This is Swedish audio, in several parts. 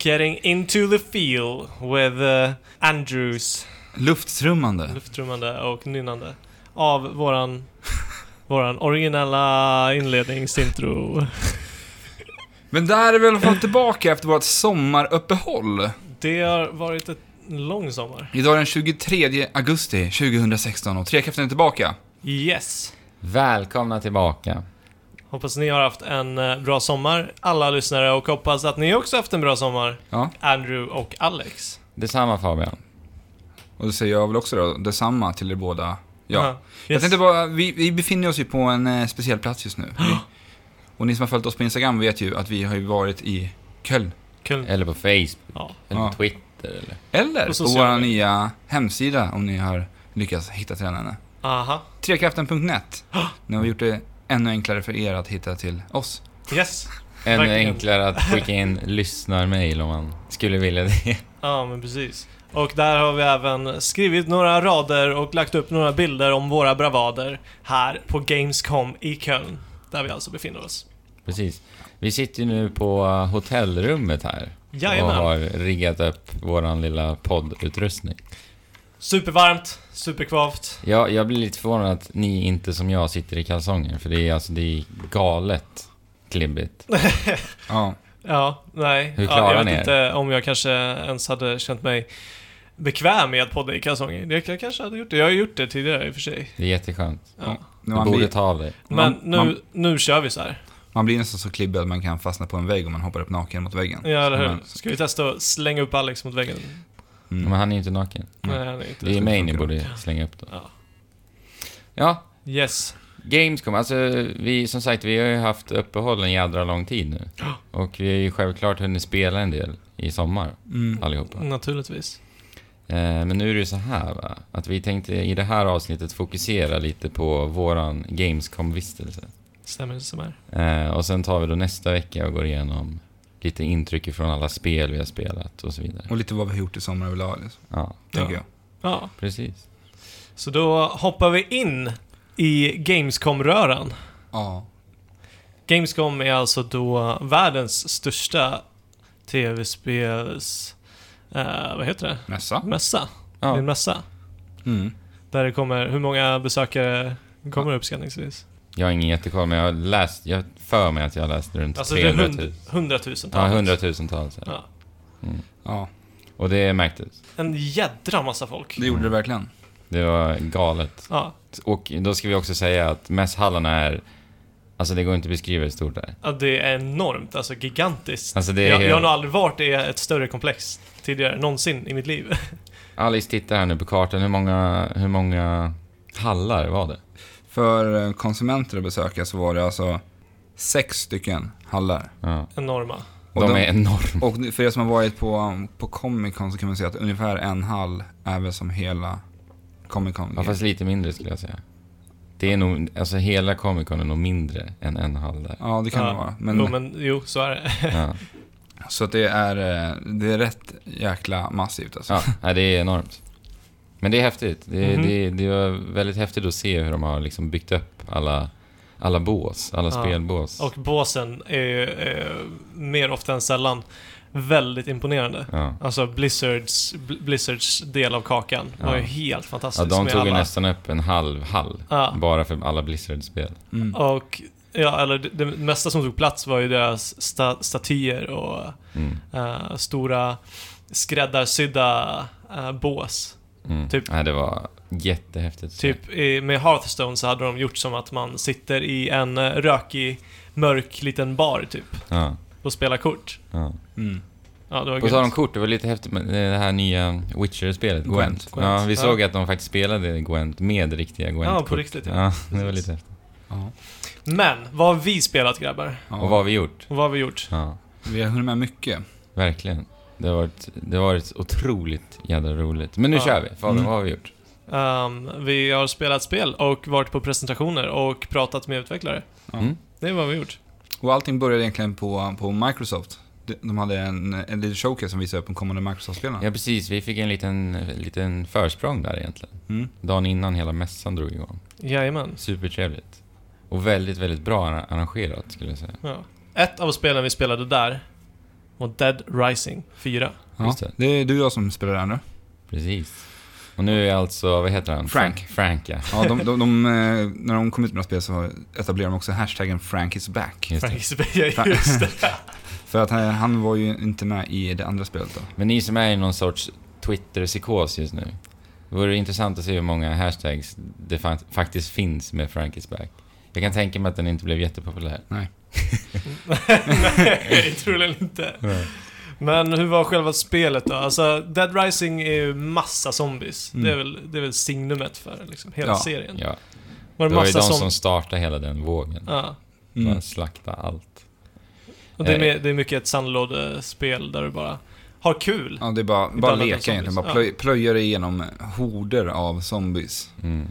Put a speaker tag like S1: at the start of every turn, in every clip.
S1: Getting into the feel with eh, Andrews
S2: Luftstrummande.
S1: luftrummande och nynnande av våran, våran originella inledningsintro.
S2: Men där är vi i alla fall tillbaka efter vårt sommaruppehåll.
S1: Det har varit ett lång sommar.
S2: Idag är den 23 augusti 2016 och Trekraften är tillbaka.
S1: Yes!
S3: Välkomna tillbaka.
S1: Hoppas ni har haft en eh, bra sommar, alla lyssnare, och hoppas att ni också haft en bra sommar,
S2: Ja,
S1: Andrew och Alex.
S3: Detsamma Fabian.
S2: och då säger jag väl också då detsamma till er båda. Ja.
S1: Aha.
S2: Jag
S1: Yes.
S2: tänkte bara, vi, vi befinner oss ju på en eh, speciell plats just nu. Vi, och ni som har följt oss på Instagram vet ju att vi har ju varit i Köln.
S1: Kul.
S3: Eller på Facebook.
S1: Ja.
S3: Eller
S2: Ja.
S3: på Twitter. Eller.
S2: Eller
S1: Och
S2: på
S1: sociala
S2: vår nya hemsida om ni har lyckats hitta till den ännu.
S1: Aha.
S2: Trekraften.net. Nu har vi gjort det ännu enklare för er att hitta till oss.
S1: Yes.
S3: Ännu
S1: Verkligen.
S3: enklare att skicka in lyssnarmail om man skulle vilja det.
S1: Ja, men precis. Och där har vi även skrivit några rader och lagt upp några bilder om våra bravader här på Gamescom i Köln. Där vi alltså befinner oss.
S3: Precis. Vi sitter ju nu på eh, hotellrummet här. Och
S1: Jajamän.
S3: har riggat upp våran lilla poddutrustning.
S1: Supervarmt, superkvavt.
S3: Jag, jag blir lite förvånad att ni inte som jag sitter i kalsonger. För det är alltså det är galet klibbigt.
S2: Ja.
S1: Ja, nej.
S3: Hur
S1: ja,
S3: klarar
S1: jag
S3: ni
S1: vet
S3: er?
S1: inte om jag kanske ens hade känt mig bekväm med att podda i kalsonger. Det jag kanske hade gjort det. Jag har gjort det tidigare i och för sig.
S3: Det är jätteskönt.
S1: Ja.
S2: Nu
S3: Du
S2: man,
S3: borde
S2: blir,
S3: ta av dig.
S1: Men
S2: Man-
S1: nu,
S2: man-
S1: nu kör vi så här.
S2: man blir nästan så klibbig att man kan fastna på en vägg om man hoppar upp naken mot väggen.
S1: Ja, eller hur?
S2: Men-
S1: Ska vi testa att slänga upp Alex mot väggen?
S2: Mm.
S3: Men han är ju inte naken.
S1: Nej, han är inte.
S3: Det är mig ni borde slänga upp då.
S1: Ja.
S3: Ja,
S1: Yes.
S3: Gamescom, alltså vi, som sagt, vi har ju haft uppehåll en jädra lång tid nu. Och vi har ju självklart hunnit spela en del i sommar,
S2: Mm.
S3: allihopa.
S1: Naturligtvis.
S3: Eh, men nu är det ju så här va, att vi tänkte i det här avsnittet fokusera lite på våran Gamescom-vistelse.
S1: Stämmer det som är.
S3: Eh, och sen tar vi då nästa vecka och går igenom lite intryck från alla spel vi har spelat och så vidare.
S2: Och lite vad vi har gjort i sommar överlag, liksom,
S3: Ja,
S2: tänker
S1: Ja.
S2: jag.
S1: Ja,
S3: precis.
S1: så då hoppar vi in i Gamescom-röran.
S2: Ja.
S1: Gamescom är alltså då världens största tv-spels... Eh, vad heter det?
S2: Nässa.
S1: Mässa. Det är en
S3: Ja,
S1: mässa.
S2: Mm.
S1: Där det kommer... Hur många besökare kommer uppskattningsvis?
S3: jag har ingen jättekoll, men jag har läst, jag har för mig att jag har läst runt
S1: Alltså det är
S3: 300 000.
S1: hund, hundratusentals.
S3: Ja, hundratusentals. Ja.
S1: Ja.
S2: Ja,
S3: Och det märktes.
S1: En jädra massa folk.
S2: det gjorde det verkligen.
S3: Det var galet.
S1: Ja,
S3: Och då ska vi också säga att mässhallarna är... Alltså det går inte att beskriva hur stort det är.
S1: ja, det är enormt. Alltså gigantiskt.
S3: Alltså det är...
S1: jag, jag har nog aldrig varit i ett större komplex tidigare, någonsin i mitt liv.
S3: Alice tittar här nu på kartan. Hur många, hur många hallar var det?
S2: För eh, konsumenter och besökare så var det alltså sex stycken hallar.
S3: Ja.
S1: Enorma.
S2: Och
S3: De,
S2: de-
S3: är enorma.
S2: Och för er som har varit på, på Comic Con så kan man säga att ungefär en hall är väl som hela Comic Con.
S3: Ja, fast lite mindre skulle jag säga. Det är nog... Alltså hela Comic Con är nog mindre än en hall där.
S2: Ja, det kan
S1: Ja.
S2: det vara.
S1: Men...
S2: Men,
S1: Jo, men jo, så är det.
S3: Ja.
S2: Så att det är, eh, det är rätt jäkla massivt alltså.
S3: ja. Nej, det är enormt. Men det är häftigt. Det,
S1: Mhm.
S3: det, det är väldigt häftigt att se hur de har liksom byggt upp alla, alla bås. Alla
S1: Ja.
S3: spelbås.
S1: Och båsen är ju eh, mer ofta än sällan väldigt imponerande.
S3: Ja.
S1: Alltså Blizzards, Bl- Blizzards del av kakan var ju
S3: Ja.
S1: helt
S3: Ja,
S1: fantastisk
S3: de
S1: med
S3: tog ju
S1: alla.
S3: nästan upp en halv hall.
S1: Ja.
S3: Bara för alla Blizzard-spel.
S2: Mm.
S1: Och ja, eller det, det mesta som tog plats var ju deras sta, statyer och
S3: Mm.
S1: eh, stora skräddarsydda eh, bås.
S3: Mm.
S1: Typ-
S3: Nej, det var jättehäftigt. att se.
S1: Typ i, med Hearthstone så hade de gjort som att man sitter i en eh, rökig, mörk liten bar typ
S3: Ja,
S1: och spelar kort.
S3: ja.
S2: Mm.
S1: Ja, det var
S3: På
S1: grymt.
S3: tal om kort, det var lite häftigt med det här nya Witcher-spelet, Gwent.
S2: Gwent.
S3: Ja,
S1: Gwent,
S3: vi
S1: ja.
S3: såg att de faktiskt spelade Gwent med riktiga Gwent.
S1: Ja, på riktigt, ja.
S3: Ja, det var lite häftigt.
S2: Ja.
S1: Men, vad har vi spelat grabbar?
S2: Ja.
S3: Och vad har vi gjort?
S1: Och vad har vi gjort?
S3: Ja,
S2: Vi har hunnit med mycket.
S3: verkligen. Det har varit, det har varit otroligt jädra roligt. Men nu
S1: Ja.
S3: kör vi. Fabian,
S2: Mm.
S3: vad har vi gjort?
S1: Ehm, vi har spelat spel och varit på presentationer och pratat med utvecklare.
S2: Ja.
S3: Mm.
S1: Det är vad vi har gjort.
S2: Och allting började egentligen på, på Microsoft. de hade en, en liten showcase som visade upp de kommande Microsoft-spelarna.
S3: Ja, precis. Vi fick en liten, liten försprång där egentligen.
S2: Mm.
S3: Dagen innan hela mässan drog igång.
S1: Jajamän.
S3: Supertrevligt. Och väldigt, väldigt bra arra- arrangerat skulle jag säga.
S1: Ja. Ett av spelen vi spelade där var Dead Rising 4.
S2: Ja,
S3: Just det.
S2: det är du och jag som spelar där nu.
S3: Precis. Och nu är alltså, vad heter han?
S2: Frank.
S3: Frank, ja.
S2: Ja, de, de, de, eh, när de kom ut med de här spelen så etablerade de också hashtaggen Frank is back.
S3: Just det.
S1: Frank Isberg, just det.
S2: För att han, han var ju inte med i det andra spelet då.
S3: Men ni som är i någon sorts Twitter-psykos just nu. Vore det intressant att se hur många hashtags det fa- faktiskt finns med Frank is back. Jag kan tänka mig att den inte blev jättepopulär.
S1: Nej, troligen inte.
S2: Mm.
S1: Men hur var själva spelet då? Alltså, Dead Rising är ju massa zombies.
S2: Mm.
S1: Det, är väl, det är väl signumet för liksom, hela
S2: Ja.
S1: serien.
S3: Ja.
S1: Var
S3: Det
S1: det
S3: var ju
S1: massa
S3: de
S1: som...
S3: som startade hela den vågen.
S1: Ja.
S2: Mm.
S3: Bara slakta allt.
S1: Och det är,
S3: Eh.
S1: mer- det är mycket ett sandlådespel där du bara har kul.
S2: Ja, det är bara, bara
S1: Ibland
S2: leka
S1: zombies,
S2: egentligen. Bara
S1: ja.
S2: plöj, plöja dig igenom horder av zombies.
S3: Mm.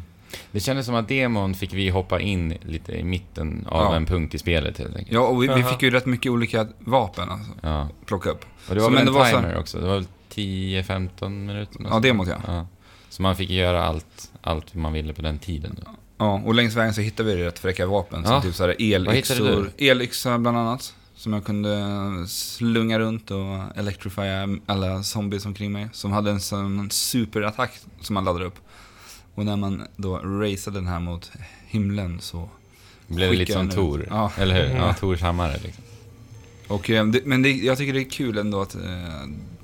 S3: Det kändes som att demon fick vi hoppa in lite i mitten av
S2: Ja.
S3: en punkt i spelet helt enkelt.
S2: Ja, och vi, vi
S1: Aha.
S2: fick ju rätt mycket olika vapen alltså,
S3: Ja.
S2: plocka upp.
S3: Och det var väl
S2: Så, men
S3: en
S2: det var så här-
S3: timer också. Det var väl 10-15 minuter? något
S2: Ja,
S3: sånt.
S2: demot ja.
S3: ja. Så man fick göra allt, allt man ville på den tiden. Då.
S2: ja. Och längs vägen så hittade vi rätt fräcka vapen.
S3: Ja.
S2: Som typ såhär elyxor.
S3: hittade
S2: Elyxa bland annat. Som jag kunde slunga runt och electrifiera alla zombies omkring mig. Som hade en sån superattack som man laddade upp. Och när man då raceade den här mot himlen så...
S3: Blev det lite
S2: skickade
S3: som
S2: den
S3: Tor,
S2: ut. Ja.
S3: eller hur?
S1: Mm.
S3: Ja, Tors hammare liksom.
S2: Och, eh, det, men det, jag tycker det är kul ändå att eh,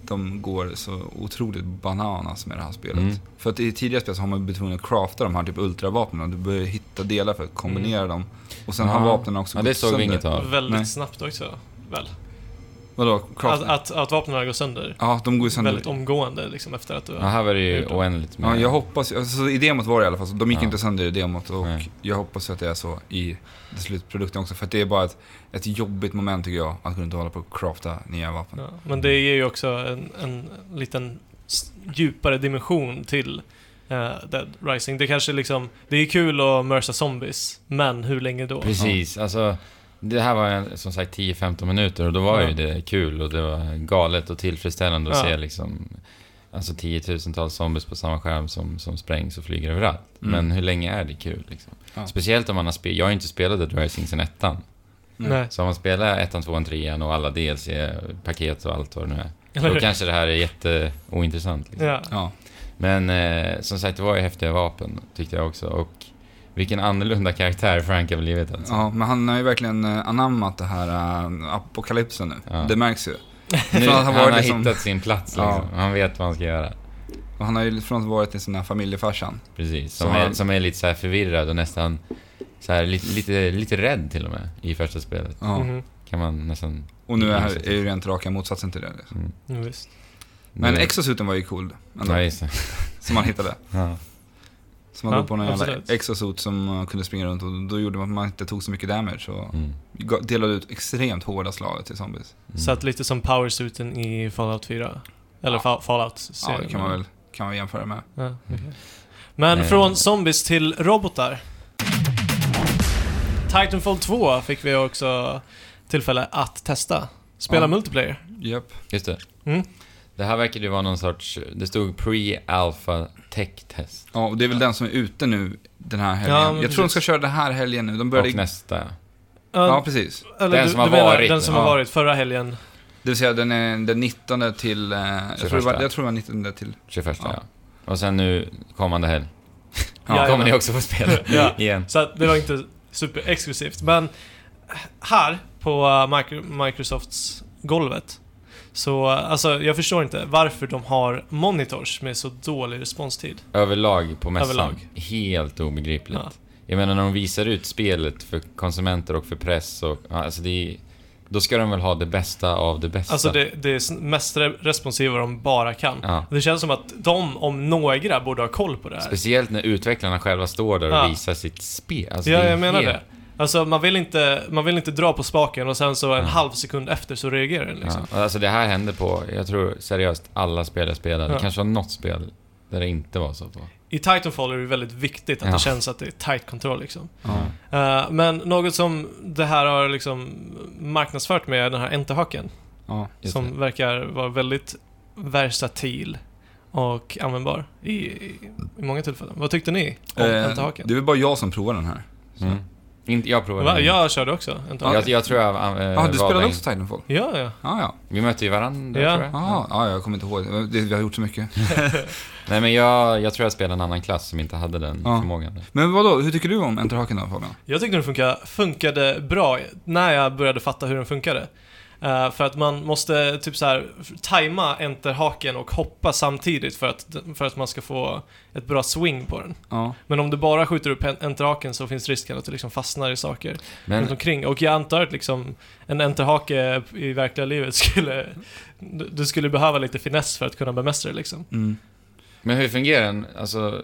S2: de går så otroligt bananas med det här spelet.
S3: Mm.
S2: För att i tidigare spel så har man blivit tvungen att crafta de här typ ultravapnen. Du behöver hitta delar för att kombinera dem. Och sen har
S3: Mm. Ja.
S2: vapnen också
S3: Ja, det
S2: gått
S3: såg vi
S2: sönder.
S3: inget av.
S1: Väldigt
S2: Nej.
S1: snabbt också, väl?
S2: Vadå,
S1: Alltså, Att,
S2: crafting?
S1: att, att vapnen går sönder.
S2: Ja, de går ju sönder.
S1: Väldigt omgående liksom efter att du...
S3: Ja, här var det ju oändligt
S2: Ja, jag hoppas, alltså, i demot var det i alla fall så. De gick
S3: Ja.
S2: inte sönder i demot och
S3: Nej.
S2: jag hoppas att det är så i den slutprodukten också. För att det är bara ett, ett jobbigt moment tycker jag, att kunna inte hålla på och crafta nya vapen.
S1: Ja, men det ger ju också en, en liten s- djupare dimension till eh, Dead Rising. Det kanske liksom, det är kul att mörsa zombies, men hur länge då?
S3: Precis, alltså. Det här var en- som sagt 10-15 minuter och då var
S1: Ja.
S3: ju det kul och det var galet och tillfredsställande att
S1: Ja.
S3: se liksom Alltså tiotusentals zombies på samma skärm som, som sprängs och flyger överallt.
S2: Mm.
S3: Men hur länge är det kul liksom?
S2: Ja.
S3: Speciellt om man har spelat, jag har ju inte spelat Dead Rising sen ettan.
S1: Nej.
S3: Så om man spelar ettan, tvåan, trean och alla DLC-paket och allt vad det nu är. Då
S1: Eller-
S3: kanske det här är jätteointressant liksom.
S1: Ja.
S2: Ja.
S3: Men eh, som sagt, det var ju häftiga vapen tyckte jag också. Och vilken annorlunda karaktär Frank har blivit alltså.
S2: Ja, men han har ju verkligen eh, anammat det här eh, apokalypsen nu.
S3: Ja.
S2: Det märks ju.
S3: Nu,
S2: Från att ha
S3: han,
S2: varit
S3: har
S2: liksom-
S3: hittat sin plats liksom. Han vet vad han ska göra.
S2: Och han har ju från att ha varit i sina familjefarsan.
S3: Precis. Som,
S2: Så
S3: är,
S2: han-
S3: som är lite så här förvirrad och nästan så här, lite, lite, lite rädd till och med i första spelet.
S2: Ja.
S1: Mhm. Mm.
S3: Kan man nästan... mm,
S2: Och nu är, är ju rent raka motsatsen till det. Liksom.
S1: Ja, visst.
S2: Men
S3: Nu-
S2: exosuiten var ju cool. Ändå,
S3: Ja, just det.
S2: Som man hittade.
S3: Ja.
S2: Som man
S1: Ja,
S2: drog på någon jävla
S1: absolut.
S2: exosuit som eh, kunde springa runt och då gjorde man att man inte tog så mycket damage och
S3: Mm.
S2: ga- delade ut extremt hårda slag till zombies.
S3: Mm.
S1: Så att lite som powersuiten i Fallout 4. Eller
S2: Ja.
S1: Fa-
S2: Ja,
S1: Fallout-serien.
S2: det kan man väl kan man jämföra med.
S1: Ja, okej. Men
S3: Eh.
S1: från zombies till robotar. Titanfall 2 fick vi också tillfälle att testa. Spela
S2: Ja.
S1: multiplayer.
S2: Japp.
S3: Just det.
S1: Mm.
S3: Det här verkar ju vara någon sorts... Det stod pre-alpha tech test.
S2: Ja, och det är väl den som är ute nu den här helgen.
S1: Ja, men
S2: jag
S1: precis.
S2: tror de ska köra den här helgen nu. De började...
S3: Och nästa.
S2: Ja, precis.
S1: Eller
S3: Den
S1: du,
S3: som har
S1: du menar
S3: varit
S1: Den
S3: nu.
S1: som har
S2: Ja.
S1: varit förra helgen.
S2: Det vill säga den, är, den 19 till... eh, Jag tror, det var,
S3: 21.
S2: jag tror det var 19 till...
S3: 21 ja.
S2: Ja.
S3: Och sen nu kommande helg.
S1: Ja,
S3: Ja, kommer
S1: jajamän.
S3: ni också få spela
S1: Ja.
S3: igen.
S1: Så att det var inte superexklusivt. Men här på eh, Micro- Microsofts golvet. Så eh, alltså, jag förstår inte varför de har monitors med så dålig responstid.
S3: Överlag på mässan.
S1: Överlag.
S3: Helt obegripligt.
S1: Ja.
S3: Jag menar när de visar ut spelet för konsumenter och för press och... ja, Alltså det är, Då ska de väl ha det bästa av det bästa.
S1: Alltså det, det är s- mest re- responsiva de bara kan.
S3: Ja.
S1: Det känns som att de, om några, borde ha koll på det här.
S3: Speciellt när utvecklarna själva står där och
S1: Ja.
S3: visar sitt spel. Alltså
S1: ja,
S3: det är
S1: jag menar
S3: helt-
S1: det. Alltså man vill, inte, man vill inte dra på spaken och sen så en halv sekund efter så reagerar den liksom.
S3: Ja. Alltså det här hände på, jag tror seriöst, alla spel jag spelade.
S1: Ja.
S3: Det kanske var något spel där det inte var så på.
S1: I Titanfall är det väldigt viktigt att
S3: Ja.
S1: det känns att det är tight kontroll liksom.
S2: Ja.
S1: Eh, men något som det här har liksom marknadsfört med den här enterhaken.
S2: Ja.
S3: Just
S1: som
S3: det.
S1: verkar vara väldigt versatil och användbar i, i i många tillfällen. Vad tyckte ni om
S2: Eh,
S1: pentahaken?
S2: det är väl bara jag som provar den här.
S3: Mm. Inte, jag provade
S1: Va?
S3: den.
S1: Jag körde också
S3: jag,
S1: pentahaken.
S2: Ja.
S3: jag, tror jag äh,
S2: Ja, ah, du spelade
S3: in.
S2: också Titanfall?
S1: Ja, ja.
S2: Ah, ja,
S3: Vi mötte ju varandra
S1: Ja.
S3: tror jag.
S2: ah, ja. jag kommer inte ihåg. Det, vi har gjort så mycket.
S3: Nej men jag, jag tror jag spelade en annan klass som inte hade den
S2: Ja.
S3: förmågan.
S2: Men vadå, hur tycker du om Enterhaken då Fabian?
S1: Jag tyckte den funka, funkade bra när jag började fatta hur den funkade. Eh, för att man måste typ så här tajma enterhaken och hoppa samtidigt för att, för att man ska få ett bra swing på den.
S2: Ja.
S1: Men om du bara skjuter upp en- enterhaken så finns risken att du liksom fastnar i saker runt
S3: Men
S1: omkring. Och jag antar att liksom en enterhake i verkliga livet skulle... du- Du skulle behöva lite finess för att kunna bemästra det liksom.
S2: Mm.
S3: Men hur fungerar den? Alltså,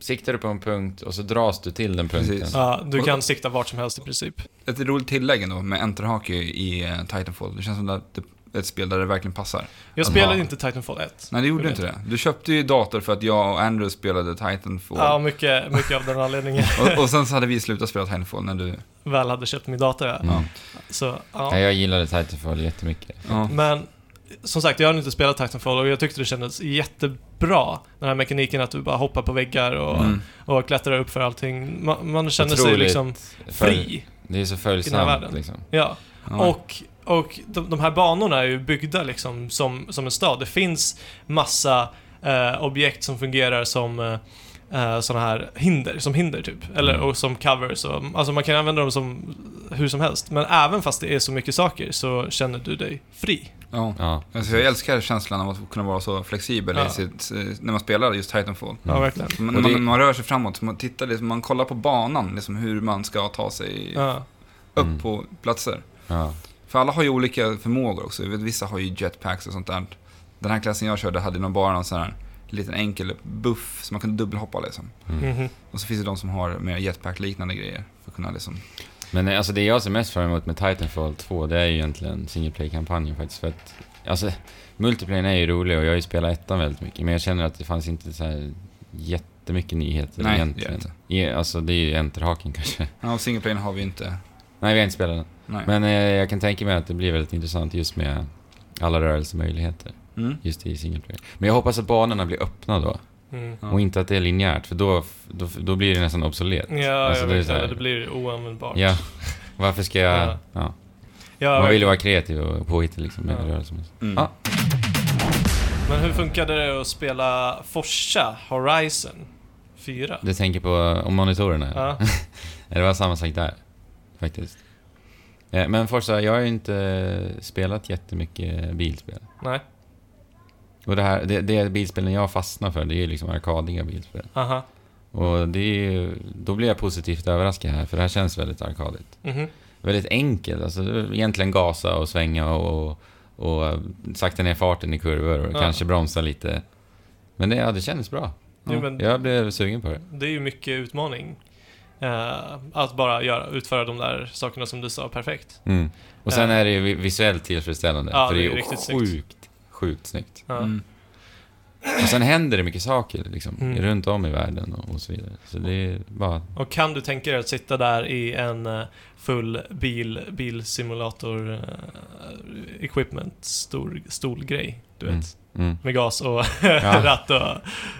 S3: siktar du på en punkt och så dras du till den punkten?
S2: Precis.
S1: Ja, du kan sikta vart som helst i princip.
S2: Ett roligt tillägg ändå med Enterhake i eh, Titanfall. Det känns som att det är ett spel där det verkligen passar.
S1: Jag
S2: Aha.
S1: spelade inte Titanfall 1.
S2: Nej, det gjorde
S1: Jag
S2: inte det. Du köpte ju dator för att jag och Andrew spelade Titanfall.
S1: Ja, mycket, mycket av den anledningen.
S2: Och, och sen så hade vi slutat spela Titanfall när du...
S1: väl hade köpt min dator. ja.
S3: Mm.
S1: Så,
S3: Ja,
S1: ja.
S3: jag gillade Titanfall jättemycket.
S2: Ja.
S1: Men som sagt, jag har inte spelat Titanfall och jag tyckte det kändes jättebra. Den här mekaniken att du bara hoppar på väggar och,
S2: Mm.
S1: och klättrar upp för allting. Man, man känner sig
S3: Otroligt
S1: liksom fri.
S3: Det är så
S1: I den här världen.
S3: följsamt liksom.
S1: Ja.
S2: Ja.
S1: Och, och de, de här banorna är ju byggda liksom som, som en stad. Det finns massa eh, objekt som fungerar som eh, eh, sådana här hinder, som hinder typ. Eller
S3: Mm.
S1: och som covers. Och, alltså man kan använda dem som hur som helst. Men även fast det är så mycket saker så känner du dig fri.
S2: Ja.
S3: Ja.
S2: Alltså, jag älskar känslan av att kunna vara så flexibel
S1: Ja.
S2: i sitt, eh, när man spelar just Titanfall.
S1: Ja, verkligen.
S2: Man,
S3: Och det-
S2: man, man rör sig framåt, man, tittar, liksom, man kollar på banan, liksom, hur man ska ta sig
S1: Ja.
S2: upp
S3: Mm.
S2: på platser.
S3: Ja.
S2: För alla har ju olika förmågor också. Jag vet, Vissa har ju jetpacks och sånt där. Den här klassen jag körde hade nog bara någon sån här liten enkel buff som man kunde dubbelhoppa liksom.
S3: Mm.
S1: Mhm.
S2: Och så finns det de som har mer jetpack-liknande grejer för att kunna liksom...
S3: Men eh, alltså det jag ser mest fram emot med Titanfall 2, det är ju egentligen single play-kampanjen faktiskt. För att, alltså, multiplayern är ju rolig och jag har ju spelat ettan väldigt mycket. Men jag känner att det fanns inte så här jättemycket nyheter
S2: Nej,
S3: egentligen.
S2: det
S3: I, alltså det är ju enterhaken kanske.
S2: Ja, och singleplayen har vi ju inte.
S3: Nej, vi har inte spelat den.
S2: Nej.
S3: Men eh, jag kan tänka mig att det blir väldigt intressant just med alla rörelsemöjligheter.
S2: Mm.
S3: Just i single player. Men jag hoppas att banorna blir öppna då.
S1: Mm.
S2: Ja.
S3: Och inte att det är linjärt, för då, då, då blir det nästan obsolet.
S1: Ja,
S3: Alltså,
S1: jag
S3: det är
S1: vet
S3: så här-
S1: det, det blir oanvändbart.
S3: Ja. Varför ska jag...
S1: Ja.
S3: Ja.
S1: Ja,
S3: Man vill ju vara kreativ och påhittig liksom med
S1: Ja.
S3: rörelsen.
S2: Mm.
S3: Ja.
S1: Men hur funkade det att spela Forsa Horizon 4?
S3: Du tänker på eh, om monitorerna?
S1: Ja.
S3: Det var samma sak där, faktiskt. Eh, Men Forza, jag har ju inte spelat jättemycket bilspel.
S1: Nej?
S3: Och det här, det, det bilspelen jag fastnar för, det är ju liksom arkadiga bilspel.
S1: Aha.
S3: Och det är ju, då blir jag positivt överraskad här, för det här känns väldigt arkadigt.
S1: Mhm.
S3: väldigt enkel. Alltså, egentligen gasa och svänga och, och, och sakta ner farten i kurvor och
S1: Ja.
S3: kanske bromsa lite. Men det, ja, det kändes bra.
S1: Jo,
S2: Ja.
S1: men
S3: Jag blev sugen på det.
S1: Det är ju mycket utmaning. eh, att bara göra, utföra de där sakerna som du sa perfekt.
S3: Mm. Och sen
S1: Ja.
S3: är det ju vi- visuellt tillfredsställande.
S1: Eh. Ja,
S3: för det är ju
S1: riktigt snyggt.
S3: sjukt, sjukt snyggt.
S1: Ja.
S2: Mm.
S3: Och sen händer det mycket saker liksom,
S1: Mm.
S3: runt om i världen och, och så vidare. Så det är bara...
S1: Och kan du tänka dig att sitta där i en eh, full bil, bilsimulator eh, equipment, stor, stor grej, du vet.
S3: Mm. Mm.
S1: Med gas och
S3: Ja.
S1: ratt och,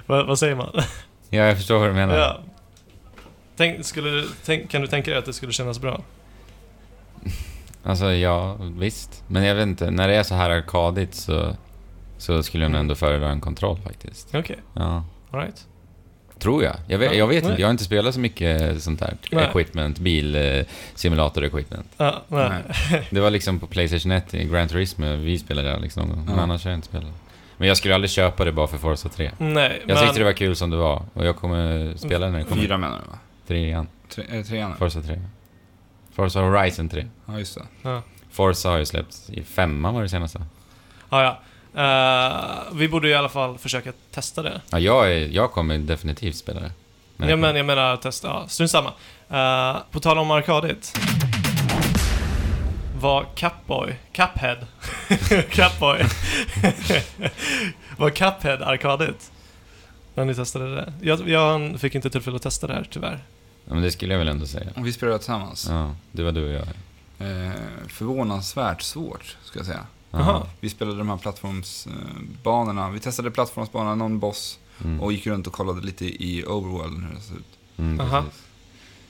S1: vad, vad säger man?
S3: Ja, jag förstår vad du menar.
S1: ja. Tänk, skulle, du- tänk, kan du tänka dig att det skulle kännas bra?
S3: Alltså, ja, visst. Men jag vet inte, när det är så här arkadigt så, så skulle jag nog ändå föredra en kontroll faktiskt.
S1: Okej,
S3: Ja.
S1: alright.
S3: Tror jag. Jag vet, jag vet
S1: Nej.
S3: inte. Jag har inte spelat så mycket sånt här
S1: Nej.
S3: equipment, bil, eh, simulator equipment.
S1: Ja,
S2: Mm.
S1: nej.
S3: Det var liksom på Playstation 1 i Gran Turismo vi spelade det liksom någon gång. Men
S2: Ja.
S3: annars har jag inte spelat. Men jag skulle aldrig köpa det bara för Forza 3.
S1: nej
S3: Jag tyckte det var kul som det var och jag kommer spela när det kommer.
S2: Fyra menar du va?
S3: Trean.
S2: Tre, är det trean? eller?
S3: Forza 3. Forza Horizon 3.
S2: Ja, just det.
S1: ja.
S3: Forza har ju släppts i femman var det senaste.
S1: Ja, ja. Eh, vi borde i alla fall försöka testa det.
S3: Ja, jag, är, jag kommer definitivt spela det. när det
S1: ja, men
S3: kommer.
S1: jag menar testa. Ja, strunt samma. Eh, på tal om arkadigt. Var Capboy, Cuphead, Capboy, var Cuphead arkadigt? När ni testade det? Jag, jag fick inte tillfälle att testa det här tyvärr.
S3: Ja, men det skulle jag väl ändå säga.
S2: Och vi spelade tillsammans.
S3: Ja, det var du och jag.
S2: Eh, förvånansvärt svårt, ska jag säga.
S1: Jaha.
S2: Vi spelade de här plattformsbanorna. Vi testade plattformsbanan, någon boss
S3: Mm.
S2: och gick runt och kollade lite i overworlden hur det ser ut.
S3: Mm,
S1: Aha.
S3: precis.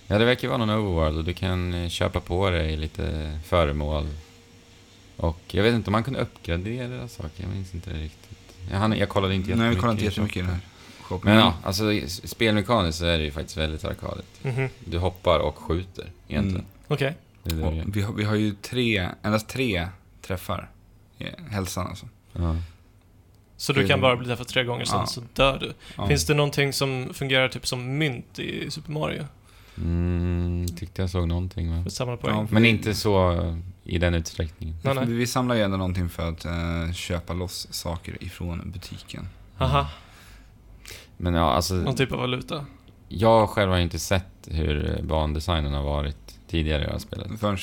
S3: Ja, det verkar vara någon overworld och du kan eh, köpa på dig lite föremål. Och jag vet inte om man kunde uppgradera saker, jag minns inte riktigt. Jag, hann, jag kollade inte
S2: Nej, vi kollade inte
S3: i
S2: jättemycket i den här
S3: shoppen.
S2: shoppen. Mm.
S3: Men ja, alltså i- spelmekaniskt så är det ju faktiskt väldigt arkadigt.
S1: Mhm.
S3: Du hoppar och skjuter egentligen.
S1: Okej.
S3: Det är det
S2: Mm. Och
S3: du gör.
S2: vi, har, vi har ju tre, endast tre träffar i hälsan alltså.
S3: Ja.
S1: Så du kan bara bli träffad tre gånger sen
S2: Ja.
S1: så dör du.
S2: Ja.
S1: Finns det någonting som fungerar typ som mynt i Super Mario?
S3: Mm, tyckte jag såg någonting va?
S1: För att samla poäng?
S2: Ja.
S3: Men inte så eh, i den utsträckningen.
S1: Nej, nej.
S2: Vi, vi samlar ju ändå någonting för att eh, köpa loss saker ifrån butiken.
S1: Aha,
S3: Men ja, alltså
S1: någon typ av valuta.
S3: jag själv har ju inte sett hur eh, bandesignen har varit tidigare i det här spelet.
S2: Förrän,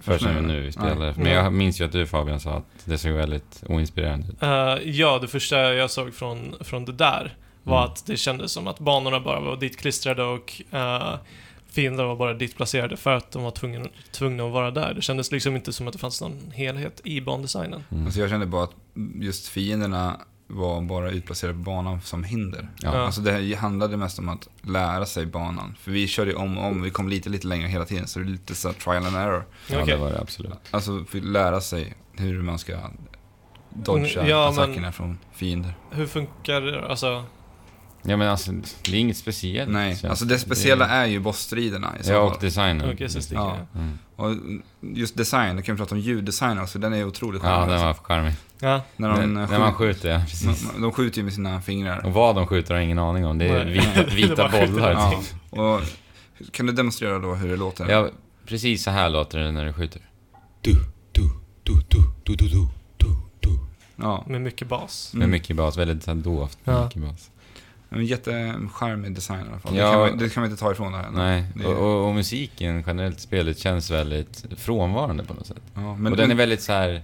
S3: Mm. Förrän nu, nu vi spelar.
S2: Mm. Nej.
S3: Men jag minns ju att du Fabian sa att det såg väldigt oinspirerande ut.
S1: Eh, ja, det första jag såg från, från det där var
S3: Mm.
S1: att det kändes som att banorna bara var ditklistrade och uh, fiender var bara ditplacerade för att de var tvungna, tvungna att vara där. Det kändes liksom inte som att det fanns någon helhet i bandesignen.
S3: Mm.
S2: Alltså jag kände bara att just fienderna var bara utplacerade på banan som hinder.
S3: ja.
S1: ja.
S2: Alltså det här handlade mest om att lära sig banan. För vi körde ju om och om, vi kom lite, lite längre hela tiden. Så det är lite så här trial and error.
S3: ja,
S1: Okej.
S3: det var det absolut.
S2: Alltså för att lära sig hur man ska dodga
S1: Mm, ja, men-
S2: attackerna från fiender.
S1: Hur funkar det? Alltså,
S3: Ja men alltså, det är inget speciellt.
S2: Nej,
S3: känns
S2: alltså det speciella
S3: Det-
S2: är ju bossstriderna i så
S3: Ja,
S2: fall.
S3: och designen.
S1: okej, så sticker
S2: Ja.
S1: jag.
S3: Mm.
S2: Och just design, då kan vi prata om ljuddesign också, den är otroligt
S3: Ja,
S2: charmig.
S3: den var charmig.
S1: Ja,
S2: när de,
S3: när,
S2: eh,
S3: när man
S2: skjuter- Mm.
S3: skjuter, ja precis.
S2: de- de skjuter ju med sina fingrar.
S3: Och vad de skjuter har jag ingen aning om. Det är
S1: Nej.
S3: vita,
S1: Det är
S3: vita
S1: bara skjuter
S3: bollar. typ.
S1: någonting.
S3: Ja.
S2: Ja, och kan du demonstrera då hur det låter?
S3: ja, precis så här låter det när du skjuter.
S2: ja.
S1: med mycket bas.
S2: Mm.
S3: Med mycket bas, väldigt så här dovt. med
S1: Ja.
S3: Mycket bas.
S2: En jättecharmig design i alla fall.
S3: Ja.
S2: Det, kan man, det kan man inte ta ifrån det här.
S3: Nej,
S2: Det-
S3: och, och, och musiken generellt i spelet känns väldigt frånvarande på något sätt.
S2: Ja, men
S3: och den är väldigt så här.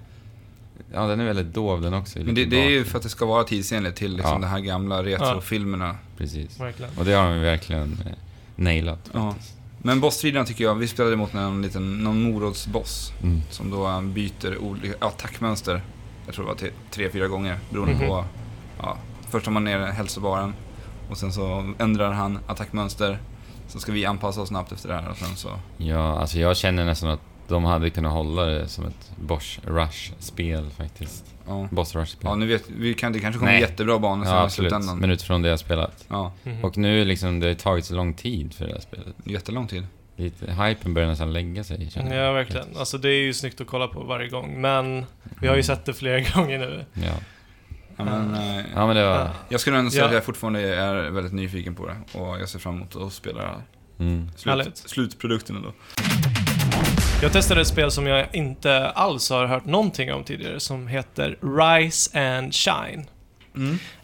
S3: Ja, den är väldigt dov den också.
S2: men det,
S3: Lite
S2: det är ju
S3: bakig.
S2: för att det ska vara tidsenligt till liksom
S3: Ja.
S2: de här gamla retrofilmerna.
S3: Precis.
S1: Verkligen.
S3: Och det har de ju verkligen eh, nailat.
S2: Ja. Men bossstriderna tycker jag, vi spelade mot någon liten, någon morotsboss.
S3: Mm.
S2: Som då eh, byter olika attackmönster. Jag tror det var till tre, fyra gånger beroende
S1: Mhm.
S2: på. Ja, först tar man ner hälsobaren och sen så ändrar han attackmönster. Så ska vi anpassa oss snabbt efter det här och sen så...
S3: Ja, alltså jag känner nästan att de hade kunnat hålla det som ett Bosch Rush-spel faktiskt.
S2: Ja,
S3: Boss Rush-spel.
S2: ja nu vet vi, kan, det kanske kommer
S3: Nej.
S2: jättebra banor sen
S3: Ja,
S2: i
S3: absolut.
S2: slutändan. Mm.
S3: Men utifrån det jag spelat.
S2: Ja,
S1: Mhm.
S3: Och nu liksom, det har tagit så lång tid för det här spelet.
S2: jättelång tid.
S3: Lite, hypen börjar nästan lägga sig känner jag.
S1: Ja, verkligen. Alltså det är ju snyggt att kolla på varje gång, men vi
S3: Mm.
S1: har ju sett det flera gånger nu.
S3: Ja.
S2: Ja, men, eh,
S3: ja, men det var...
S1: Ja.
S2: Jag skulle ändå säga
S1: Ja.
S2: att jag fortfarande är väldigt nyfiken på det och jag ser fram emot att spela
S3: Mm.
S2: slut,
S1: Härligt.
S2: slutprodukten ändå.
S1: Jag testade ett spel som jag inte alls har hört någonting om tidigare, som heter Rise and Shine.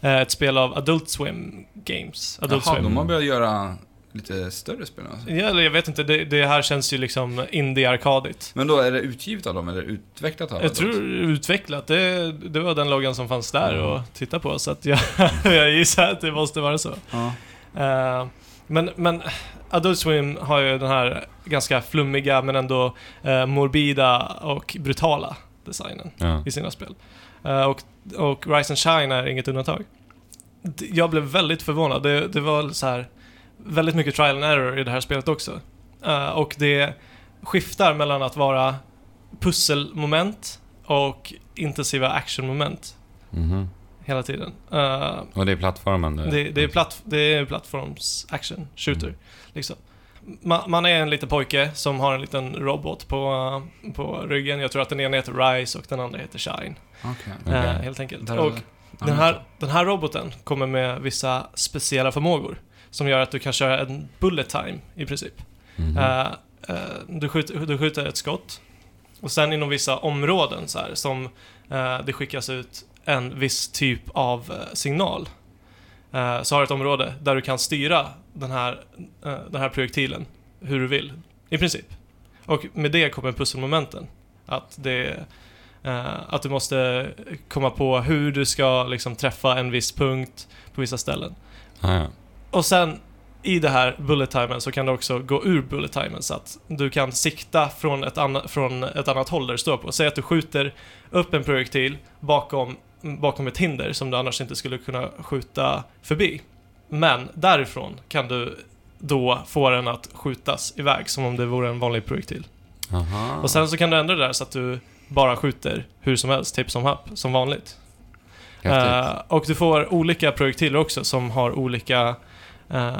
S1: Eh, Ett spel av Adult Swim Games. Adult
S2: Jaha,
S1: Swim.
S2: de har börjat göra lite större spel alltså.
S1: Ja, eller jag vet inte, det, det här känns ju liksom indie-arkadigt.
S2: Men då, är det utgivet av dem eller utvecklat av
S1: Jag
S2: Adobe?
S1: tror utvecklat, det, det var den loggan som fanns där att titta på, så att jag, jag gissar att det måste vara så.
S2: Ja.
S1: Eh, men, men Adult Swim har ju den här ganska flummiga men ändå eh, morbida och brutala designen
S3: Ja.
S1: i sina spel. Eh, och, och Rise and Shine är inget undantag. D- Jag blev väldigt förvånad. Det, det var så här väldigt mycket trial and error i det här spelet också. Eh, och det skiftar mellan att vara pusselmoment och intensiva actionmoment
S3: Mhm.
S1: hela tiden. Eh,
S3: Och det är plattformande.
S1: det, det, är platt, det är plattforms action, shooter.
S3: Mm.
S1: Liksom. Man, man är en liten pojke som har en liten robot på, eh, på ryggen. Jag tror att den ena heter Rise och den andra heter Shine.
S2: Okej.
S3: Okej.
S1: eh, helt enkelt.
S2: Där-
S1: Och
S2: ja,
S1: den, här, den här roboten kommer med vissa speciella förmågor som gör att du kan köra en bullet time i princip.
S3: Mhm.
S1: Eh, eh, du, skjuter, du skjuter ett skott och sen inom vissa områden så här, som eh, det skickas ut en viss typ av eh, signal. Eh, så har du ett område där du kan styra den här, eh, den här projektilen hur du vill, i princip. Och med det kommer pusselmomenten. Att, det, eh, att du måste komma på hur du ska liksom, träffa en viss punkt på vissa ställen.
S3: ah, ja.
S1: Och sen i det här bullet timen så kan du också gå ur bullet timen så att du kan sikta från ett, anna, från ett annat håll där du står på. Säg att du skjuter upp en projektil bakom, bakom ett hinder som du annars inte skulle kunna skjuta förbi. Men därifrån kan du då få den att skjutas iväg som om det vore en vanlig projektil.
S3: Aha.
S1: Och sen så kan du ändra det där så att du bara skjuter hur som helst, tipp som happ, som vanligt.
S3: Häftigt.
S1: Eh, och du får olika projektiler också som har olika eh,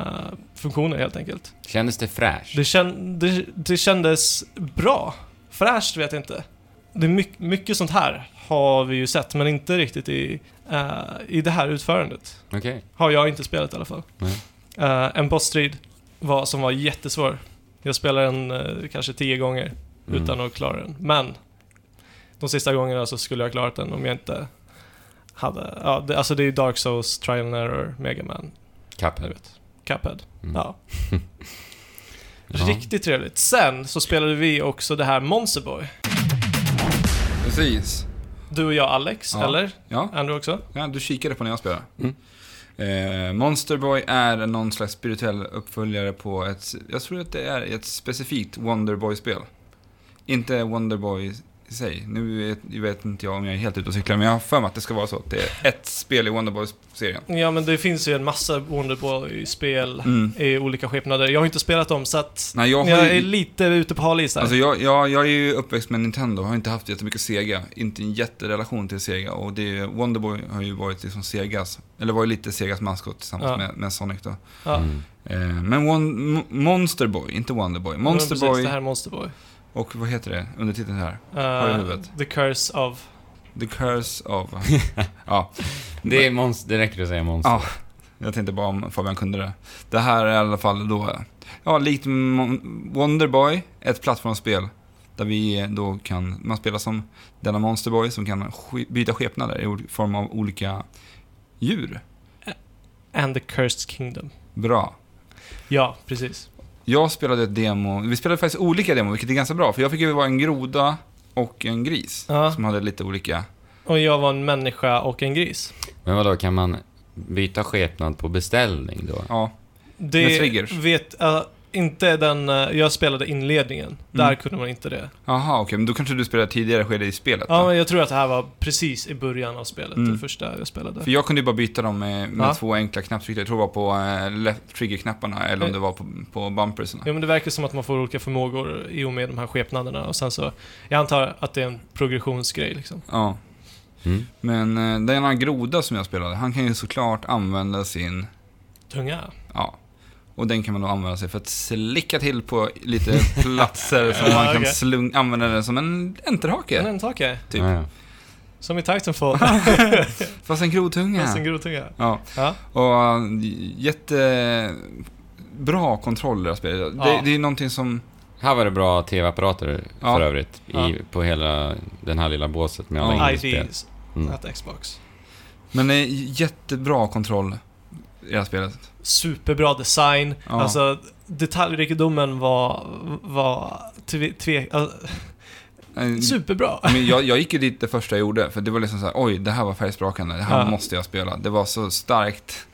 S1: funktioner helt enkelt.
S3: Kändes det fräscht?
S1: Det, kän, det, det kändes bra. Fräscht vet jag inte. Det är mycket, mycket sånt här har vi ju sett, men inte riktigt i, eh, i det här utförandet.
S3: Okej.
S1: Har jag inte spelat i alla fall.
S3: Nej.
S1: Eh, en bossstrid var, som var jättesvår. Jag spelade den eh, kanske tio gånger
S3: Mm.
S1: utan att klara den. Men de sista gångerna så skulle jag ha klarat den om jag inte hade... Ja, det, alltså det är ju Dark Souls, Trial and Error, Mega Man, du
S3: Cuphead.
S1: vet. Cuphead.
S3: Mm.
S1: Ja.
S3: Ja.
S1: Riktigt trevligt. Sen så spelade vi också det här Monster Boy.
S2: Precis.
S1: Du och jag Alex,
S2: Ja.
S1: eller?
S2: Ja.
S1: Andrew också?
S2: Ja, du kikade på när jag spelade.
S3: Mm.
S2: Eh, Monster Boy är någon slags spirituell uppföljare på ett, jag tror att det är ett specifikt Wonderboy-spel. Inte Wonderboy i sig. Nu vet, jag vet inte jag om jag är helt ute och cyklar, men jag har för mig att det ska vara så. att Det är ett spel i Wonderboy-serien.
S1: Ja, men det finns ju en massa Wonderboy-spel
S2: Mm.
S1: i olika skepnader. Jag har inte spelat dem, så att
S2: Nej, jag, har
S1: Jag
S2: ju,
S1: är lite ute på hal is där.
S2: alltså jag, jag, jag är ju uppväxt med Nintendo, har inte haft jättemycket Sega. Inte en jätterelation till Sega. Och det, Wonderboy har ju varit liksom Segas, eller var ju lite Segas maskot tillsammans
S1: Ja.
S2: med, med Sonic då.
S1: ja.
S3: Mm.
S2: Eh, Men Won- M- Monster Boy, inte Wonderboy.
S1: Men
S2: Monster
S1: precis,
S2: Boy
S1: Det här är Monsterboy.
S2: och vad heter det under titeln här? du i huvudet?
S1: the Curse of...
S2: The Curse of... ja,
S3: Det, är monst- det räcker att säga monster.
S2: ja, jag tänkte bara om Fabian kunde det. Det här är i alla fall då, ja, likt Mon- Wonderboy, ett plattformsspel. Där vi då kan, man spelar som denna Monster Boy som kan sk- byta skepnader i ol- form av olika djur.
S1: And the Cursed Kingdom.
S2: Bra.
S1: Ja, precis.
S2: Jag spelade ett demo, vi spelade faktiskt olika demo, vilket är ganska bra. För jag fick ju vara en groda och en gris.
S1: Ja.
S2: Som hade lite olika
S1: Och jag var en människa och en gris.
S3: Men vadå, kan man byta skepnad på beställning då?
S2: Ja, Med
S1: Det
S2: triggers.
S1: vet... eh, inte den... eh, jag spelade inledningen.
S2: Mm.
S1: Där kunde man inte det.
S2: aha okej, men då kanske du spelade tidigare skede i spelet?
S1: Ja,
S2: då?
S1: men jag tror att det här var precis i början av spelet.
S2: Mm.
S1: Det första jag spelade.
S2: För jag kunde ju bara byta dem med, med
S1: Ja.
S2: två enkla knapptryck. Jag tror det var på eh, left trigger-knapparna eller om
S1: Eh.
S2: det var på, på bumpersen.
S1: Ja, men det verkar som att man får olika förmågor i och med de här skepnaderna. Och sen så... Jag antar att det är en progressionsgrej liksom.
S2: Ja.
S3: Mm.
S2: Men eh, denna groda som jag spelade, han kan ju såklart använda sin,
S1: Tunga.
S2: ja. Och den kan man då använda sig för att slicka till på lite platser som
S1: Ja,
S2: man kan
S1: okej. Mm.
S2: slung, använda den som en
S1: Men
S2: enterhake.
S1: en take.
S2: Typ.
S3: Ja, ja.
S1: Som i Titanfall.
S2: Fast en grodtunga.
S1: Fast en grodtunga.
S2: Ja.
S1: Ja.
S2: Och eh, jättebra kontroller av spelet. Det,
S1: Ja.
S2: det är någonting som
S3: Här var det bra tv-apparater
S2: Ja.
S3: för övrigt. I,
S1: Ja.
S3: På hela den här lilla båset med alla
S2: Ja.
S3: ja. spel.
S1: IDs.
S3: Mm.
S1: Att Xbox.
S2: Men det är jättebra kontroll i det här spelet.
S1: Superbra design.
S2: Ja.
S1: Alltså, detaljrikedomen var, var tve, tve, alltså,
S2: Eh,
S1: superbra.
S2: Men jag, jag gick ju dit det första jag gjorde, för det var liksom så här: oj, det här var färgsprakande, det här
S1: Ja.
S2: måste jag spela. Det var så starkt.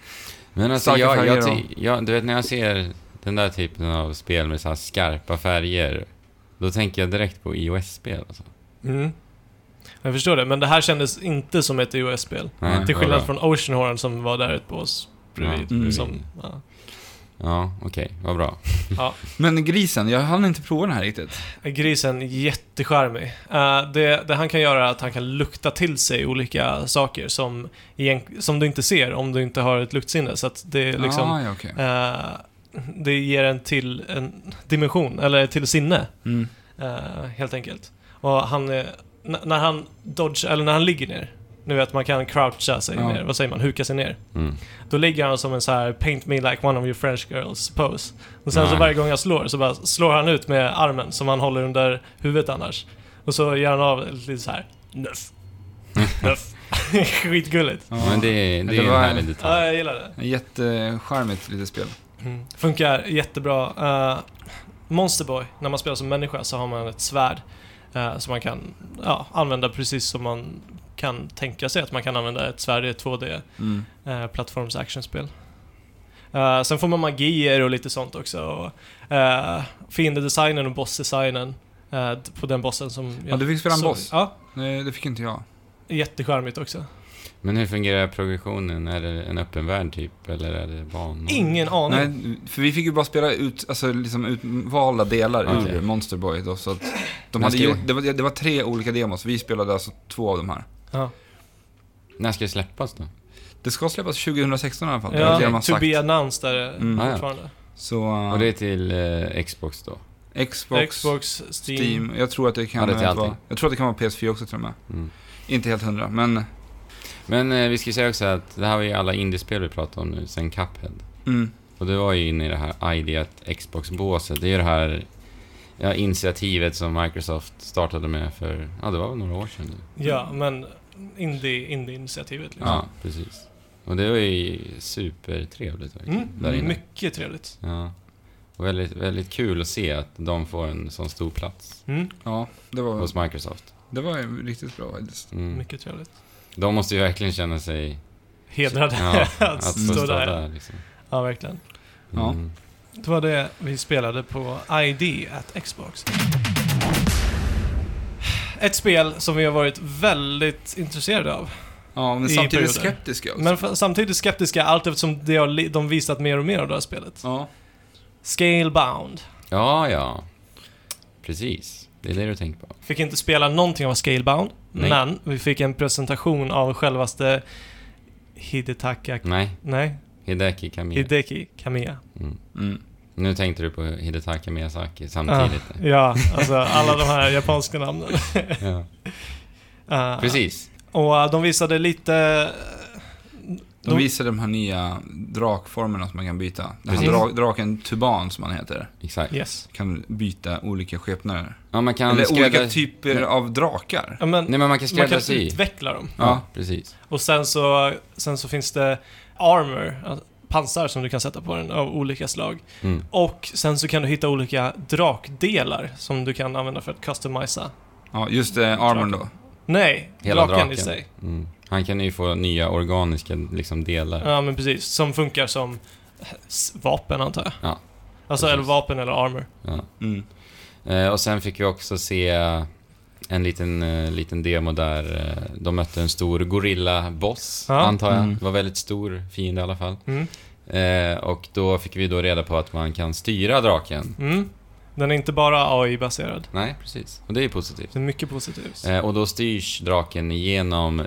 S3: Men alltså,
S2: Starka
S3: jag, jag,
S2: färger
S3: ty- jag, du vet när jag ser den där typen av spel med så här skarpa färger, då tänker jag direkt på iOS-spel. Alltså.
S1: Mm. Jag förstår det, men det här kändes inte som ett iOS-spel.
S2: Nej,
S1: Till
S3: vad
S1: skillnad
S3: bra.
S1: från Oceanhorn som var där ett bås
S3: Ja,
S1: bredvid.
S2: Mm.
S1: Som, ja.
S3: Ja, okej, vad bra.
S2: Men grisen, jag hann inte prova den här riktigt.
S1: Grisen, jättecharmig. Eh, det, det han kan göra är att han kan lukta till sig olika saker som, egent- som du inte ser om du inte har ett luktsinne. Så att det är liksom...
S2: ah, ja, okej.
S1: Eh, det ger en till en dimension, eller till sinne,
S2: Mm.
S1: eh, helt enkelt. Och han, eh, n- när han dodge, eller när han ligger ner, nu vet man kan croucha sig
S2: Ja.
S1: ner, vad säger man, huka sig ner.
S3: Mm.
S1: Då ligger han som en så här paint me like one of your French girls pose. Och sen så
S3: Nej.
S1: varje gång jag slår så bara slår han ut med armen som han håller under huvudet annars. Och så gör han av lite så här, nuff, nuff. Skitgulligt.
S2: Ja.
S3: Men det, det,
S2: Det
S3: är ju
S2: var-
S3: en härlig
S1: Ja,
S3: detalj.
S1: jag gillar det.
S2: Jättecharmigt litet spel.
S1: Mm. Funkar jättebra. Uh, Monsterboy, när man spelar som människa så har man ett svärd eh, som man kan ja, använda precis som man kan tänka sig att man kan använda ett svärd i ett 2D
S2: Mm.
S1: uh, plattforms eh, actionspel. Eh, sen får man magier och lite sånt också. Och, eh, Fiendedesignen och bossdesignen eh, på den bossen som...
S2: Ja, du fick spela en
S1: såg.
S2: boss. Mm.
S1: Ja,
S2: Nej, det fick inte jag.
S1: jättecharmigt också.
S3: Men hur fungerar progressionen? Är det en öppen värld typ, eller är det banor?
S1: Ingen aning.
S2: Nej, för vi fick ju bara spela ut, alltså liksom utvalda delar
S3: Okej.
S2: ur Monster Boy då, så att de
S3: Men
S2: hade
S3: ska
S2: gjort,
S3: vi-
S2: det, var, det var tre olika demos, vi spelade alltså två av de här.
S1: Ja.
S3: När ska det släppas då?
S2: Det ska släppas 2016 i alla fall, det var det de
S1: Ja,
S2: har
S1: to
S2: sagt.
S1: be announced är det
S2: Mm.
S3: Ah, ja.
S1: fortfarande.
S2: Så, eh,
S3: Och det är till eh, Xbox då?
S2: Xbox,
S1: Xbox,
S2: Steam.
S1: Steam.
S2: jag tror att det kan
S3: Ja, det är till
S2: vara,
S3: allting.
S2: jag tror att det kan vara PS4 också till och med.
S3: Mm.
S2: Inte helt hundra, men
S3: Men eh, vi ska ju säga också att det här var ju alla indiespel vi pratade om nu, sen Cuphead.
S2: mm,
S3: Och du var ju inne i det här ideat Xbox-båset. Det är ju det här ja, initiativet som Microsoft startade med för, ja det var väl några år sedan nu.
S1: Ja, men indie- indie-initiativet liksom.
S3: Mm. Ja, precis. Och det var ju supertrevligt verkligen.
S1: Mm,
S3: där inne.
S1: mycket trevligt.
S3: Ja. Och väldigt, väldigt kul att se att de får en sån stor plats
S1: Mm,
S2: ja, det var,
S3: hos Microsoft.
S2: det var ju riktigt bra faktiskt.
S3: Mm.
S1: mycket trevligt.
S3: De måste ju verkligen känna sig...
S1: Hedrad
S3: Ja,
S1: att
S3: att få
S1: stå där.
S3: liksom.
S1: Ja, verkligen.
S2: Ja.
S3: Mm.
S1: Det var det vi spelade på ID at Xbox. Ett spel som vi har varit väldigt intresserade av.
S2: Ja, men
S1: I
S2: samtidigt
S1: perioder.
S2: skeptiska också.
S1: Men f- samtidigt skeptiska allt eftersom de har li- de visat mer och mer av det här spelet.
S2: ja.
S1: Scalebound.
S3: ja, ja. Precis. Det är det du tänker på.
S1: Fick inte spela någonting av Scalebound,
S3: Nej.
S1: men vi fick en presentation av självaste Hidetaka...
S3: Nej,
S1: Nej,
S3: Hideki Kamiya.
S1: Hideki Kamiya.
S3: Mm.
S2: Mm.
S3: Nu tänkte du på Hidetaka Miyazaki samtidigt.
S1: Ja, alltså alla de här japanska namnen.
S3: Ja.
S1: Eh,
S3: Precis.
S1: Och eh, de visade lite...
S2: De,
S1: De-
S2: visar de här nya drakformerna som man kan byta. Den här
S1: Precis.
S2: dra, draken Tuban som han heter.
S3: Exakt.
S1: eh, Yes.
S2: Kan byta olika skepnader.
S3: Ja, man kan
S2: Eller olika
S3: skräddars-
S2: typer
S3: Nej.
S2: av drakar.
S1: Ja, men
S3: Nej, men man kan
S1: man kan
S3: skräddarsy.
S1: utveckla dem.
S2: Ja.
S3: Ja, precis.
S1: Och sen så, sen så finns det armor, alltså pansar som du kan sätta på den av olika slag.
S3: Mm.
S1: Och sen så kan du hitta olika drakdelar som du kan använda för att customisa.
S2: Ja, just det, armorn då.
S1: Nej,
S3: Hela
S1: draken,
S3: draken.
S1: i sig.
S3: Mm. Han kan ju få nya organiska liksom, delar.
S1: Ja, men precis. Som funkar som s- vapen, antar jag.
S3: Ja,
S1: Alltså,
S3: precis.
S1: eller vapen eller armor.
S3: Ja.
S2: Mm.
S3: Eh, och sen fick vi också se en liten, eh, liten demo där eh, de mötte en stor gorilla-boss,
S1: Ja.
S3: antar jag.
S2: Mm.
S3: Det var väldigt stor fiende i alla fall.
S1: Mm.
S3: Eh, och då fick vi då reda på att man kan styra draken.
S1: Mm. Den är inte bara AI-baserad.
S3: Nej, precis. Och det är ju positivt.
S1: Det är mycket positivt.
S3: Eh, och då styrs draken genom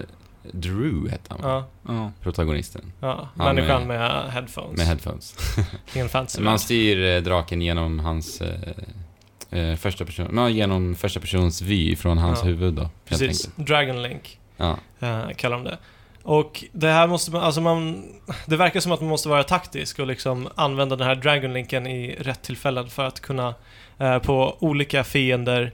S3: Drew, hette han va?
S1: Ja,
S2: Ja.
S3: protagonisten,
S1: ja.
S3: Han
S1: Människan med headphones.
S3: med headphones.
S1: I en fancy
S3: Man
S1: värld.
S3: styr eh, draken genom hans eh, eh, första person, ja, genom första persons vy från hans
S1: Ja.
S3: huvud då. helt
S1: Precis.
S3: enkelt.
S1: Dragon Link.
S3: Ja.
S1: eh, kallar de det. Och det här måste man, alltså man, det verkar som att man måste vara taktisk och liksom använda den här Dragonlinken i rätt tillfällen för att kunna eh, på olika fiender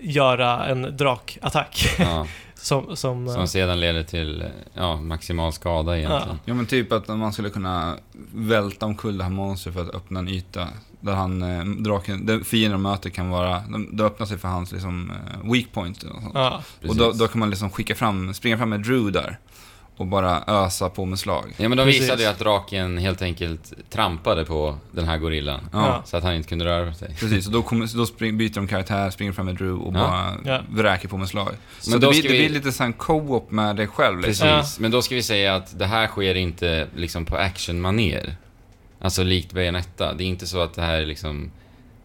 S1: göra en drakattack.
S3: Ja.
S1: som, som, eh,
S3: Som sedan leder till eh, ja, maximal skada egentligen.
S2: ja, men typ att man skulle kunna välta omkull det här monstret för att öppna en yta. Där han, eh, draken, den fienden de möter kan vara, de, de öppnar sig för hans liksom eh, weak point eller något sånt.
S1: ja,
S2: Och då, då kan man liksom skicka fram, springa fram med Drew där. Och bara ösa på med slag.
S3: ja, men de
S1: Precis.
S3: visade ju att draken helt enkelt trampade på den här gorillan.
S2: Ja.
S1: Ja.
S3: Så att han inte kunde röra sig.
S2: Precis, och då, kommer, så då spring, byter de karaktär, springer fram med Drew och
S3: Ja.
S2: bara
S1: Ja.
S2: vräker på med slag. Så
S3: Men
S2: det,
S3: då
S2: blir,
S3: ska
S2: det
S3: vi-
S2: blir lite sån co-op med dig själv. Liksom.
S3: Precis.
S1: Ja.
S3: Men då ska vi säga att det här sker inte liksom på actionmaner. Alltså likt Bayonetta. Det är inte så att det här liksom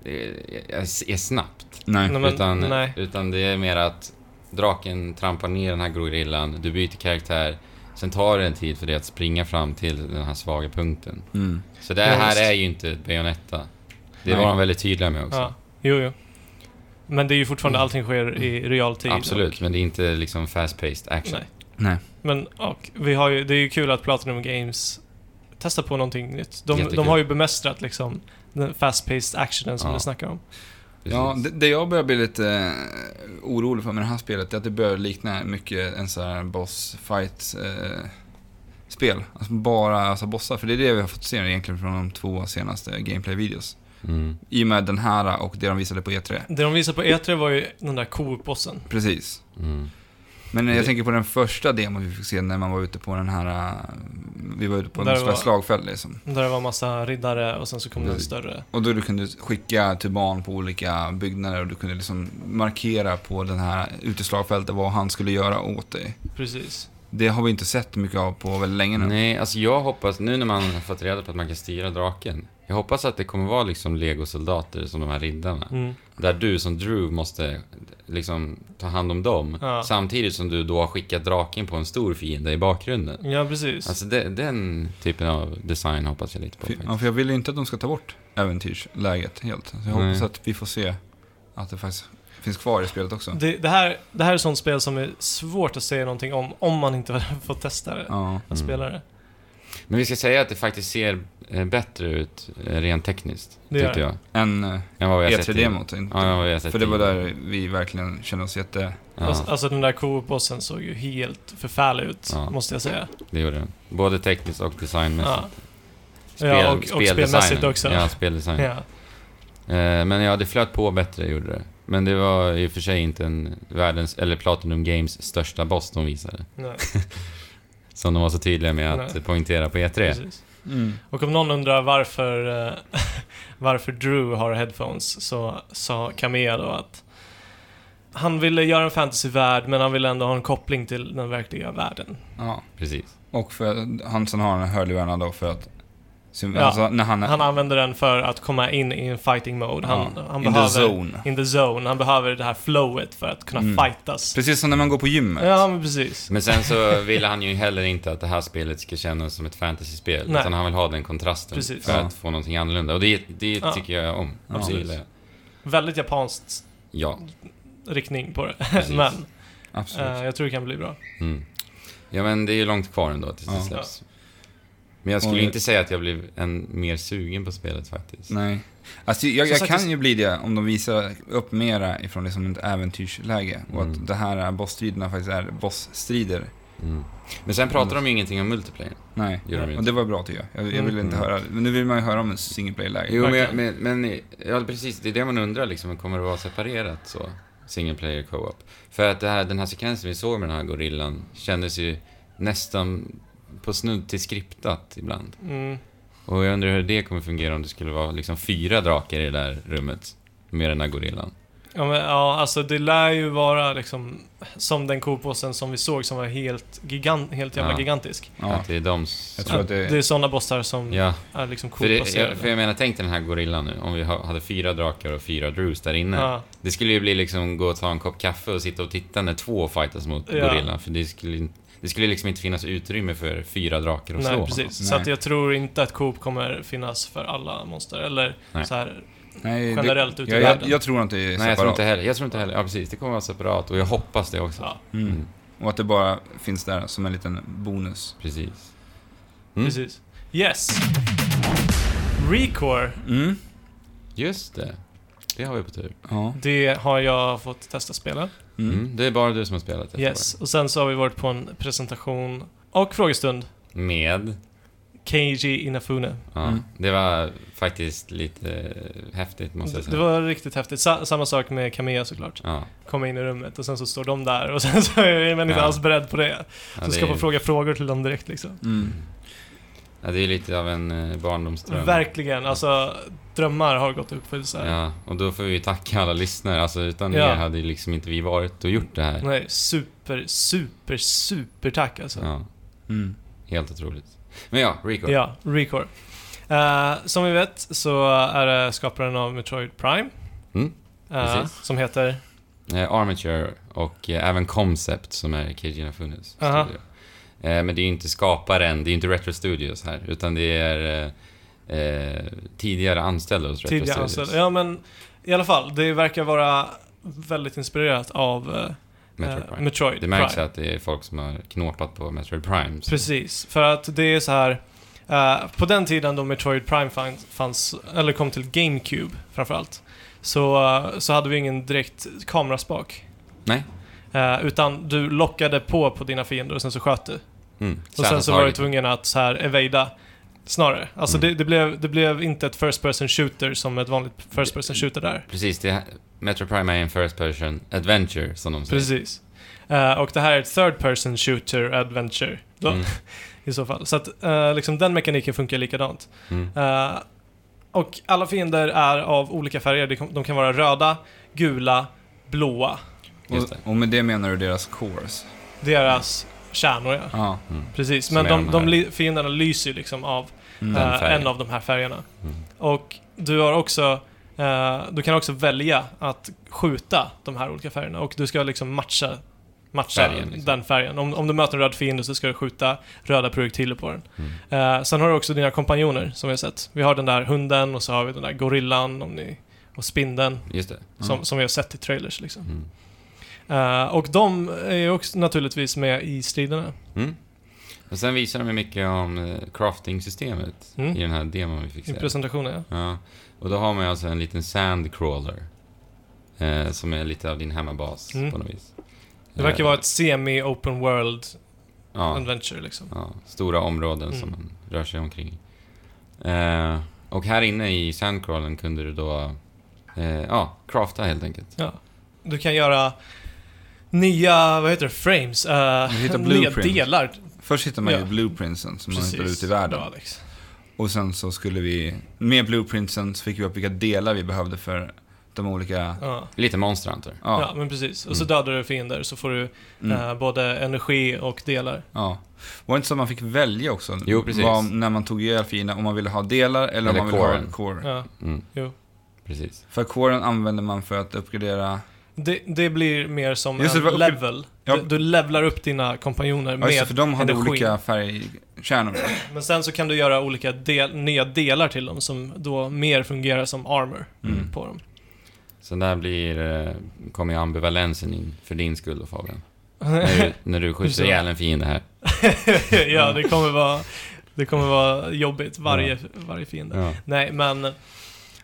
S3: eh, är, är snabbt.
S2: Nej.
S1: Nej, men,
S3: utan,
S1: nej.
S3: utan det är mer att draken trampar ner den här gorillan, du byter karaktär, sen tar det en tid för dig att springa fram till den här svaga punkten.
S2: Mm.
S3: Så det
S1: Ja,
S3: här
S1: visst.
S3: är ju inte ett Bayonetta. Det
S2: Nej.
S3: var de väldigt tydliga med också. Mm.
S1: Ja, jo, jo. Men det är ju fortfarande
S2: Mm.
S1: allting sker i realtid.
S3: Absolut,
S1: Och,
S3: men det är inte liksom fast-paced action.
S1: nej.
S2: Nej.
S1: Men och, vi har ju, det är ju kul att Platinum Games testar på någonting nytt. De,
S3: Jättekul.
S1: de har ju bemästrat liksom den fast-paced actionen som
S3: Ja.
S1: du snackar om.
S3: Precis.
S2: Ja, det, det jag börjar bli lite eh, orolig för med det här spelet är att det börjar likna mycket en sån här boss fight eh, spel. Alltså bara alltså bossar, för det är det vi har fått se egentligen från de två senaste gameplay-videos.
S3: Mm.
S2: I och med den här och det de visade på E E3.
S1: E Det de visade på E3 var ju den där Coop-bossen.
S2: Precis.
S3: Mm.
S2: Men jag
S3: Det-
S2: tänker på den första demon vi fick se när man var ute på den här... äh, Vi var ute på
S1: Där
S2: något
S1: var-
S2: slags slagfält liksom.
S1: Där det var massa riddare och sen så kom det en större.
S2: Och då du kunde skicka till barn på olika byggnader och du kunde liksom markera på den här uteslagfältet vad han skulle göra åt dig.
S1: Precis.
S2: Det har vi inte sett mycket av på väldigt länge nu.
S3: Nej, alltså jag hoppas, nu när man har fått reda på att man kan styra draken. Jag hoppas att det kommer vara liksom legosoldater som de här riddarna.
S1: Mm.
S3: Där du som Drew måste liksom ta hand om dem.
S1: Ja.
S3: Samtidigt som du då har skickat draken på en stor fiende i bakgrunden.
S1: Ja, precis.
S3: Alltså de, den typen av design hoppas jag lite på
S2: För,
S3: faktiskt.
S2: ja, för jag vill ju inte att de ska ta bort äventyrsläget helt. Så jag hoppas
S3: Nej.
S2: att vi får se att det faktiskt finns kvar i spelet också.
S1: Det, det, här, det här är sånt spel som är svårt att säga någonting om, om man inte får testa det.
S2: Ja.
S3: Mm.
S1: Att spela det.
S3: Men vi ska säga att det faktiskt ser eh, bättre ut eh, rent tekniskt,
S1: Det gör
S3: tyckte jag.
S2: En eh,
S3: Än vad vi har sett i-
S2: E3-demot. inte-
S3: Ja, än vad vi har sett
S2: För det var
S3: i-
S2: där vi verkligen kände oss jätte...
S3: Ja,
S1: Alltså, alltså den där co-bossen såg ju helt förfärlig ut,
S3: Ja.
S1: måste jag säga.
S3: det gjorde den. Både tekniskt och designmässigt.
S1: Ja. Ja, och- och spelmässigt också.
S3: Ja, speldesign.
S1: Ja.
S3: Eh, Men ja, det flöt på bättre gjorde det. Men det var i och för sig inte en världens, eller Platinum Games största boss de visade.
S1: Nej,
S3: Som de var så tydliga med att
S1: Nej.
S3: poängtera på E E3.
S1: precis.
S2: Mm.
S1: Och om någon undrar varför, eh, varför Drew har headphones så sa Kamea då att han ville göra en fantasyvärld men han ville ändå ha en koppling till den verkliga världen.
S2: Ja.
S3: Precis.
S2: Och för, han som har den här hörlurarna då för att... Sim,
S1: Ja.
S2: Alltså när han är...
S1: Han använder den för att komma in i en fighting mode. Han,
S2: ja,
S1: han
S2: in
S1: behöver,
S2: the zone.
S1: In the zone. Han behöver det här flowet för att kunna
S2: Mm.
S1: fightas.
S2: Precis som när man går på gymmet.
S1: Ja, men precis.
S3: Men sen så ville han ju heller inte att det här spelet ska kännas som ett fantasyspel.
S1: Nej.
S3: Utan han vill ha den kontrasten
S1: Precis.
S3: för
S2: Ja.
S3: att få någonting annorlunda. Och det, det
S1: Ja.
S3: tycker jag om.
S2: Ja.
S3: Det
S1: Absolut.
S3: gillar jag.
S1: Väldigt japanskt
S3: Ja,
S1: riktning på det.
S3: Precis.
S1: men
S2: Absolut.
S1: eh, jag tror det kan bli bra.
S3: mm. Ja, men det är ju långt kvar ändå tills det
S2: Ja.
S3: släpps. Men jag skulle
S2: Och-
S3: ju inte säga att jag blev en, mer sugen på spelet faktiskt.
S2: Nej. Alltså, jag
S1: Som
S2: jag
S1: sagt,
S2: kan
S1: det-
S2: ju bli det om de visar upp mera ifrån liksom ett äventyrsläge. Och
S3: Mm.
S2: att det här är bossstriderna faktiskt är bossstrider.
S3: Mm. Men sen pratar de ju ingenting om multiplayer.
S2: Nej.
S3: Gör de
S2: Och
S3: inte.
S2: det var bra tycker jag. Jag, jag ville inte
S3: Mm.
S2: höra. Men nu vill man ju höra om en single player läge
S3: Jo, men,
S1: Verkligen.
S3: men, men ja, precis, det är det man undrar liksom, kommer det vara separerat så? Single player co-op. För att det här, den här sekvensen vi såg med den här gorillan kändes ju nästan på snudd till skriptat ibland.
S1: Mm.
S3: Och jag undrar hur det kommer fungera om det skulle vara liksom fyra drakar i det där rummet med den här gorillan.
S1: Ja, men, ja, alltså det lär ju vara liksom som den kopåsen som vi såg som var helt, gigant, helt jävla
S3: Ja.
S1: gigantisk.
S2: Ja.
S3: Att det är de s-
S2: Jag tror att det-
S1: det är sådana bossar som
S3: Ja,
S1: är liksom
S3: för, det, jag, för
S1: kopåserade.
S3: jag menar tänk dig den här gorillan nu, om vi ha- hade fyra drakar och fyra drues där inne.
S1: Ja,
S3: Det skulle ju bli liksom gå och ta en kopp kaffe och sitta och titta när två fightas mot
S1: Ja.
S3: gorillan. För det skulle, inte- det skulle liksom inte finnas utrymme för fyra drakar att slå.
S1: nej, precis. Så
S2: Nej.
S1: att jag tror inte att Coop kommer finnas för alla monster. Eller
S3: Nej.
S1: så här.
S2: Nej,
S1: Generellt
S2: det,
S1: ute i
S2: jag, jag,
S1: världen.
S2: jag tror inte det är
S3: Nej, jag tror
S2: separat.
S3: inte heller. Jag tror inte heller. Ja, precis. Det kommer vara separat och jag hoppas det också.
S1: Ja,
S2: Mm.
S3: Mm.
S2: Och att det bara finns där som en liten bonus.
S3: Precis. Mm.
S1: precis. Yes! Recore,
S2: Mm.
S3: Just det. Det har vi på tur.
S2: Ja.
S1: det har jag fått testa spela.
S2: Mm.
S3: Mm. Det är bara du som har spelat det.
S1: Yes, och sen så har vi varit på en presentation och frågestund.
S3: Med.
S1: Keiji Inafune.
S3: Ja,
S2: Mm.
S3: Det var faktiskt lite eh, häftigt måste jag
S1: Det,
S3: säga.
S1: det var riktigt häftigt. Sa, samma sak med Kamea såklart.
S3: Ja.
S1: Komma in i rummet och sen så står de där och sen så är man inte
S3: Ja.
S1: alls beredd på det.
S3: Ja,
S1: Så
S3: det
S1: ska man
S3: är-
S1: fråga frågor till dem direkt liksom.
S2: Mm.
S3: Ja, det är lite av en eh, barndomsdröm.
S1: Verkligen, alltså drömmar har gått i uppfyllelse. här.
S3: Ja, och då får vi tacka alla lyssnare. Alltså utan
S1: Ja.
S3: er hade ju liksom inte vi varit och gjort det här.
S1: Nej, super, super, super tack alltså.
S3: Ja,
S2: Mm.
S3: helt otroligt. Men ja, Rico.
S1: Ja, Recore. Eh, som vi vet så är det skaparen av Metroid Prime.
S3: Mm,
S1: eh,
S3: precis.
S1: som heter...
S3: Eh, Armature och eh, även Concept som är Keiji Inafunes
S1: Aha.
S3: studio. Eh, men det är ju inte skaparen, det är ju inte Retro Studios här, utan det är eh, eh, tidigare anställda hos Retro
S1: Tidigare
S3: Studios.
S1: anställd. Ja, men i alla fall. Det verkar vara väldigt inspirerat av eh,
S3: Metroid
S1: eh,
S3: Prime.
S1: Metroid
S3: det
S1: Prime.
S3: märks att det är folk som har knåpat på Metroid Prime. så-
S1: Precis, för att det är så här. eh, på den tiden då Metroid Prime fanns, fanns eller kom till GameCube framförallt, så, eh, så hade vi ingen direkt kameraspak.
S3: Nej.
S1: Eh, utan du lockade på på dina fiender och sen så sköt du. Och
S3: Mm.
S1: sen så var du
S3: Särskilt
S1: tvungen att så här evada snarare. Alltså
S3: Mm.
S1: det, det, blev, det blev inte ett First Person Shooter som ett vanligt First Person Shooter där.
S3: Precis, det, Metro Prime är en First Person Adventure som de säger.
S1: Precis. Eh, och det här är ett third person shooter adventure då,
S3: Mm.
S1: i så fall. Så att eh, liksom den mekaniken funkar likadant.
S3: Mm.
S1: Eh, och alla fiender är av olika färger. De kan, de kan vara röda, gula, blåa.
S3: Just det.
S2: Och, och med det menar du deras cores?
S1: Deras kärnor, ja.
S2: Ja.
S3: Mm.
S1: Precis,
S3: Som
S1: men
S3: är
S1: de,
S3: de
S1: de
S3: här.
S1: li- fienderna lyser ju liksom av
S2: Mm.
S3: Den
S1: eh,
S3: färgen.
S1: en av de här färgerna.
S3: Mm.
S1: Och du har också eh, du kan också välja att skjuta de här olika färgerna och du ska liksom matcha, matcha
S3: Färgen, liksom.
S1: den färgen. Om, om du möter en röd fiende så ska du skjuta röda projektiler på den.
S3: Mm.
S1: Eh, sen har du också dina kompanjoner som vi har sett. Vi har den där hunden och så har vi den där gorillan om ni, och spindeln
S3: Just det.
S2: Mm.
S1: som, som vi har sett i trailers. Liksom.
S3: Mm.
S1: Eh, och de är ju också naturligtvis med i striderna.
S3: Mm. Och sen visar de ju mycket om eh, crafting-systemet
S1: Mm.
S3: i den här demon vi fick
S1: I
S3: se.
S1: presentationen, ja.
S3: Ja, och då har man ju alltså en liten sandcrawler. Eh, som är lite av din hemmabas
S1: Mm.
S3: på något vis.
S1: Det verkar
S3: Eh,
S1: vara ett semi-open world
S3: ja,
S1: adventure liksom.
S3: ja, stora områden som
S1: Mm.
S3: man rör sig omkring i. eh, Och här inne i sandcrawlen kunde du då eh, ja, crafta helt enkelt.
S1: Du kan göra nya, vad heter det, frames? eh,
S2: Du hittar
S1: nya
S2: blueprints.
S1: delar.
S2: Först hittar man
S1: Ja.
S2: ju blueprintsen som man hittar
S1: Precis.
S2: ute i världen.
S1: Bra, Alex.
S2: Och sen så skulle vi, med blueprintsen så fick vi upp vilka delar vi behövde för de olika,
S1: Ja.
S3: Lite monster antar jag.
S1: Ja.
S2: ja.
S1: men precis. Och så
S3: Mm.
S1: dödar du fiender så får du
S2: Mm,
S1: eh, både energi och delar.
S2: ja. Var det inte så att man fick välja också?
S3: Jo, precis.
S2: Vad, när man tog ihjäl fienden, om man ville ha delar eller,
S3: Eller
S2: om man ville ha
S3: coren.
S2: en core.
S1: Ja.
S3: Mm.
S1: Jo.
S3: Precis.
S2: För coren använder man för att uppgradera,
S1: Det, det blir mer som
S2: Just det,
S1: en
S2: det var upp-
S1: level.
S2: Ja.
S1: Du, du levlar upp dina kompanjoner
S2: ja, just det,
S1: med
S2: för de hade
S1: energi.
S2: olika färgkärnor.
S1: Men sen så kan du göra olika del, nya delar till dem som då mer fungerar som armor
S2: Mm.
S1: på dem.
S3: Så där blir, eh, kommer ju ambivalensen in för din skull då Fabian. När du, när du skjuter ihjäl en fiende här.
S1: ja, det kommer vara, det kommer vara jobbigt, varje, varje fiende.
S3: Ja.
S1: Nej, men...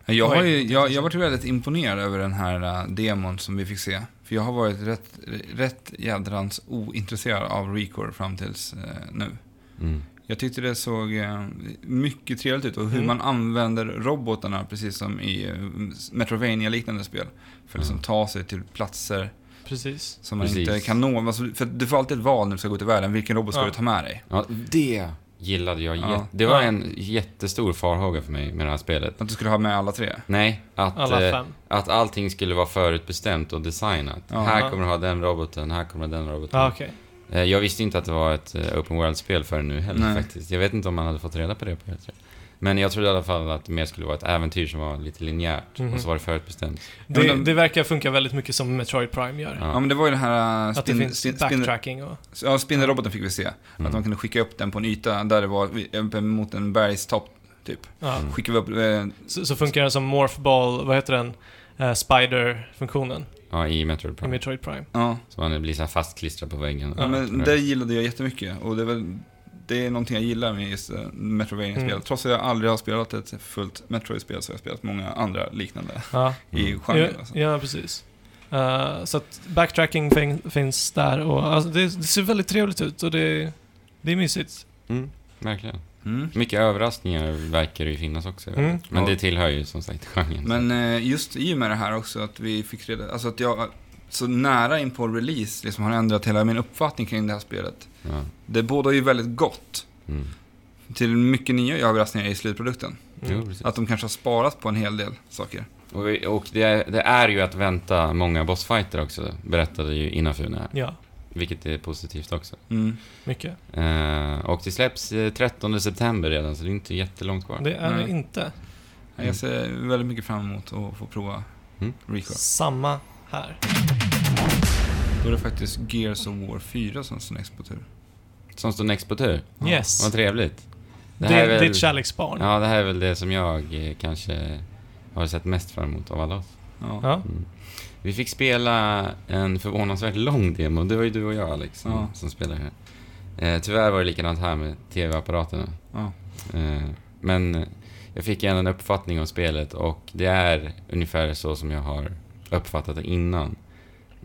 S2: Jag har
S1: Oj.
S2: ju, jag, jag har varit väldigt imponerad över den här eh, demon som vi fick se. För jag har varit rätt, rätt jädrans ointresserad av Recore fram tills eh, nu.
S3: Mm.
S2: Jag tyckte det såg eh, mycket trevligt ut och hur
S1: Mm.
S2: man använder robotarna precis som i eh, metroidvania liknande spel. För att liksom
S3: Mm.
S2: ta sig till platser
S1: Precis.
S2: som man
S3: Precis.
S2: inte kan nå. Alltså, för du får alltid ett val när du ska gå ut i världen. Vilken robot ska
S1: Ja.
S2: du ta med dig?
S3: Ja, det gillade jag.
S2: Ja.
S3: jätte- Det var
S1: Ja.
S3: en jättestor farhåga för mig med det här spelet.
S2: Att du skulle ha med alla tre?
S3: Nej, att,
S1: Alla
S3: eh,
S1: fem.
S3: att allting skulle vara förutbestämt och designat.
S2: Ja.
S3: Här kommer du ha den roboten, här kommer den roboten.
S1: Ja, okej.
S3: Eh, Jag visste inte att det var ett eh, open world-spel förrän nu heller
S2: Nej.
S3: faktiskt. Jag vet inte om man hade fått reda på det på E3. Men jag trodde i alla fall att det mer skulle vara ett äventyr som var lite linjärt
S1: Mhm.
S3: och så var det förutbestämt.
S2: Men
S1: Det,
S2: de-
S1: det verkar funka väldigt mycket som Metroid Prime gör.
S2: Ja,
S3: Ja.
S2: men det var ju den här eh,
S1: Att det
S2: spin-
S1: finns Mm.
S2: spin- spin-
S1: backtracking och...
S2: Ja, spindelroboten fick vi se. Att
S3: Mm.
S2: man kunde skicka upp den på en yta där det var eh, upp mot en bergstopp, typ.
S1: Ja.
S3: Mm.
S2: Skickade vi upp... Eh,
S1: Så, så funkar den som Morph Ball, vad heter den? Eh, Spider-funktionen
S3: Ja, i Metroid
S1: i
S3: Prime.
S1: Metroid Prime.
S2: ja.
S3: Så man blir så här fastklistrad på väggen.
S2: ja, men
S3: Mm.
S2: det gillade jag jättemycket. Och det är, väl, det är någonting jag gillar med just eh, Metroidvania-spel.
S1: Mm.
S2: Trots att jag aldrig har spelat ett fullt Metroid-spel så har jag spelat många andra liknande
S1: Ja,
S2: i
S3: Mm.
S1: ja,
S2: genren. Alltså.
S1: ja precis. Eh, så att backtracking fin- finns där och alltså, det, det ser väldigt trevligt ut och det, det är mysigt.
S3: Mm, verkligen.
S2: Mm.
S3: Mycket överraskningar verkar det ju finnas också.
S1: Mm.
S3: Men
S2: Ja.
S3: det tillhör ju som sagt genren.
S2: Men eh, just i och med det här också att vi fick reda... Alltså att jag så nära in på release liksom har ändrat hela min uppfattning kring det här spelet.
S3: Ja.
S2: Det bådar ju väldigt gott
S3: Mm.
S2: till mycket nya överraskningar i slutprodukten.
S1: Mm.
S3: Jo, precis.
S2: Att de kanske har sparat på en hel del saker.
S3: Och, vi- och det, är, det är ju att vänta många bossfighter också, berättade ju Inafune här.
S1: Ja,
S3: Vilket är positivt också.
S2: Mm.
S1: mycket.
S3: Eh, och det släpps eh, 13 september redan, så det är inte jättelångt kvar.
S1: Det är det
S2: Nej.
S1: inte.
S3: Mm.
S2: Jag ser väldigt mycket fram emot att få prova
S3: Mm.
S2: Recore.
S1: Samma här.
S2: Då är det faktiskt Gears of War 4 som står näst på tur.
S3: Som står next på tur.
S2: Ja,
S1: Yes.
S3: Vad trevligt.
S1: Det,
S3: Det här är väl-
S1: Ditt kärleksbarn.
S3: Ja, det här är väl det som jag eh, kanske har sett mest fram emot av alla oss.
S2: Ja.
S1: Ja.
S3: Mm. Vi fick spela en förvånansvärt lång demo. Det var ju du och jag, Alex, som,
S2: Ja.
S3: som spelade här. Eh, tyvärr var det likadant här med tv-apparaterna.
S2: Ja.
S3: Eh, Men jag fick ändå en uppfattning om spelet och det är ungefär så som jag har uppfattat det innan.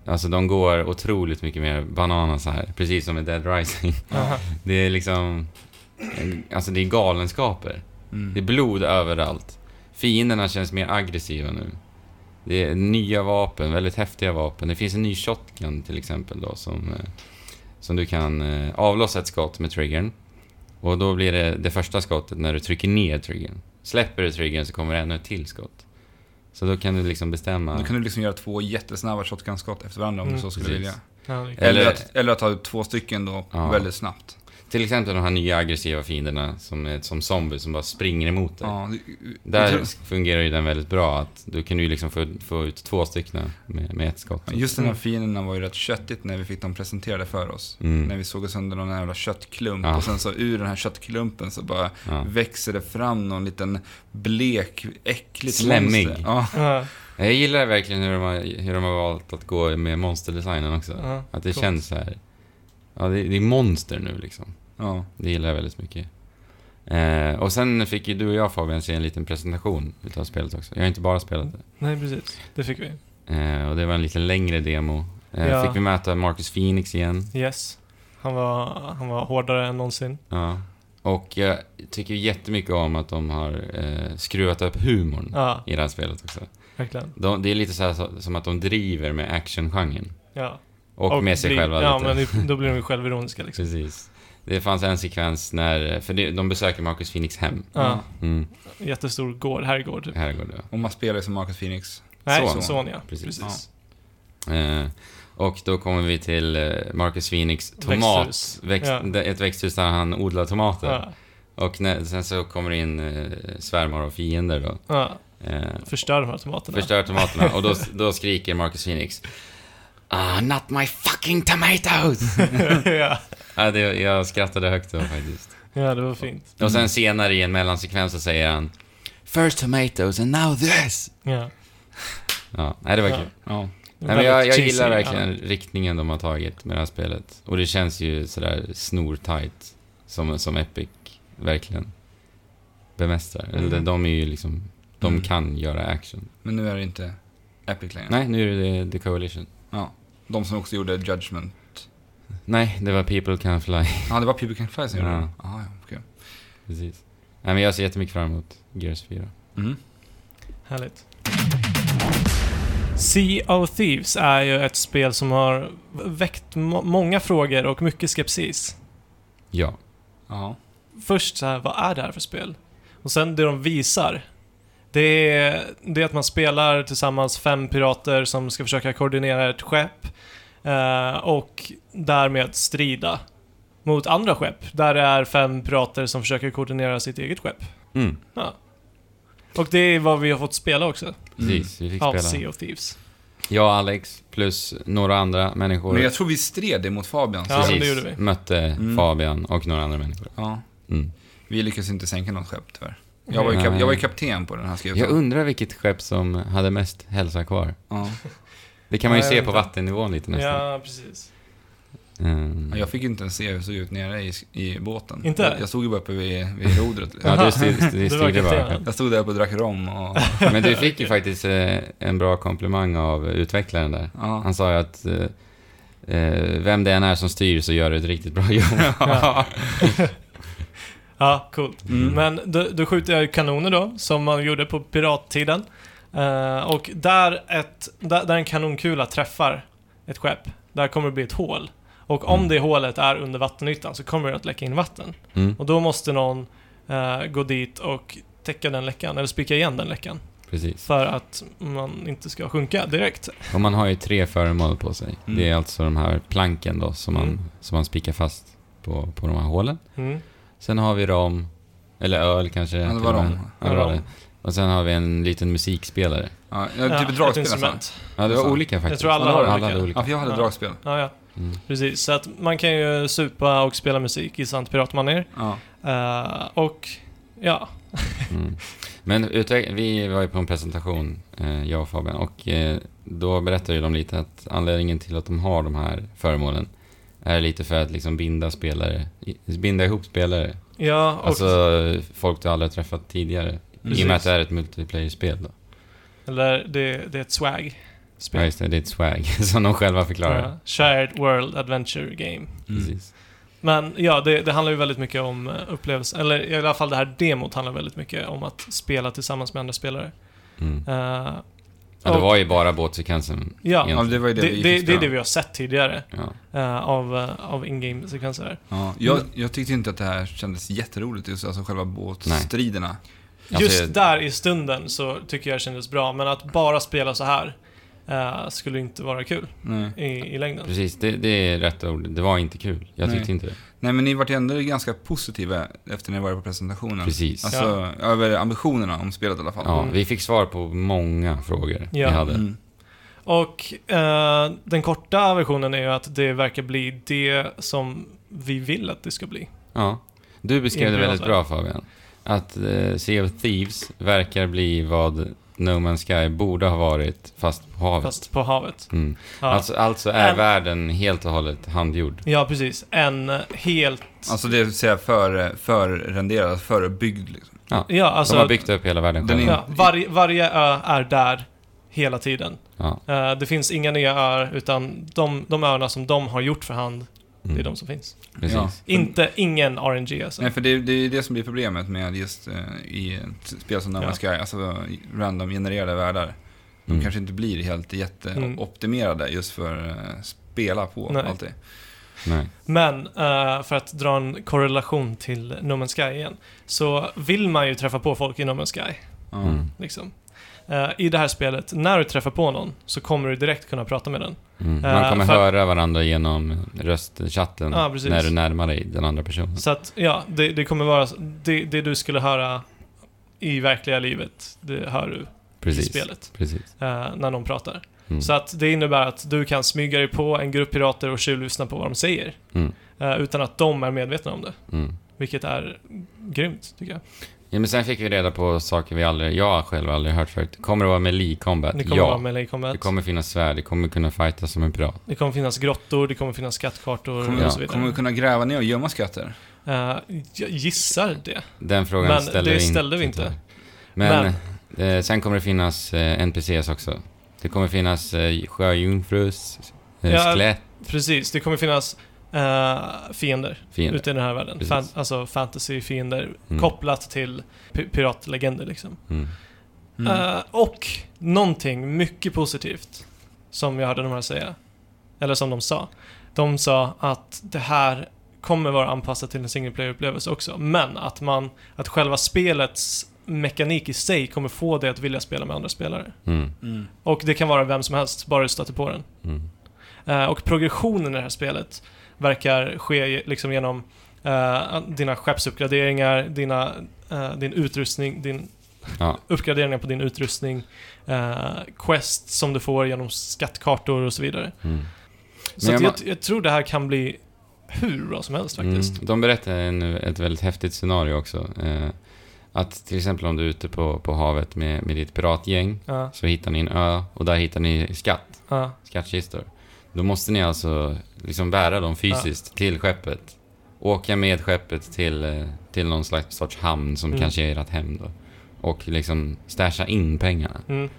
S3: Alltså de går otroligt mycket mer bananas här, precis som i Dead Rising.
S1: Aha.
S3: Det är liksom... Alltså det är galenskaper. Det är
S2: Mm.
S3: blod överallt. Fienderna känns mer aggressiva nu. Det är nya vapen, väldigt häftiga vapen. Det finns en ny shotgun till exempel då som, eh, som du kan eh, avlossa ett skott med triggern. Och då blir det det första skottet när du trycker ner triggern. Släpper du triggern så kommer det ännu ett till skott. Så då kan du liksom bestämma.
S2: Då kan du liksom göra två jättesnabba shotgun-skott efter varandra om
S1: Mm.
S2: du så skulle
S3: Precis.
S2: vilja.
S1: Ja, det är
S3: Eller-
S2: Eller, att, eller att ta ut två stycken då
S3: Ja.
S2: väldigt snabbt.
S3: Till exempel de här nya aggressiva fienderna som är som zombies som bara springer emot dig.
S2: Ja,
S3: Typ. Där
S2: jag
S3: fungerar ju den väldigt bra. Att du kan ju liksom få, få ut två stycken med, med ett skott.
S2: tror- Just den här fienden var ju rätt köttigt när vi fick dem presenterade för oss.
S1: typ.
S3: Mm.
S2: När vi såg sönder någon jävla köttklump
S3: Ja.
S2: och sen så ur den här köttklumpen så bara
S3: Ja.
S2: växer det fram någon liten blek, äckligt
S3: Slemmig.
S2: monster. Ja,
S1: Ja,
S3: Jag gillar verkligen hur de, har, hur de har valt att gå med monsterdesignen också.
S1: ja.
S3: Att det
S1: Coolt.
S3: känns så här. Ja, det, det är monster nu liksom.
S2: ja.
S3: Det gillar jag väldigt mycket. Eh, och sen fick ju du och jag Fabian se en liten presentation utav spelet också. Jag har inte bara spelat det.
S1: Nej, precis. Det fick vi.
S3: Eh, och det var en lite längre demo. Eh,
S1: Ja.
S3: Fick vi möta Marcus Phoenix igen.
S1: Yes. Han var, han var hårdare än någonsin.
S3: Ja. Och jag tycker jättemycket om att de har eh, skruvat upp humorn
S1: Ja,
S3: i det här spelet också.
S1: verkligen.
S3: De, det är lite så här så, som att de driver med actiongenren.
S1: Ja.
S3: Och, med sig
S1: blir-
S3: själva
S1: Ja,
S3: lite.
S1: men det- då blir de ju självironiska liksom.
S3: Precis. Det fanns en sekvens när, för det, de besöker Marcus Phoenix hem.
S1: Ja,
S3: Mm,
S1: jättestor gård, herrgård. Typ.
S3: här går det.
S2: Och man spelar ju som Marcus Phoenix.
S1: Nej,
S3: Son.
S1: son. son ja.
S3: Precis.
S1: Precis.
S3: Eh, och då kommer vi till eh, Marcus Phoenix tomat.
S1: Växthus.
S3: Växt,
S1: Ja.
S3: det- Ett växthus där han odlar tomater.
S1: Ja.
S3: Och när, sen så kommer det in eh, svärmar och fiender då.
S1: Ja.
S3: Eh,
S1: Förstör de här tomaterna.
S3: förstör tomaterna. Och då, då skriker Marcus Phoenix Ah, not my fucking tomatoes!
S1: ja.
S3: ja, det, jag skrattade högt då faktiskt.
S1: ja, det var fint.
S3: Och sen senare i en mellansekvens så säger han First tomatoes and now this.
S1: Ja.
S3: Ja, nej det var
S1: Ja.
S3: kul.
S2: Ja.
S3: Nej, men jag, jag
S1: Väldigt
S3: gillar
S1: cheesy,
S3: verkligen riktningen de har tagit med det här spelet. Och det känns ju sådär snortajt som, som Epic verkligen bemästrar. Eller
S1: Mm.
S3: de är ju liksom, de
S2: Mm.
S3: kan göra action.
S2: Men nu är det inte Epic längre.
S3: Nej, nu är det The Coalition.
S2: Ja. De som också gjorde Judgment.
S3: Nej, det var People Can Fly.
S2: Ja, det var People Can Fly som gjorde
S3: Ja.
S2: det. Ah, Ja, ja, okej.
S3: Precis. Nej, men jag ser jättemycket fram emot Gears 4.
S2: Mm.
S1: ja. Härligt. Sea of Thieves är ju ett spel som har väckt må- många frågor och mycket skepsis.
S3: Ja.
S2: Ja.
S1: först så här, vad är det här för spel? Och sen det de visar, det är, det är att man spelar tillsammans fem pirater som ska försöka koordinera ett skepp eh, och därmed strida mot andra skepp, där det är fem pirater som försöker koordinera sitt eget skepp.
S3: Mm,
S1: Och det är vad vi har fått spela också,
S3: precis. Vi fick
S1: av
S3: spela.
S1: Sea of Thieves.
S3: Jag och Alex, plus några andra människor.
S2: Men jag tror vi stred emot Fabian. så-
S1: Ja,
S3: Precis.
S1: men det gjorde vi.
S3: Mötte
S2: Mm.
S3: Fabian och några andra människor.
S2: ja.
S3: Mm.
S2: Vi lyckades inte sänka något skepp tyvärr. Jag var ju, kap- jag var ju kapten på den här skrivelsen.
S3: Jag undrar vilket skepp som hade mest hälsa kvar.
S2: ja.
S3: Det kan man ju
S1: Ja, jag
S3: se
S1: vet
S3: på
S1: inte.
S3: vattennivån lite nästan.
S1: Ja, precis.
S3: Mm.
S2: Ja, Jag fick ju inte ens se hur det såg ut nere i, i båten.
S1: Inte?
S2: Jag, jag stod ju bara uppe vid, vid rodret. liksom.
S3: Ja, du styr- styr-
S1: Du var
S3: styrde bara
S1: kaptenen.
S3: skepp.
S2: Jag stod där uppe och drack rom och...
S3: Men du fick ju faktiskt eh, en bra komplimang av utvecklaren där.
S2: Ja.
S3: Han sa ju att eh, eh, vem det än är som styr så gör du ett riktigt bra jobb.
S1: Ja. ja, coolt.
S2: Mm.
S1: Men då, då skjuter jag ju kanoner då, som man gjorde på pirattiden. Eh, och där, ett, där, där en kanonkula träffar ett skepp, där kommer det bli ett hål. Och om
S3: Mm.
S1: det hålet är under vattenytan så kommer det att läcka in vatten.
S3: Mm,
S1: Och då måste någon eh, gå dit och täcka den läckan, eller spika igen den läckan.
S3: precis.
S1: För att man inte ska sjunka direkt.
S3: Och man har ju tre föremål på sig.
S2: Mm.
S3: Det är alltså de här planken då som man,
S1: Mm.
S3: som man spikar fast på, på de här hålen.
S1: Mm.
S3: Sen har vi rom, eller öl kanske.
S2: Ja, det
S3: till
S2: var
S3: och med.
S2: rom.
S3: Ja, det var
S1: Rom.
S3: det. Och sen har vi en liten musikspelare.
S2: Ja,
S1: Ja,
S2: jag- typ ett
S1: ett
S2: dragspel nästan.
S1: instrument.
S3: Ja, det
S2: Det är
S3: var
S2: sant.
S3: olika faktiskt.
S1: Jag tror alla
S3: Ja,
S1: har
S3: alla
S1: olika.
S3: hade olika.
S2: Ja, för jag hade
S1: Ja.
S2: dragspel.
S1: Ja, ja,
S3: Mm.
S1: precis. Så att man kan ju supa och spela musik i sant piratmanér.
S2: Ja.
S1: Eh, och ja,
S3: Mm. Men utveck- vi var ju på en presentation, eh, jag och Fabian, och eh, då berättade ju de lite att anledningen till att de har de här föremålen är lite för att liksom binda spelare, i- binda ihop spelare.
S1: Ja, och,
S3: Alltså folk du aldrig har träffat tidigare. I och med att det är ett multiplayer-spel då.
S1: eller det, det är ett swag.
S3: Ja, just det, det är ett swag som de själva förklarar.
S1: Ja, Shared World Adventure Game.
S2: Mm.
S3: Precis.
S1: Men ja, det, det handlar ju väldigt mycket om eh, upplevelse, eller i alla fall det här demot handlar väldigt mycket om att spela tillsammans med andra spelare.
S3: Mm.
S1: Eh,
S3: Ja, det var ju bara båtsekvensen.
S1: Ja,
S2: Ja, det var ju
S1: det,
S2: det, vi
S1: det,
S2: gick
S1: det,
S2: efter.
S1: är det vi har sett tidigare
S3: Ja.
S1: eh, av, eh, av in-game-sekvenser här.
S2: Ja, jag, jag tyckte inte att det här kändes jätteroligt just, alltså själva båtstriderna.
S3: Alltså,
S1: Just
S3: jag-
S1: där i stunden så tycker jag det kändes bra, men att bara spela så här eh, skulle inte vara kul
S2: Nej.
S1: i, i längden.
S3: Precis, det, det är rätt ord. Det var inte kul. Jag tyckte
S2: Nej.
S3: inte det.
S2: Nej, men ni vart ju ändå ganska positiva efter ni var på presentationen.
S3: Precis.
S2: Alltså, över ambitionerna om spelet i alla fall.
S3: Ja, vi fick svar på många frågor
S1: Ja.
S3: vi hade.
S2: Mm.
S1: Och eh, den korta versionen är ju att det verkar bli det som vi vill att det ska bli.
S3: Ja. Du beskrev det
S1: Inbjudan
S3: väldigt
S1: där.
S3: bra Fabian. Att eh, Sea of Thieves verkar bli vad No Man's Sky borde ha varit, fast på havet.
S1: Fast på havet.
S3: Mm.
S1: Ja,
S3: Alltså, alltså är
S1: En-
S3: världen helt och hållet handgjord.
S1: ja precis. En helt...
S2: Alltså det vill säga för, förrenderad, förbyggd. Liksom.
S1: Ja,
S3: De har
S1: alltså...
S3: byggt upp hela världen
S2: Den
S3: själva.
S2: är-
S1: Ja, varje, varje ö är där hela tiden.
S3: Ja.
S1: Eh, det finns inga nya öar, utan de, de öarna som de har gjort för hand,
S3: Mm.
S1: det är de som finns.
S3: Precis.
S2: Ja.
S1: Inte, ingen RNG alltså.
S2: Nej, för det, det är ju det som blir problemet med just eh, i ett spel som No Man's Sky, alltså random genererade världar. De
S3: Mm.
S2: kanske inte blir helt jätteoptimerade just för eh, spela på
S1: Nej.
S2: alltid.
S3: Nej.
S1: Men eh, för att dra en korrelation till No Man's Sky igen, så vill man ju träffa på folk i No Man's Sky.
S2: Ja.
S3: Mm.
S1: Liksom. Eh, I det här spelet, när du träffar på någon så kommer du direkt kunna prata med den.
S3: Mm.
S1: Eh,
S3: Man kommer
S1: för-
S3: höra varandra genom röstchatten
S1: Ja, precis.
S3: när du närmar dig den andra personen.
S1: Så att, ja, det, det kommer vara det, det du skulle höra i verkliga livet, det hör du
S3: Precis.
S1: i spelet
S3: Precis.
S1: eh, när någon pratar.
S3: Mm.
S1: Så att det innebär att du kan smyga dig på en grupp pirater och tjuvlyssna på vad de säger.
S3: Mm.
S1: eh, Utan att de är medvetna om det.
S3: Mm.
S1: Vilket är grymt, tycker jag.
S3: Ja, men sen fick vi reda på saker vi aldrig, jag själv aldrig hört förut. Kommer det vara med Lee Combat?
S1: Det kommer
S3: Äh, ja.
S1: vara med Lay Combat.
S3: Det
S1: Det kommer...
S3: kommer finnas svärd, det kommer kunna fighta som en bra.
S1: finnas grottor, det kommer finnas skattkartor
S2: Kommer,
S1: och så vidare.
S2: kommer vi kunna gräva ner och gömma skatter?
S1: Eh, jag gissar det.
S3: Den frågan
S1: Men
S3: ställde
S1: det
S3: vi
S1: ställde vi inte.
S3: tyvärr. Men, Eh, sen kommer det finnas eh, NPCs också. Det kommer finnas eh, sjöjungfrus, eh,
S1: Ja,
S3: skelett,
S1: Precis, det kommer finnas eh, fiender
S3: fiender.
S1: ute i den här världen.
S3: Precis.
S1: Fan, alltså fantasy-fiender
S3: Mm.
S1: kopplat till pi- piratlegender liksom.
S3: Mm.
S2: Mm.
S1: Eh, och någonting mycket positivt som jag hörde de här säga. Eller som de sa. De sa att det här kommer vara anpassat till en single player-upplevelse också. Men att, man, att själva spelets mekanik i sig kommer få dig att vilja spela med andra spelare.
S3: Mm.
S2: Mm.
S1: Och det kan vara vem som helst, bara du stöter på den.
S3: Mm.
S1: Eh, och progressionen i det här spelet verkar ske ge- liksom genom eh, dina skeppsuppgraderingar, dina, eh, din utrustning, din
S3: Ja.
S1: uppgraderingar på din utrustning, eh, quest som du får genom skattkartor och så vidare.
S3: Mm.
S1: Så
S3: Men
S1: att
S3: jag
S1: jag, jag tror det här kan bli hur bra som helst faktiskt.
S3: Mm. De berättar en, ett väldigt häftigt scenario också. Eh, att till exempel om du är ute på, på havet med, med ditt piratgäng
S1: Ja,
S3: så hittar ni en ö och där hittar ni skatt.
S1: ja,
S3: skattkistor. Då måste ni alltså liksom bära dem fysiskt till skeppet. Åka med skeppet till, eh, till någon slags sorts hamn som
S1: Mm.
S3: kanske är ert hem då. Och liksom stasha in pengarna.
S1: mm,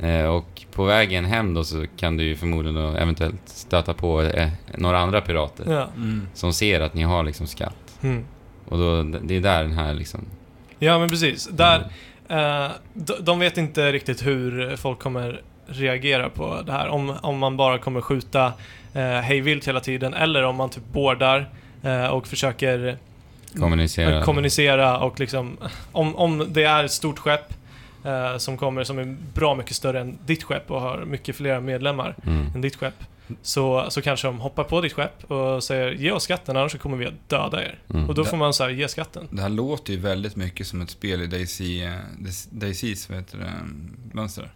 S3: Eh, och på vägen hem då så kan du ju förmodligen då eventuellt stöta på eh, några andra pirater
S1: ja,
S2: Mm.
S3: som ser att ni har liksom skatt.
S1: mm.
S3: Och då, det är där den här liksom...
S1: ja, men precis. Där,
S3: Mm.
S1: Eh, de- de vet inte riktigt hur folk kommer reagera på det här. Om, om man bara kommer skjuta eh, hejvilt hela tiden eller om man typ boardar eh, och försöker
S3: Kommunicera.
S1: eh, kommunicera och liksom... Om, om det är ett stort skepp eh, som kommer som är bra mycket större än ditt skepp och har mycket fler medlemmar
S3: Mm.
S1: än ditt skepp så, så kanske de hoppar på ditt skepp och säger ge oss skatten annars så kommer vi att döda er.
S3: Mm.
S1: Och då
S2: Ja.
S1: får man så här, ge skatten.
S2: Det här låter ju väldigt mycket som ett spel i Daisy, eh, Dais- Daisys vad heter det, mönster.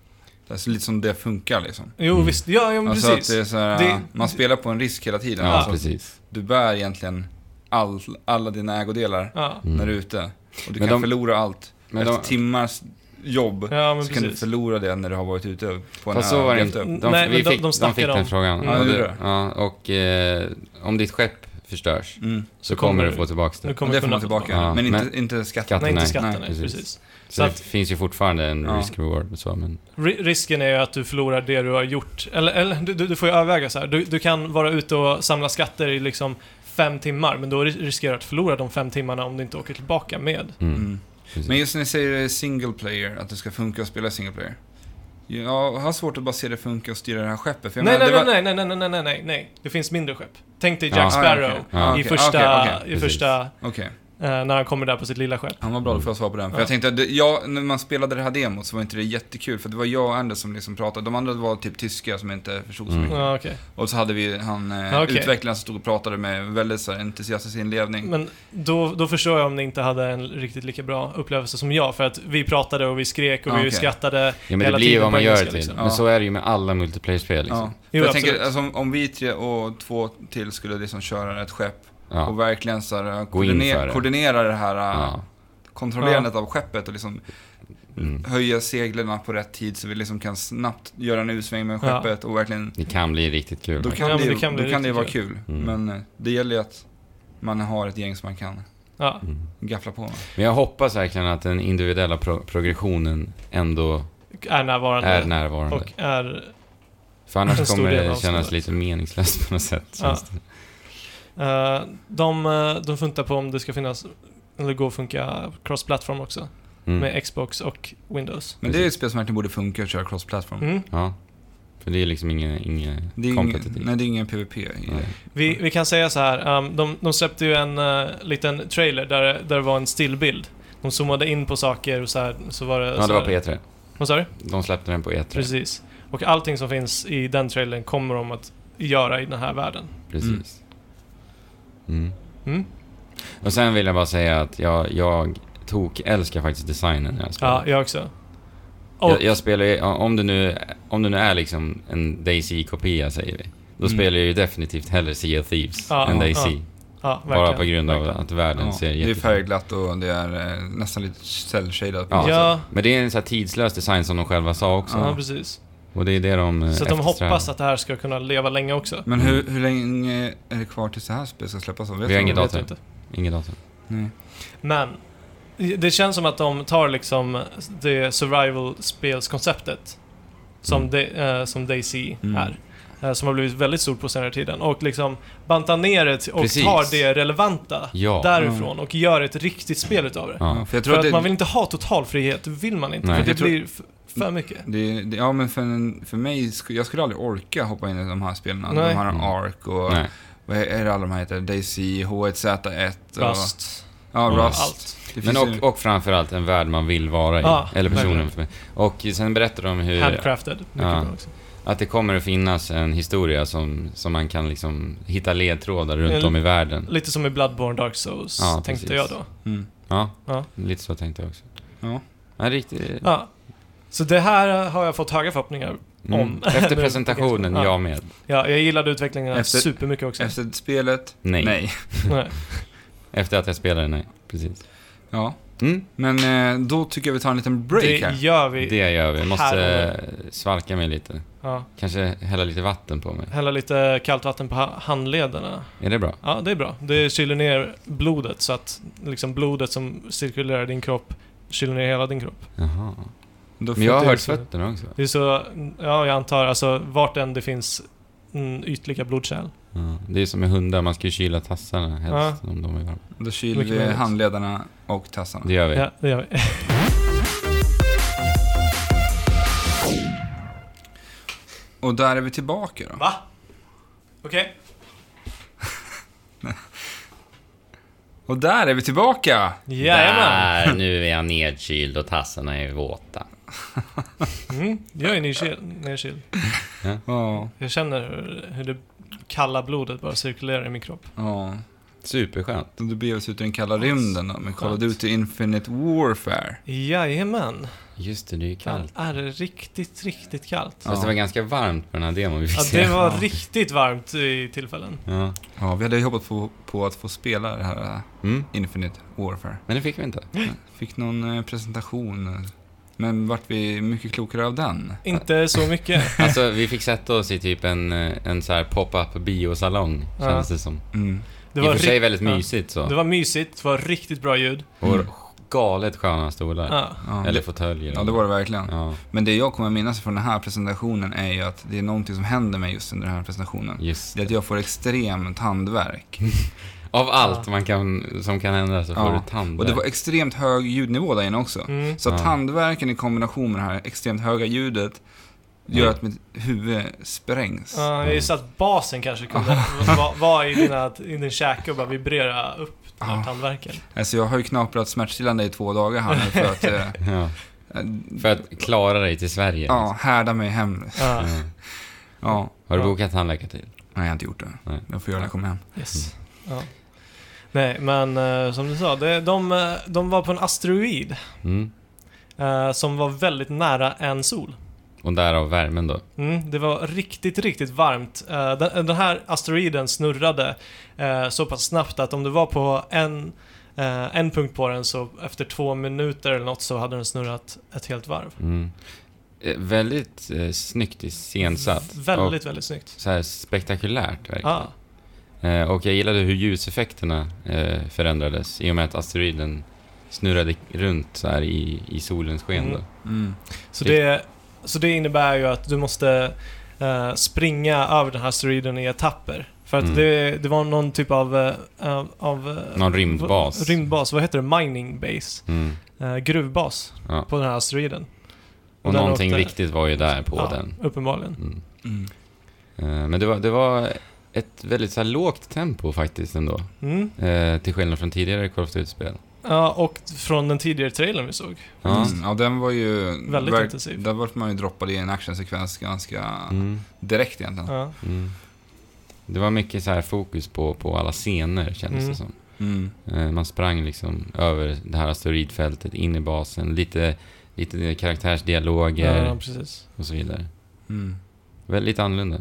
S2: Det är så lite som det funkar liksom.
S1: Jo
S3: Mm.
S1: visst, ja, jo, men
S2: Alltså att
S1: precis.
S2: det är så här,
S1: Det-
S2: man spelar på en risk hela tiden.
S3: Ja,
S2: Alltså,
S3: precis.
S2: du bär egentligen all, alla dina ägodelar
S1: Ja.
S3: Mm.
S2: när du är ute. Och du
S3: Men
S2: kan
S3: de-
S2: förlora allt.
S3: Men
S2: Efter
S3: de-
S2: timmars jobb
S1: ja, men
S2: så kan du
S1: precis.
S2: förlora det när du har varit ute på en
S3: Fast
S2: ö
S3: så var det
S2: och
S3: inte.
S2: levt
S1: Mm.
S2: upp.
S3: De,
S1: Nej,
S3: vi
S1: men de-
S3: fick,
S1: de
S3: de,
S1: snackade
S3: fick
S1: om-
S3: den frågan.
S1: Ja,
S3: och,
S2: det
S3: du-
S2: gjorde det.
S3: ja, och eh, om ditt skepp förstörs
S2: Mm.
S3: så kommer du
S1: du-
S3: få tillbaka
S1: Nu
S3: det.
S2: Och
S1: kommer
S2: det får
S1: kunna
S2: man tillbaka.
S3: Ja,
S2: men inte,
S3: men-
S2: inte skatten.
S3: Skatten,
S1: Nej, inte
S3: nej.
S1: skatten. Nej,
S2: Nej,
S1: precis.
S3: precis.
S1: Så
S3: Så det
S1: att
S3: finns ju fortfarande en
S2: Ja.
S3: risk-reward och så, men...
S1: ri- risken är ju att du förlorar det du har gjort. Eller, eller du, du du får ju överväga så här. Du, du kan vara ute och samla skatter i liksom fem timmar, men då ri- riskerar du att förlora de fem timmarna om du inte åker tillbaka med.
S3: Mm,
S2: Mm.
S3: precis.
S2: Men just när ni säger single player, att det ska funka att spela single player. Jag har svårt att bara se det funka och styra det här skeppet. För jag
S1: Nej,
S2: menar,
S1: nej,
S2: det var... Ah,
S1: nej, nej, nej, nej, nej, nej, nej, nej. Det finns mindre skepp. Tänk dig
S3: Ja,
S1: Jack
S3: ja,
S1: Sparrow
S2: okej.
S3: Ja,
S1: i
S2: okej, ah,
S1: första,
S2: okej, okej.
S1: i
S3: Precis.
S1: första eh,
S2: Okej.
S1: när han kommer där på sitt lilla skepp.
S2: Han var bra, då får jag svara på den. För
S1: Ja.
S2: jag tänkte, att det- jag, när man spelade det här demot så var inte det jättekul, för det var jag och Anders som liksom pratade. De andra var typ tyskar som inte förstod så
S3: Mm.
S2: mycket.
S1: Ja, okej.
S2: Och så hade vi han, eh,
S1: Ja, okej.
S2: utvecklaren som stod och pratade med väldigt så här, entusiastisk inlevning.
S1: Men då, då förstår jag om ni inte hade en riktigt lika bra upplevelse som jag, för att vi pratade och vi skrek och
S2: Ja,
S1: vi
S2: okej.
S1: skrattade.
S3: Ja, men
S1: Hela
S3: det blir ju
S1: tiden
S3: vad
S1: på
S3: man gör
S1: engelska,
S3: det till.
S1: liksom.
S3: Men
S2: Ja.
S3: så är det ju med alla multiplayer-spel liksom.
S2: Ja.
S1: Jo,
S2: jag
S1: absolut.
S2: tänker, alltså, om, om vi tre och två till skulle liksom köra ett skepp
S3: Ja.
S2: och verkligen så här,
S3: för det.
S2: koordinera, koordinera det här eh,
S3: Ja.
S2: kontrollerandet av skeppet och liksom
S3: Mm.
S2: höja seglerna på rätt tid så vi liksom kan snabbt göra en U-sväng med
S1: Ja.
S2: skeppet och verkligen
S3: Det kan bli riktigt kul.
S2: Då
S3: faktiskt.
S2: kan,
S1: Ja,
S2: det,
S1: men
S2: ju-
S1: det kan bli
S2: då kan det ju vara
S1: riktigt
S2: kul.
S3: Mm.
S2: Men eh, det gäller ju att man har ett gäng som man kan
S1: Ja.
S3: Mm.
S2: gaffla på med.
S3: Men jag hoppas verkligen att den individuella pro- progressionen ändå
S1: Är närvarande.
S3: är närvarande.
S1: Och är...
S3: För
S1: en
S3: annars
S1: stor
S3: kommer
S1: del av
S3: det kännas
S1: spelet.
S3: lite meningslöst på något sätt. Känns det.
S1: eh, de, eh, de funtar på om det ska finnas, eller gå att funka cross-platform också.
S3: Mm.
S1: Med Xbox och Windows.
S2: Men det är ju ett spel som verkligen borde funka att köra cross-platform.
S1: Mm.
S3: Ja. För det är liksom inget, inget
S2: Det är ju ingen,
S3: kompetitivt.
S2: nej, det är ingen PVP i
S3: Nej.
S2: det.
S1: Vi, vi kan säga så här, ehm, de, de släppte ju en eh, liten trailer där, där det var en stillbild. De zoomade in på saker och så här, så var det...
S3: Ja, det var på E3.
S1: Vad sa du?
S3: De släppte den på E E3. Precis.
S1: Precis. Och allting som finns i den trailern kommer de att göra i den här världen.
S3: Mm.
S1: Mm?
S3: Och sen vill jag bara säga att jag, jag tok älskar faktiskt designen när jag spelar.
S1: Ja, jag också. Och,
S3: Jag, jag spelar ju, ja, om det nu, om det nu är liksom en DayZ-kopia säger vi. Då
S2: Mm.
S3: spelar jag ju definitivt hellre Sea of Thieves
S1: Ja,
S3: än
S1: ja,
S3: DayZ.
S1: ja,
S3: bara
S1: verkligen.
S3: på grund av
S1: verkligen.
S3: att världen
S2: Ja,
S3: ser
S2: det är
S3: jättefin
S2: färgglatt och det är eh, nästan lite cell-shaded.
S3: Ja, alltså.
S1: Ja.
S3: så- Men det är en så här tidslös design som de själva sa också.
S1: Ja, precis.
S3: Och det är det de eh,
S1: Så att de
S3: eftersträvar.
S1: hoppas att det här ska kunna leva länge också.
S2: Men hur, hur länge är det kvar tills det här spelet ska släppas? Vet
S3: Mm. Vi har
S2: du?
S3: inget
S1: Vet
S3: datum.
S1: jag inte.
S3: Ingen dator.
S2: Nej.
S1: Men, det känns som att de tar liksom det survival-spelskonceptet som,
S3: Mm.
S1: de, eh, som DayZ
S2: Mm.
S1: är. eh, Som har blivit väldigt stort på senare tiden och liksom bantar ner det till- och
S3: Precis.
S1: tar det relevanta
S3: Ja.
S1: därifrån och gör ett riktigt spel utav det.
S2: Ja,
S3: Ja.
S2: för jag tror
S1: För
S2: att
S1: att man vill
S2: det,
S1: inte ha total frihet, det vill man inte.
S3: Nej.
S1: För det
S2: Jag tror-
S1: blir f- för mycket.
S2: det, det, ja men för, en- för mig, sk- jag skulle aldrig orka hoppa in i de här spelen. Alltså,
S1: Nej.
S2: De har en ARK och
S3: Nej.
S2: vad är det alla de här heter? DayZ, H1Z1 och...
S1: Rust.
S2: Ja,
S1: och
S2: Rust.
S1: Allt.
S2: Det
S3: Men
S2: finns ju-
S3: och, och framförallt en värld man vill vara i.
S1: Ja,
S3: Eller personen.
S1: verkligen.
S3: För mig. Och sen berättar de hur,
S1: Handcrafted. Mycket
S3: Ja.
S1: bra också.
S3: att det kommer att finnas en historia som, som man kan liksom hitta ledtrådar runt
S1: Eller-
S3: om i världen.
S1: Lite som i Bloodborne Dark Souls,
S3: Ja,
S1: tänkte
S3: precis.
S1: jag då.
S2: Mm.
S3: Ja,
S1: Ja.
S3: lite så tänkte jag också.
S2: Ja.
S3: Ja,
S2: Typ.
S3: riktigt.
S1: Ja. Så det här har jag fått höga förhoppningar
S3: Mm.
S1: om.
S3: Efter presentationen,
S1: Ja.
S3: jag med.
S1: Ja, jag gillade utvecklingen
S2: Efter-
S1: supermycket också.
S2: Efter spelet?
S3: Nej.
S1: Nej.
S3: Efter att jag spelade, nej. Precis.
S2: Ja.
S3: Mm,
S2: Men eh, då tycker jag vi tar en liten break
S1: Det
S2: här.
S1: gör vi.
S3: det gör vi. Jag måste
S1: Här
S3: eh, svalka mig lite.
S1: Ja.
S3: Kanske hälla lite vatten på mig.
S1: Hälla lite kallt vatten på ha- handlederna.
S3: Är det bra?
S1: Ja, det är bra. Det kyler ner blodet så att liksom blodet som cirkulerar i din kropp kyler ner hela din kropp.
S3: Jaha.
S2: Då
S3: Men jag har
S2: flyttar vi-
S3: hört fötterna också.
S1: Det är så, ja jag antar, alltså vart än det finns mm, ytliga blodkärl.
S3: Ja, det är som med hundar, man ska ju kyla tassarna helst om de är varma.
S2: Då kyler
S1: Mycket
S2: vi
S1: möjligt.
S2: handledarna och tassarna.
S3: Det gör vi.
S1: Ja, det gör vi.
S2: Och där är vi tillbaka då.
S1: Va? Okej.
S2: Och där är vi tillbaka!
S1: Jajamän.
S3: Där, nu är jag nedkyld och tassarna är våta.
S1: Mm, jag är nykyld. nedkyld.
S2: Ja,
S1: Jag känner hur, hur det kalla blodet bara cirkulerar i min kropp.
S2: ja.
S3: Superskönt.
S2: Så du beger oss ut i den kalla rymden då, men kollade ut i Infinite Warfare.
S1: Jajamän.
S3: Just det, det är ju kallt.
S1: Är det riktigt, riktigt kallt?
S3: Fast det var ganska varmt på den här demon vi fick
S1: Ja,
S3: se.
S1: det var
S2: Ja.
S1: riktigt varmt i tillfällen.
S3: Ja.
S2: Ja, vi hade ju hoppats på, på att få spela det här
S3: Mm.
S2: Infinite Warfare.
S3: Men det fick vi inte.
S2: Fick någon eh, presentation, men vart vi mycket klokare av den?
S1: Inte så mycket.
S3: Alltså, vi fick sätta oss i typ en, eh, en så här pop-up biosalong,
S1: Ja.
S3: kändes det som.
S2: Mm.
S1: Det
S3: I och
S1: var,
S3: för sig
S1: ri-
S3: väldigt
S1: ja.
S3: mysigt så.
S1: det var mysigt, det var riktigt bra ljud.
S3: Och galet sköna stolar.
S1: Ja.
S2: Ja,
S3: Eller
S2: det,
S3: fåtöljer.
S2: ja, det var det verkligen.
S3: Ja,
S2: Men det jag kommer minnas från den här presentationen är ju att det är någonting som händer mig just under den här presentationen.
S3: just Mm.
S2: Det är att jag får extremt handvärk.
S3: Av allt man kan, som kan ändras så får
S2: Ja.
S3: du tand
S2: Och det
S3: där.
S2: var extremt hög ljudnivå där inne också.
S1: Mm.
S2: Så
S3: Ja.
S2: tandvärken i kombination med det här extremt höga ljudet gör
S3: Mm.
S2: att mitt huvud sprängs.
S1: Ja, jag gissar att basen kanske kunde vara var i, dina, i din käke och bara vibrera upp den här
S2: Ja.
S1: tandvärken.
S2: Alltså jag har ju knaprat smärtstillande i två dagar här nu för att eh,
S3: Ja. För att klara dig till Sverige.
S2: ja, härda mig hem.
S1: Ja,
S3: liksom. Ja.
S2: Ja,
S3: Har du
S1: Ja.
S3: bokat tandläkartid?
S2: nej jag har inte gjort det.
S3: Nej.
S2: Jag får göra det när jag kommer hem.
S1: yes. ja. Nej, men eh, som du sa, det, de, eh, de var på en asteroid
S3: Mm.
S1: eh, som var väldigt nära en sol.
S3: Och därav värmen då?
S1: Mm, det var riktigt, riktigt varmt. Eh, Den, den här asteroiden snurrade eh, så pass snabbt att om du var på en, eh, en punkt på den så efter två minuter eller något så hade den snurrat ett helt varv.
S3: Mm. Eh, väldigt eh, snyggt iscensatt.
S1: Väldigt, väldigt snyggt.
S3: Och så här spektakulärt verkligen.
S1: Ah,
S3: Eh, och jag gillade hur ljuseffekterna eh, förändrades i och med att asteroiden snurrade runt så här i, i solens sken
S1: Mm.
S3: då.
S2: Mm.
S1: så, det, så det innebär ju att du måste eh, springa över den här asteroiden i etapper. För att
S3: Mm.
S1: det, det var någon typ av... eh, av- av eh,
S3: Någon rymdbas.
S1: Rymdbas, vad heter det? Mining base.
S3: Mm.
S1: Eh, gruvbas
S3: Ja.
S1: på den här asteroiden.
S3: Och
S1: Där
S3: någonting
S1: åkte-
S3: viktigt var ju där på
S1: Ja,
S3: den.
S1: Uppenbarligen.
S3: Mm.
S2: Mm.
S3: Eh, men det var, det var ett väldigt så här lågt tempo faktiskt ändå.
S1: Mm.
S3: Eh, till skillnad från tidigare Call of Duty-spel.
S1: Ja, och från den tidigare trailern vi såg.
S3: Ja.
S2: Mm. ja, den var ju...
S1: Väldigt
S2: verk-
S1: intensiv.
S2: Där vart man ju droppad i en actionsekvens ganska
S3: Mm.
S2: direkt egentligen.
S1: Ja.
S3: Mm. Det var mycket så här fokus på, på alla scener kändes
S1: Mm.
S3: det som.
S2: Mm.
S3: Eh, Man sprang liksom över det här asteroidfältet, in i basen, lite, lite karaktärsdialoger
S1: ja, precis.
S3: och så vidare.
S2: Mm.
S3: Väldigt annorlunda.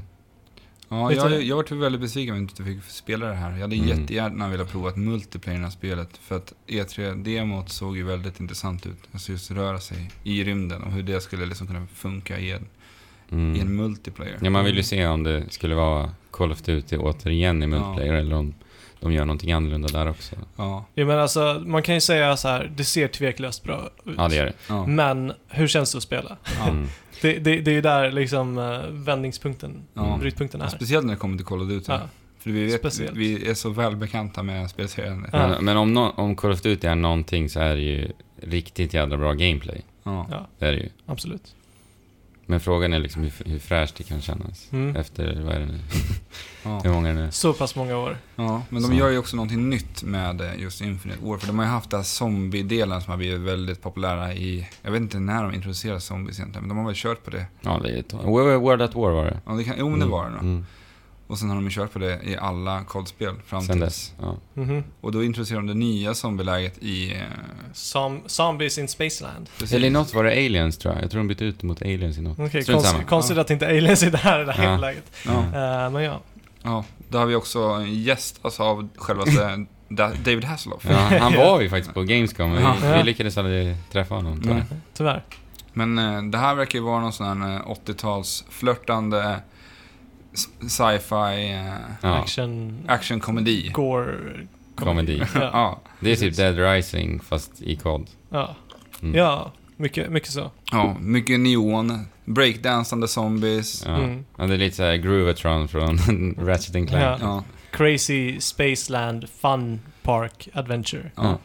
S2: Ja,
S1: Vet du-
S2: jag, jag var typ väldigt besviken om jag inte fick spela det här. Jag hade
S3: Mm.
S2: jättegärna velat prova ett multiplayer i det här spelet. För att E3-demot såg ju väldigt intressant ut. Alltså just röra sig i rymden och hur det skulle liksom kunna funka i en, i en
S3: Mm.
S2: multiplayer.
S3: Ja, man vill ju se om det skulle vara Call of Duty återigen i multiplayer eller om de gör någonting annorlunda där också.
S2: Ja,
S1: Ja, men alltså, man kan ju säga så här, det ser tveklöst bra ut.
S3: Ja, det gör det.
S2: ja.
S1: Men hur känns det att spela?
S2: ja.
S3: Mm.
S1: Det, det, det är ju där liksom eh, vändningspunkten,
S2: Ja.
S1: brytpunkten är.
S2: Speciellt när det kommer till Call of Duty.
S1: Ja.
S2: För vi, vet,
S1: Speciellt.
S2: vi är så välbekanta med spelserien.
S1: Ja.
S3: Men, men om, nå- om Call of Duty är någonting så är det ju riktigt jävla bra gameplay.
S2: Ja.
S3: Det är det ju.
S1: Absolut.
S3: Men frågan är liksom hur, f- hur fräscht det kan kännas.
S1: Mm.
S3: Efter, vad är det nu?
S2: Ja.
S3: Hur många är det nu?
S1: Så pass många år.
S2: Ja, men de
S3: Så.
S2: gör ju också någonting nytt med eh, just Infinite War. För de har ju haft den här zombie-delen som har blivit väldigt populära i... Jag vet inte när de introducerade zombies egentligen, men de har väl kört på det.
S3: Ja, det är ett World at War var det.
S2: Ja, det kan, jo, men det var det nog.
S3: Mm.
S2: Och sen har de ju kört på det i alla kodspel fram
S3: Sen
S2: till
S3: dess. Ja.
S1: Mhm.
S2: Och då introducerar de det nya zombieläget i... eh,
S1: Som, zombies in Spaceland.
S2: precis. Mm.
S3: Eller i något var det aliens tror jag. Jag tror de bytte ut det mot aliens i något.
S1: Okej,
S3: Strunt
S1: konst,
S3: samma.
S1: konstigt att inte aliens är där i det
S3: Ja.
S1: här jävla läget.
S3: Mm.
S2: Ja,
S1: Eh, men ja.
S2: ja, då har vi också en gäst alltså, av självaste Da- David Hasselhoff.
S3: Ja, han var ju faktiskt på Gamescom, men vi,
S1: Ja.
S3: vi lyckades aldrig träffa honom. tror jag.
S2: Nej.
S1: Tyvärr.
S2: Men eh, det här verkar ju vara någon sån här eh, 80-tals flörtande s- sci-fi eh,
S3: Ja,
S1: Action...
S2: actionkomedi.
S1: Gore...
S3: komedi.
S1: Ja.
S2: Ja.
S3: Det är typ Dead Rising fast i kod.
S1: Ja.
S3: Mm.
S1: ja, mycket, mycket så.
S2: ja, mycket neon, breakdansande zombies.
S3: Ja.
S1: Mm.
S3: Ja, det är lite såhär Groovatron från Ratchet and Clank.
S1: Ja.
S3: Ja.
S2: Ja,
S1: Crazy Spaceland Fun Park Adventure.
S2: ja.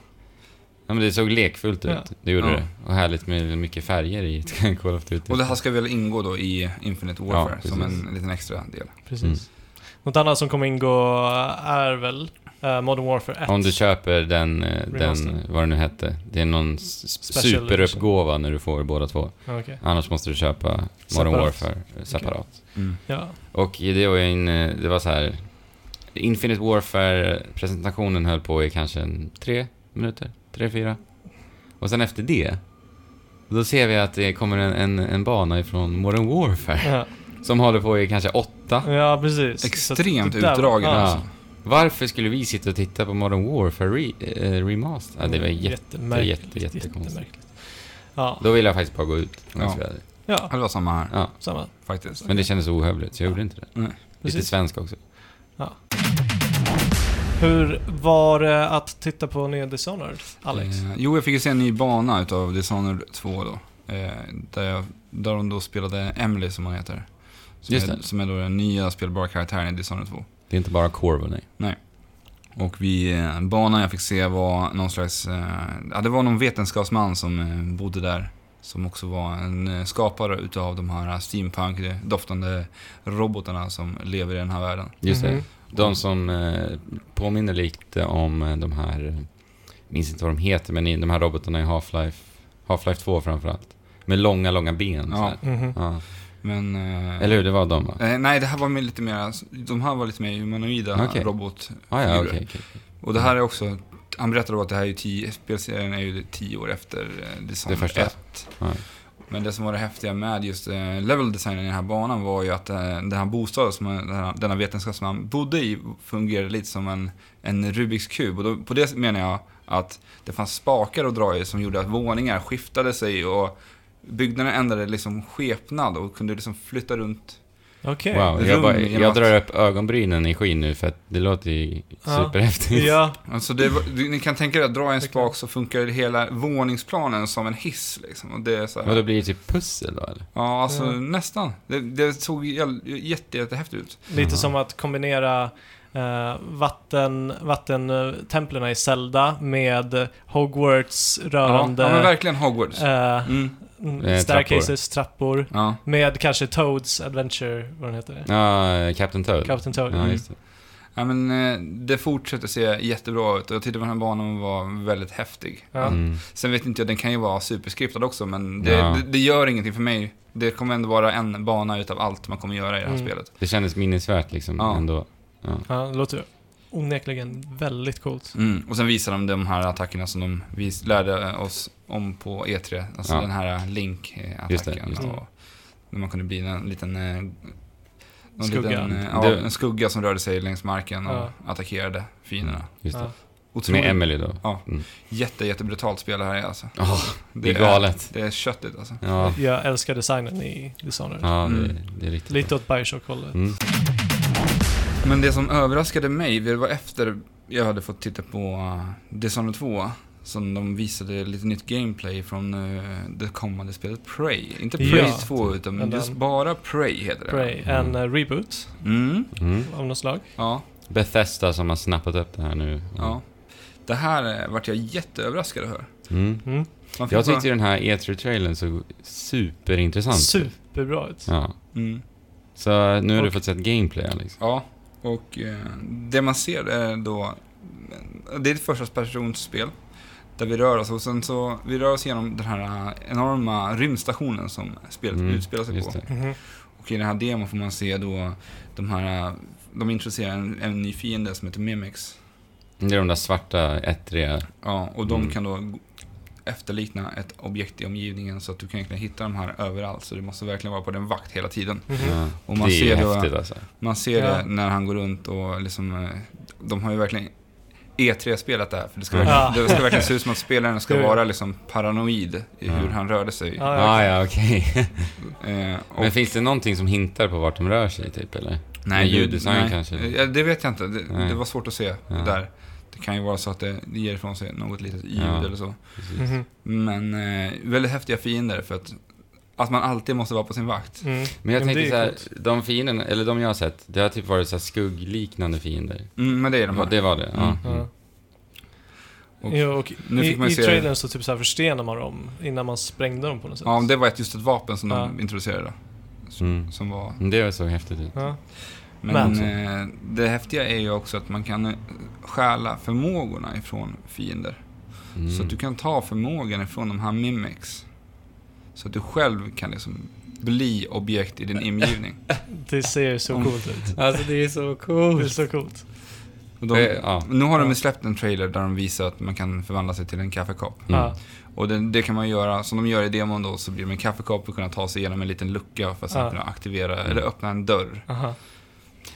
S3: men det såg lekfullt ut,
S1: Ja.
S3: det gjorde
S2: Ja.
S3: det. Och härligt med mycket färger i ett Call of Duty.
S2: Och det här ska väl ingå då i Infinite
S3: Ja,
S2: Warfare
S3: precis.
S2: som en liten extra del.
S1: Precis. Mm. Något annat som kommer ingå är väl eh, Modern Warfare 1.
S3: Om du köper den, eh, den,
S1: Remaster.
S3: vad den nu hette. Det är någon s-
S1: Special
S3: superuppgåva när du får båda två.
S1: Ja, okej.
S3: Annars måste du köpa Modern
S1: Separat.
S3: Warfare eh, separat.
S1: Ja.
S3: Och det var ju en, eh, det var så här. Infinite Warfare-presentationen höll på i kanske en tre minuter, tre, fyra. Och sen efter det, då ser vi att det kommer en, en, en bana ifrån Modern Warfare
S1: Ja.
S3: som håller på i kanske åtta.
S1: ja, precis.
S2: Extremt
S1: Så det där var-
S2: utdragen
S1: ja.
S2: alltså.
S3: Varför skulle vi sitta och titta på Modern Warfare re, eh, Remaster? Ja, det
S1: Mm.
S3: var jätte...
S1: Jättemärkligt,
S3: jätte- jättekonstigt.
S1: jättemärkligt. Ja,
S3: Då ville jag faktiskt bara gå ut. om jag
S2: Ja.
S3: ska vara ärlig.
S1: ja,
S2: Ja, Det var samma här
S3: Ja,
S1: samma.
S2: faktiskt.
S3: men det kändes ohövligt, så jag gjorde inte det. Lite
S1: Precis.
S3: svensk också.
S1: Hur var det att titta på nya Dishonored, Alex?
S2: Eh, jo, jag fick ju se en ny bana utav Dishonored 2 då. Eh, där, jag, där de då spelade Emily som hon heter. Som,
S3: Just
S2: är,
S3: det.
S2: som är då den nya spelbara karaktären i Dishonored 2.
S3: Det är inte bara Corvo, nej.
S2: Och vi, eh, banan jag fick se var någon slags, eh, ja det var någon vetenskapsman som eh, bodde där. Som också var en eh, skapare utav de här steampunk-doftande robotarna som lever i den här världen.
S3: Just det.
S1: Mhm.
S3: De som eh, påminner lite om eh, de här, eh, minns inte vad de heter, men i- de här robotarna i Half-Life, Half-Life 2 framförallt. Med långa, långa ben.
S2: Ja.
S3: så här.
S1: Mhm.
S3: Ja.
S2: Men... eh,
S3: Eller hur, det var de va?
S2: Eh, nej, det här var mer- lite mer, de här var lite mer humanoida
S3: Okej.
S2: robot.
S3: Ah, ja,
S2: figurer.
S3: okej. okej.
S2: Och det här är också, han berättade då att det här är ju tio, spelserien är ju tio år efter eh, Dishonored
S3: Det första.
S2: 1.
S3: Ja.
S2: Men det som var det häftiga med just eh, leveldesignen i den här banan var ju att eh, den här bostaden som eh, den här, denna vetenskapsman bodde i fungerade lite som en, en Rubiks kub. Och då, på det menar jag att det fanns spakar att dra i som gjorde att våningar skiftade sig och byggnaden ändrade liksom skepnad och kunde liksom flytta runt
S1: Okej.
S3: Wow,
S2: Rum
S3: jag, bara,
S2: genom
S3: jag
S2: att-
S3: drar upp ögonbrynen i skyn nu för att det låter ju
S1: Ja.
S3: superhäftigt.
S1: Ja,
S2: Alltså det, var- du- ni kan tänka er att dra en
S1: Verkligen.
S2: spak så funkar hela våningsplanen som en hiss liksom. Och det är så
S3: Vadå,
S2: här,
S3: blir det typ pussel då eller?
S2: ja, alltså
S1: Ja.
S2: nästan. Det, det såg jäl- jätte, jättehäftigt ut.
S1: lite
S3: Aha.
S1: som att kombinera eh, vatten, vattentemplerna i Zelda med Hogwarts
S2: Ja, ja, men
S1: rörande
S2: verkligen Hogwarts.
S1: eh,
S2: Mm,
S1: mm,
S3: Eh,
S1: staircases, trappor.
S2: ja.
S1: Med kanske Toads Adventure, vad den heter.
S3: Ja, Captain Toad.
S1: Captain Toad.
S3: Ja, just det.
S2: ja, men eh, det fortsätter se jättebra ut och jag tyckte den här banan var väldigt häftig.
S1: Ja.
S3: Mm.
S2: Sen vet inte jag, den kan ju vara superskriptad också men det,
S3: Ja.
S2: det, det gör ingenting för mig. Det kommer ändå vara en bana utav allt man kommer göra i det här
S1: Mm.
S2: spelet.
S3: Det kändes minnesvärt liksom
S2: Ja.
S3: ändå. Ja.
S1: Ja, det låter onekligen väldigt coolt.
S2: Mm. Och sen visar de de här attackerna som de vi lärde oss om på E3. Alltså
S3: Ja.
S2: den här
S3: Just det,
S2: Link-attacken.
S3: just
S1: det.
S2: och När man kunde bli en liten... eh, Någon
S1: Skugga.
S2: Liten, eh, ja,
S3: Det-
S2: en skugga som rörde sig längs marken och
S1: Ja.
S2: attackerade fienderna.
S3: Just det.
S1: Ja.
S2: Otroligt.
S3: Mm. Med Emily då.
S2: Ja.
S3: Mm.
S2: Jätte, jättebrutalt spel det här är alltså.
S3: Ja, det är galet.
S2: Det är köttigt alltså.
S3: Ja,
S1: Jag älskar designen i Dishonored.
S3: ja det,
S2: Mm.
S3: det är riktigt
S1: Lite
S3: bra.
S1: åt Bioshock-hållet.
S3: Mm.
S2: Men det som överraskade mig, det var efter jag hade fått titta på eh, Dishonored 2. Som de visade lite nytt gameplay från eh, det kommande spelet Prey. Inte Prey
S1: Ja.
S2: 2 utan
S1: Men
S2: just
S1: den-
S2: bara Prey heter det.
S1: Prey, en eh, reboot
S2: Mm,
S3: Mm.
S1: av något slag.
S2: ja,
S3: Bethesda som har snappat upp det här nu.
S2: ja. Det här eh, vart jag jätteöverraskad över.
S3: Mm.
S1: Mm.
S2: Man fick
S3: Jag
S2: bara-
S3: tyckte den här E3-trailern såg superintressant ut.
S1: Superbra ut.
S3: Ja.
S2: Mm,
S3: Så nu har du
S1: Och-
S3: fått sett gameplay liksom.
S2: ja, och eh, det man ser är då... eh, Det är ett första personsspel där vi rör oss och sen så, vi rör oss genom den här eh, enorma rymdstationen som spelet
S3: Mm,
S2: utspelar sig på.
S3: Just det.
S1: Mhm.
S2: Och i den här demon får man se då de här, eh, de introducerar en, en ny fiende som heter Mimics.
S3: Det är de där svarta, ettriga.
S2: Ja, och de
S3: Mm.
S2: kan då g- efterlikna ett objekt i omgivningen så att du kan egentligen hitta de här överallt. Så du måste verkligen vara på din vakt hela tiden.
S1: Mhm.
S3: Ja.
S2: Och man
S3: Mm-hmm. det är
S2: ser då-
S3: häftigt alltså.
S2: Man ser
S1: Ja.
S2: det när han går runt och liksom, eh, de har ju verkligen E3-spelat det här. För det ska,
S3: Ja.
S2: verkligen,
S1: Ja.
S2: det ska verkligen se ut som att spelaren ska
S1: Ja.
S2: vara liksom paranoid i hur
S3: Ja.
S2: han rörde sig.
S1: Ja,
S3: Ah, ja, okej.
S2: Eh, och-
S3: Men finns det någonting som hintar på vart de rör sig typ eller?
S2: Nej,
S3: Med
S2: det-
S3: ljuddesign
S2: nej. Eh,
S3: kanske?
S2: Ja, det vet jag inte. Det,
S3: Nej.
S2: det var svårt att se
S3: Ja.
S2: det där. Det kan ju vara så att det ger ifrån sig något litet ljud
S3: Ja.
S2: eller så.
S3: Precis.
S1: Mhm.
S2: Men eh, väldigt häftiga fiender för att, att man alltid måste vara på sin vakt.
S1: Mm.
S3: Men jag
S1: Men det
S3: tänker
S1: är
S3: så här,
S1: coolt.
S3: de fienderna, eller de jag har sett, det har typ varit så här skuggliknande fiender.
S2: Mm, men det är de
S3: Ja,
S2: här.
S3: det var det? Ja.
S2: Mm.
S3: Mm.
S1: Ja.
S2: Och
S1: Jo, och
S2: nu
S1: i,
S2: fick man
S1: I
S2: se-
S1: trailern så typ så här förstenar man dem innan man sprängde dem på något sätt.
S2: Ja, det var ett, just ett vapen som de
S1: Ja.
S2: introducerade.
S3: Mm.
S2: Som var...
S3: Men Det såg häftigt ut.
S1: Ja.
S2: Men
S1: alltså-
S3: Men-
S2: eh, det häftiga är ju också att man kan eh, stjäla förmågorna ifrån fiender.
S3: Mm.
S2: Så att du kan ta förmågan ifrån de här mimics. Så att du själv kan liksom bli objekt i din omgivning.
S1: Det ser så
S2: Mm.
S1: coolt ut.
S3: Alltså det är så
S1: Det är
S3: coolt!
S1: så coolt.
S3: Mm.
S2: Och de,
S3: Eh, ja.
S2: Nu har de
S1: Ja.
S2: ju släppt en trailer där de visar att man kan förvandla sig till en kaffekopp.
S1: Ja.
S2: Och det, det kan man göra, som de gör i demon då, så blir man en kaffekopp och kunna ta sig igenom en liten lucka för att sen
S1: Ja. Mm.
S2: kunna aktivera, eller öppna en dörr.
S1: Aha.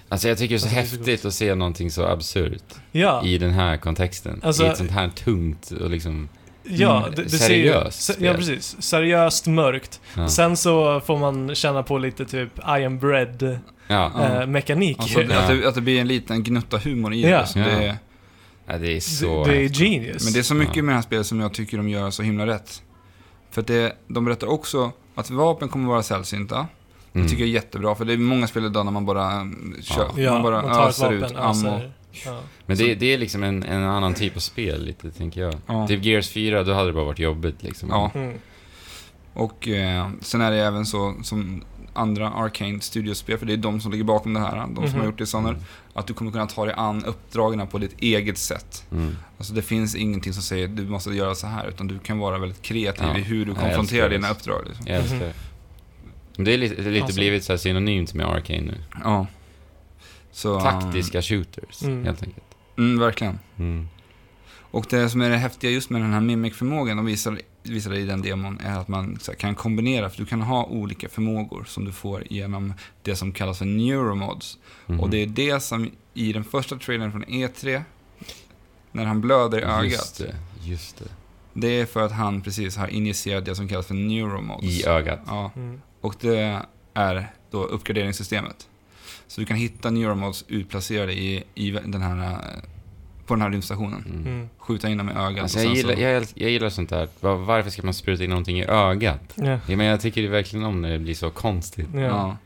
S3: Alltså jag tycker det är så
S1: Alltså, det är så
S3: häftigt att se någonting så absurt
S1: Ja,
S3: i den här kontexten.
S1: Alltså-
S3: I ett sånt här tungt och liksom...
S1: ja
S3: Mm,
S1: det, det ser ju...
S3: seriöst
S1: se- Ja,
S3: spel.
S1: precis. Seriöst mörkt.
S3: Ja.
S1: Sen så får man känna på lite typ I am bread
S3: ja.
S2: Ja.
S1: eh, mekanik.
S2: Alltså,
S1: det,
S2: det- att, det, att det blir en liten gnutta humor i
S1: Ja.
S2: det. Så
S3: Ja.
S2: det är,
S3: ja, det är så...
S1: det är
S3: häftigt.
S1: genius.
S2: Men det är så mycket
S3: Ja.
S2: med det här spelet som jag tycker de gör så himla rätt. För att det, de berättar också att vapen kommer vara sällsynta.
S3: Mm.
S1: Mm.
S2: Det tycker jag är jättebra, för det är många spel idag när man bara mm, kör,
S1: Ja,
S2: man bara
S1: man tar ett
S2: öser
S1: vapen.
S2: ut
S1: ja, så
S2: ammo.
S1: är det. Ja.
S3: Men det, det är liksom en, en annan typ av spel lite, tänker jag.
S2: Ja.
S3: Typ Gears 4, då hade det bara varit jobbigt liksom.
S2: Ja.
S1: Mm.
S2: Och eh, sen är det även så som andra Arcane Studios-spel, för det är de som ligger bakom det här, de som
S1: Mhm.
S2: har gjort Dishonored,
S3: Mm.
S2: att du kommer kunna ta dig an uppdragen på ditt eget sätt.
S3: Mm.
S2: Alltså det finns ingenting som säger du måste göra så här, utan du kan vara väldigt kreativ
S3: Ja.
S2: i hur du
S3: Ja, jag
S2: konfronterar
S3: älskar det.
S2: dina uppdrag. Liksom.
S3: Jag älskar det.
S2: Mhm.
S3: Men Det är lite, det är lite
S1: Alltså.
S3: blivit så här synonymt med Arcane nu.
S2: Ja. Så, eh,
S3: Taktiska shooters,
S1: Mm.
S3: helt enkelt.
S2: Mm, verkligen.
S3: Mm.
S2: Och det som är det häftiga just med den här mimikförmågan, de visade, visade i den demon, är att man så här, kan kombinera, för du kan ha olika förmågor som du får genom det som kallas för neuromods.
S3: Mhm.
S2: Och det är det som i den första trailern från E3, när han blöder i ögat,
S3: Just det, just det.
S2: det är för att han precis har injicerat det som kallas för neuromods.
S3: I ögat.
S2: ja,
S1: Mm.
S2: och det är då uppgraderingssystemet. Så du kan hitta neuromods utplacerade i, i den här, eh, på den här rymdstationen.
S3: Mm.
S1: Mm.
S2: Skjuta in dem i ögat
S3: Alltså
S2: och
S3: jag,
S2: sen
S3: gillar,
S2: så...
S3: jag, älsk- jag gillar sånt där. Va- Varför ska man spruta in någonting i ögat?
S1: Ja.
S3: Ja, men jag tycker ju verkligen om när det blir så konstigt.
S1: Ja.
S2: ja.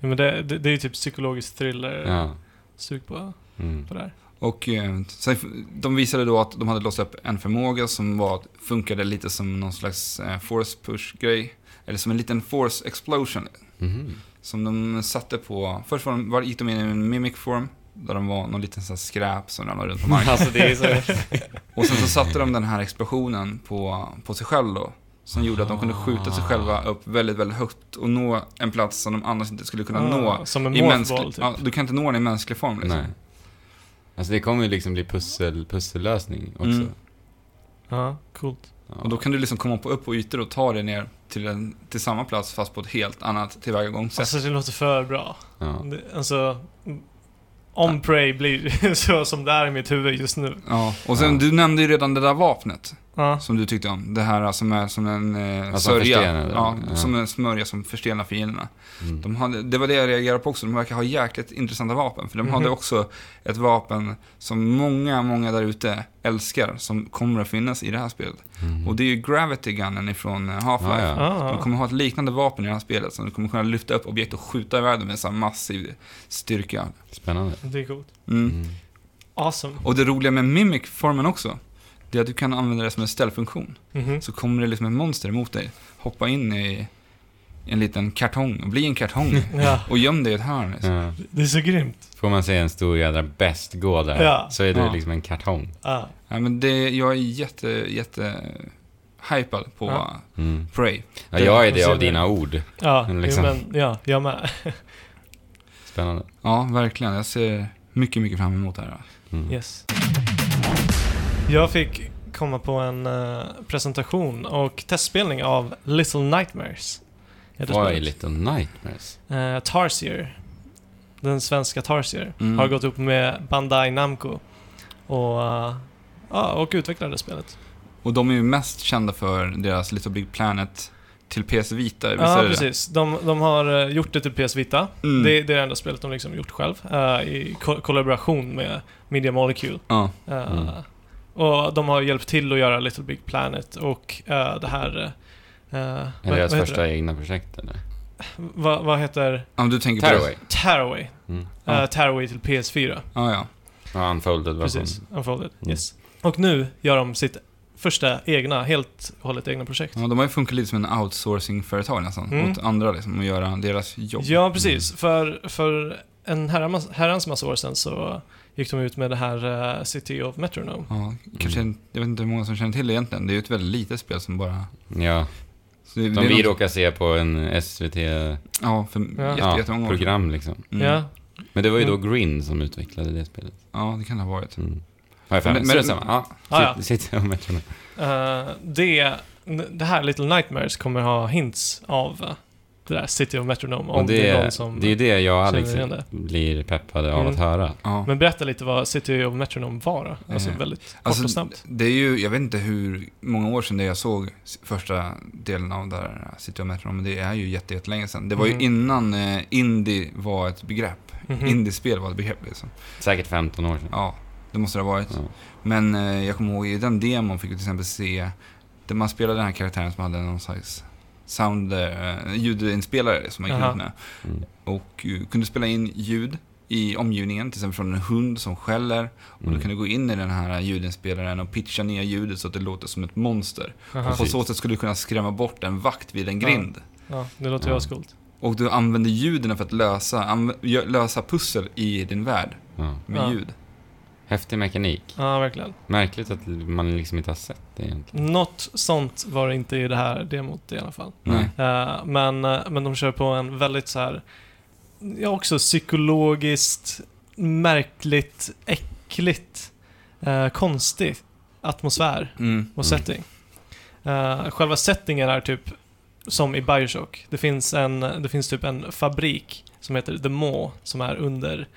S1: Ja, men det, det, det är ju typ psykologisk thriller.
S3: Ja.
S1: Sug på,
S3: Mm.
S1: på det här.
S2: Och eh, sen, de visade då att de hade låst upp en förmåga som var, funkade lite som någon slags eh, force push-grej. Eller som en liten force explosion.
S3: Mhm.
S2: Som de satte på... Först var de, var, gick de in i en mimic form. Där de var någon liten sån här skräp som ramlade runt på marken.
S3: Alltså det är så...
S2: Och sen så satte de den här explosionen på, på sig själv då. Som gjorde att de kunde skjuta sig själva
S3: Ah.
S2: upp väldigt, väldigt högt och nå en plats som de annars inte skulle kunna nå.
S1: Ah, Som en
S2: I
S1: morphball
S2: mänsklig,
S1: typ.
S2: ja, du kan inte nå den i mänsklig form liksom.
S3: Nej. Alltså det kommer ju liksom bli pussel, pussellösning också.
S2: Mm.
S1: Ja, coolt.
S3: Ja.
S2: Och då kan du liksom komma på upp på ytor och ta dig ner till, en, till samma plats fast på ett helt annat tillvägagångssätt.
S1: Alltså det låter för bra.
S3: ja.
S1: Det, alltså... mm, Om Prey blir så som det är i mitt huvud just nu. Ah.
S2: ja, och sen
S3: Ja.
S2: du nämnde ju redan det där vapnet
S1: Ja.
S2: som du tyckte om. Det här som är som en eh,
S3: som
S2: sörja.
S3: förstenar det.
S2: ja,
S3: Ja.
S2: som en smörja som förstenar fienderna.
S3: Mm.
S2: De hade, det var det jag reagerade på också. De verkar ha jäkligt intressanta vapen. För de hade
S1: Mhm.
S2: också ett vapen som många, många där ute älskar. Som kommer att finnas i det här spelet.
S3: Mm.
S2: Och det är ju Gravity Gunnen ifrån eh, Half-Life.
S3: Ja, ja.
S1: Ah.
S2: De kommer ha ett liknande vapen i det här spelet som du kommer kunna lyfta upp objekt och skjuta iväg dem med en sån här massiv styrka.
S3: Spännande.
S1: Det är coolt.
S2: Mm.
S3: Mm.
S1: Awesome.
S2: Och det roliga med Mimic-formen också, det är att du kan använda det som en ställfunktion.
S1: Mhm.
S2: Så kommer det liksom ett monster emot dig, hoppa in i en liten kartong och bli en kartong.
S1: Ja,
S2: Och göm dig i ett hörn. Liksom.
S3: Ja.
S1: det är så grymt.
S3: Får man se en stor jädra bäst gå där,
S1: Ja.
S3: så är det
S2: Ja.
S3: liksom en kartong.
S1: Ja.
S2: Ja, men det, jag är jätte, jätte hypad på
S1: Ja.
S3: Mm.
S2: Prey.
S3: Ja, jag är
S1: Det-
S3: det av dina ord.
S1: Ja,
S3: Men
S1: jo,
S3: liksom-
S1: men ja, jag med.
S3: Spännande.
S2: Ja, verkligen. Jag ser mycket, mycket fram emot det här.
S3: Mm.
S1: Yes. Jag fick komma på en eh, presentation och testspelning av Little Nightmares. Heter
S3: Vad är
S1: spelet.
S3: Little Nightmares?
S1: Eh, Tarsier, den svenska Tarsier,
S2: Mm.
S1: har gått upp med Bandai Namco och, eh, ja, och utvecklade spelet.
S2: Och de är ju mest kända för deras Little Big Planet till PS Vita, visst är
S1: Ja,
S2: det det?
S1: precis. De, de har eh, gjort det till PS Vita.
S2: Mm.
S1: Det, det är det enda spelet de liksom gjort själv eh, i ko- kollaboration med Media Molecule.
S2: Ja.
S1: Eh,
S3: Mm.
S1: Och de har hjälpt till att göra Little Big Planet och eh, det här... eh,
S3: Är
S1: vad-
S3: det deras
S1: vad heter
S3: första
S1: det?
S3: egna projekt eller?
S1: Vad vad heter...
S2: Ja, men du tänker på
S3: Tearaway?
S2: det.
S1: Taraway.
S3: Mm.
S1: Eh,
S2: Ja.
S1: Taraway till PS4.
S2: Ja, ja.
S3: Ja, unfolded version.
S1: Precis. Unfolded.
S3: Mm.
S1: Yes. Och nu gör de sitt första egna, helt och hållet egna projekt.
S3: Mm.
S2: ja. De har ju funkat lite som en outsourcing-företag nästan,
S1: Mm.
S2: åt andra liksom, att göra deras jobb.
S1: Ja, precis. För, för en herrans, herrans massa år sedan så gick de ut med det här eh, City of Metronome.
S2: Ja, kanske,
S3: Mm.
S2: jag vet inte hur många som känner till det egentligen. Det är ju ett väldigt litet spel som bara...
S3: Ja,
S2: Så det, det
S3: som
S2: är
S3: vi
S2: något-
S3: råkar se på en SVT...
S2: Ja, för
S1: Ja.
S2: jätte,
S3: ja,
S2: jättemånga år sedan.
S3: program liksom.
S2: Mm.
S1: Ja.
S3: Men det var ju då Green som utvecklade det spelet.
S2: ja, det kan det ha varit.
S3: Mm. Har jag för
S2: Men-
S3: mig.
S2: men-
S3: Strunt samma. Ja,
S1: Ah, ja.
S3: sitt- Sitter jag med tror jag.
S1: Eh, det, det här Little Nightmares kommer ha hints av eh, det där City of Metronome. Om
S3: Och
S1: det, är någon
S3: det,
S1: som...
S3: det är ju det jag och Alex
S1: känner igen det.
S3: blir peppade av
S1: Mm.
S3: att höra.
S2: Ja.
S1: Men berätta lite vad City of Metronome var då. Alltså
S3: Mm.
S2: Eh,
S1: väldigt kort och
S2: Alltså,
S1: snabbt.
S2: det är ju, jag vet inte hur många år sedan det jag såg s- första delen av där City of Metro, men det är ju jätte, jättelänge sedan. Det var
S1: Mm.
S2: ju innan eh, indie var ett begrepp.
S1: Mhm.
S2: Indiespel var ett begrepp liksom.
S3: Säkert 15 år sedan.
S2: Ja, det måste det ha varit.
S3: Ja.
S2: Men eh, jag kommer ihåg i den demon fick vi till exempel se, där man spelade den här karaktären som hade någon slags sound, eh, ljudinspelare som man gick
S1: Aha.
S2: ut med.
S3: Mm.
S2: Och eh, kunde spela in ljud i omgivningen, till exempel från en hund som skäller. Och
S3: Mm.
S2: då kan du gå in i den här ljudinspelaren och pitcha ner ljudet så att det låter som ett monster.
S1: Aha.
S2: Och
S3: Alltså-
S2: på så sätt skulle du kunna skrämma bort en vakt vid en
S1: Ja.
S2: grind.
S1: Ja, det låter ju
S3: Ja.
S1: ascoolt.
S2: Och du använder ljuden för att lösa, anv- gö- lösa pussel i din värld
S3: Ja.
S2: med
S1: Ja.
S2: ljud.
S3: Häftig mekanik.
S1: Ja, verkligen.
S3: Märkligt att man liksom inte har sett det egentligen.
S1: Något sånt var det inte i det här demot i alla fall.
S2: Nej.
S1: Eh, men, eh, men de kör på en väldigt så här, ja också psykologiskt märkligt, äckligt, eh, konstig atmosfär
S2: Mm.
S1: och
S3: Mm.
S1: setting. Eh, själva settingen är typ som i Bioshock. Det finns, en, det finns typ en fabrik som heter The Maw som är under,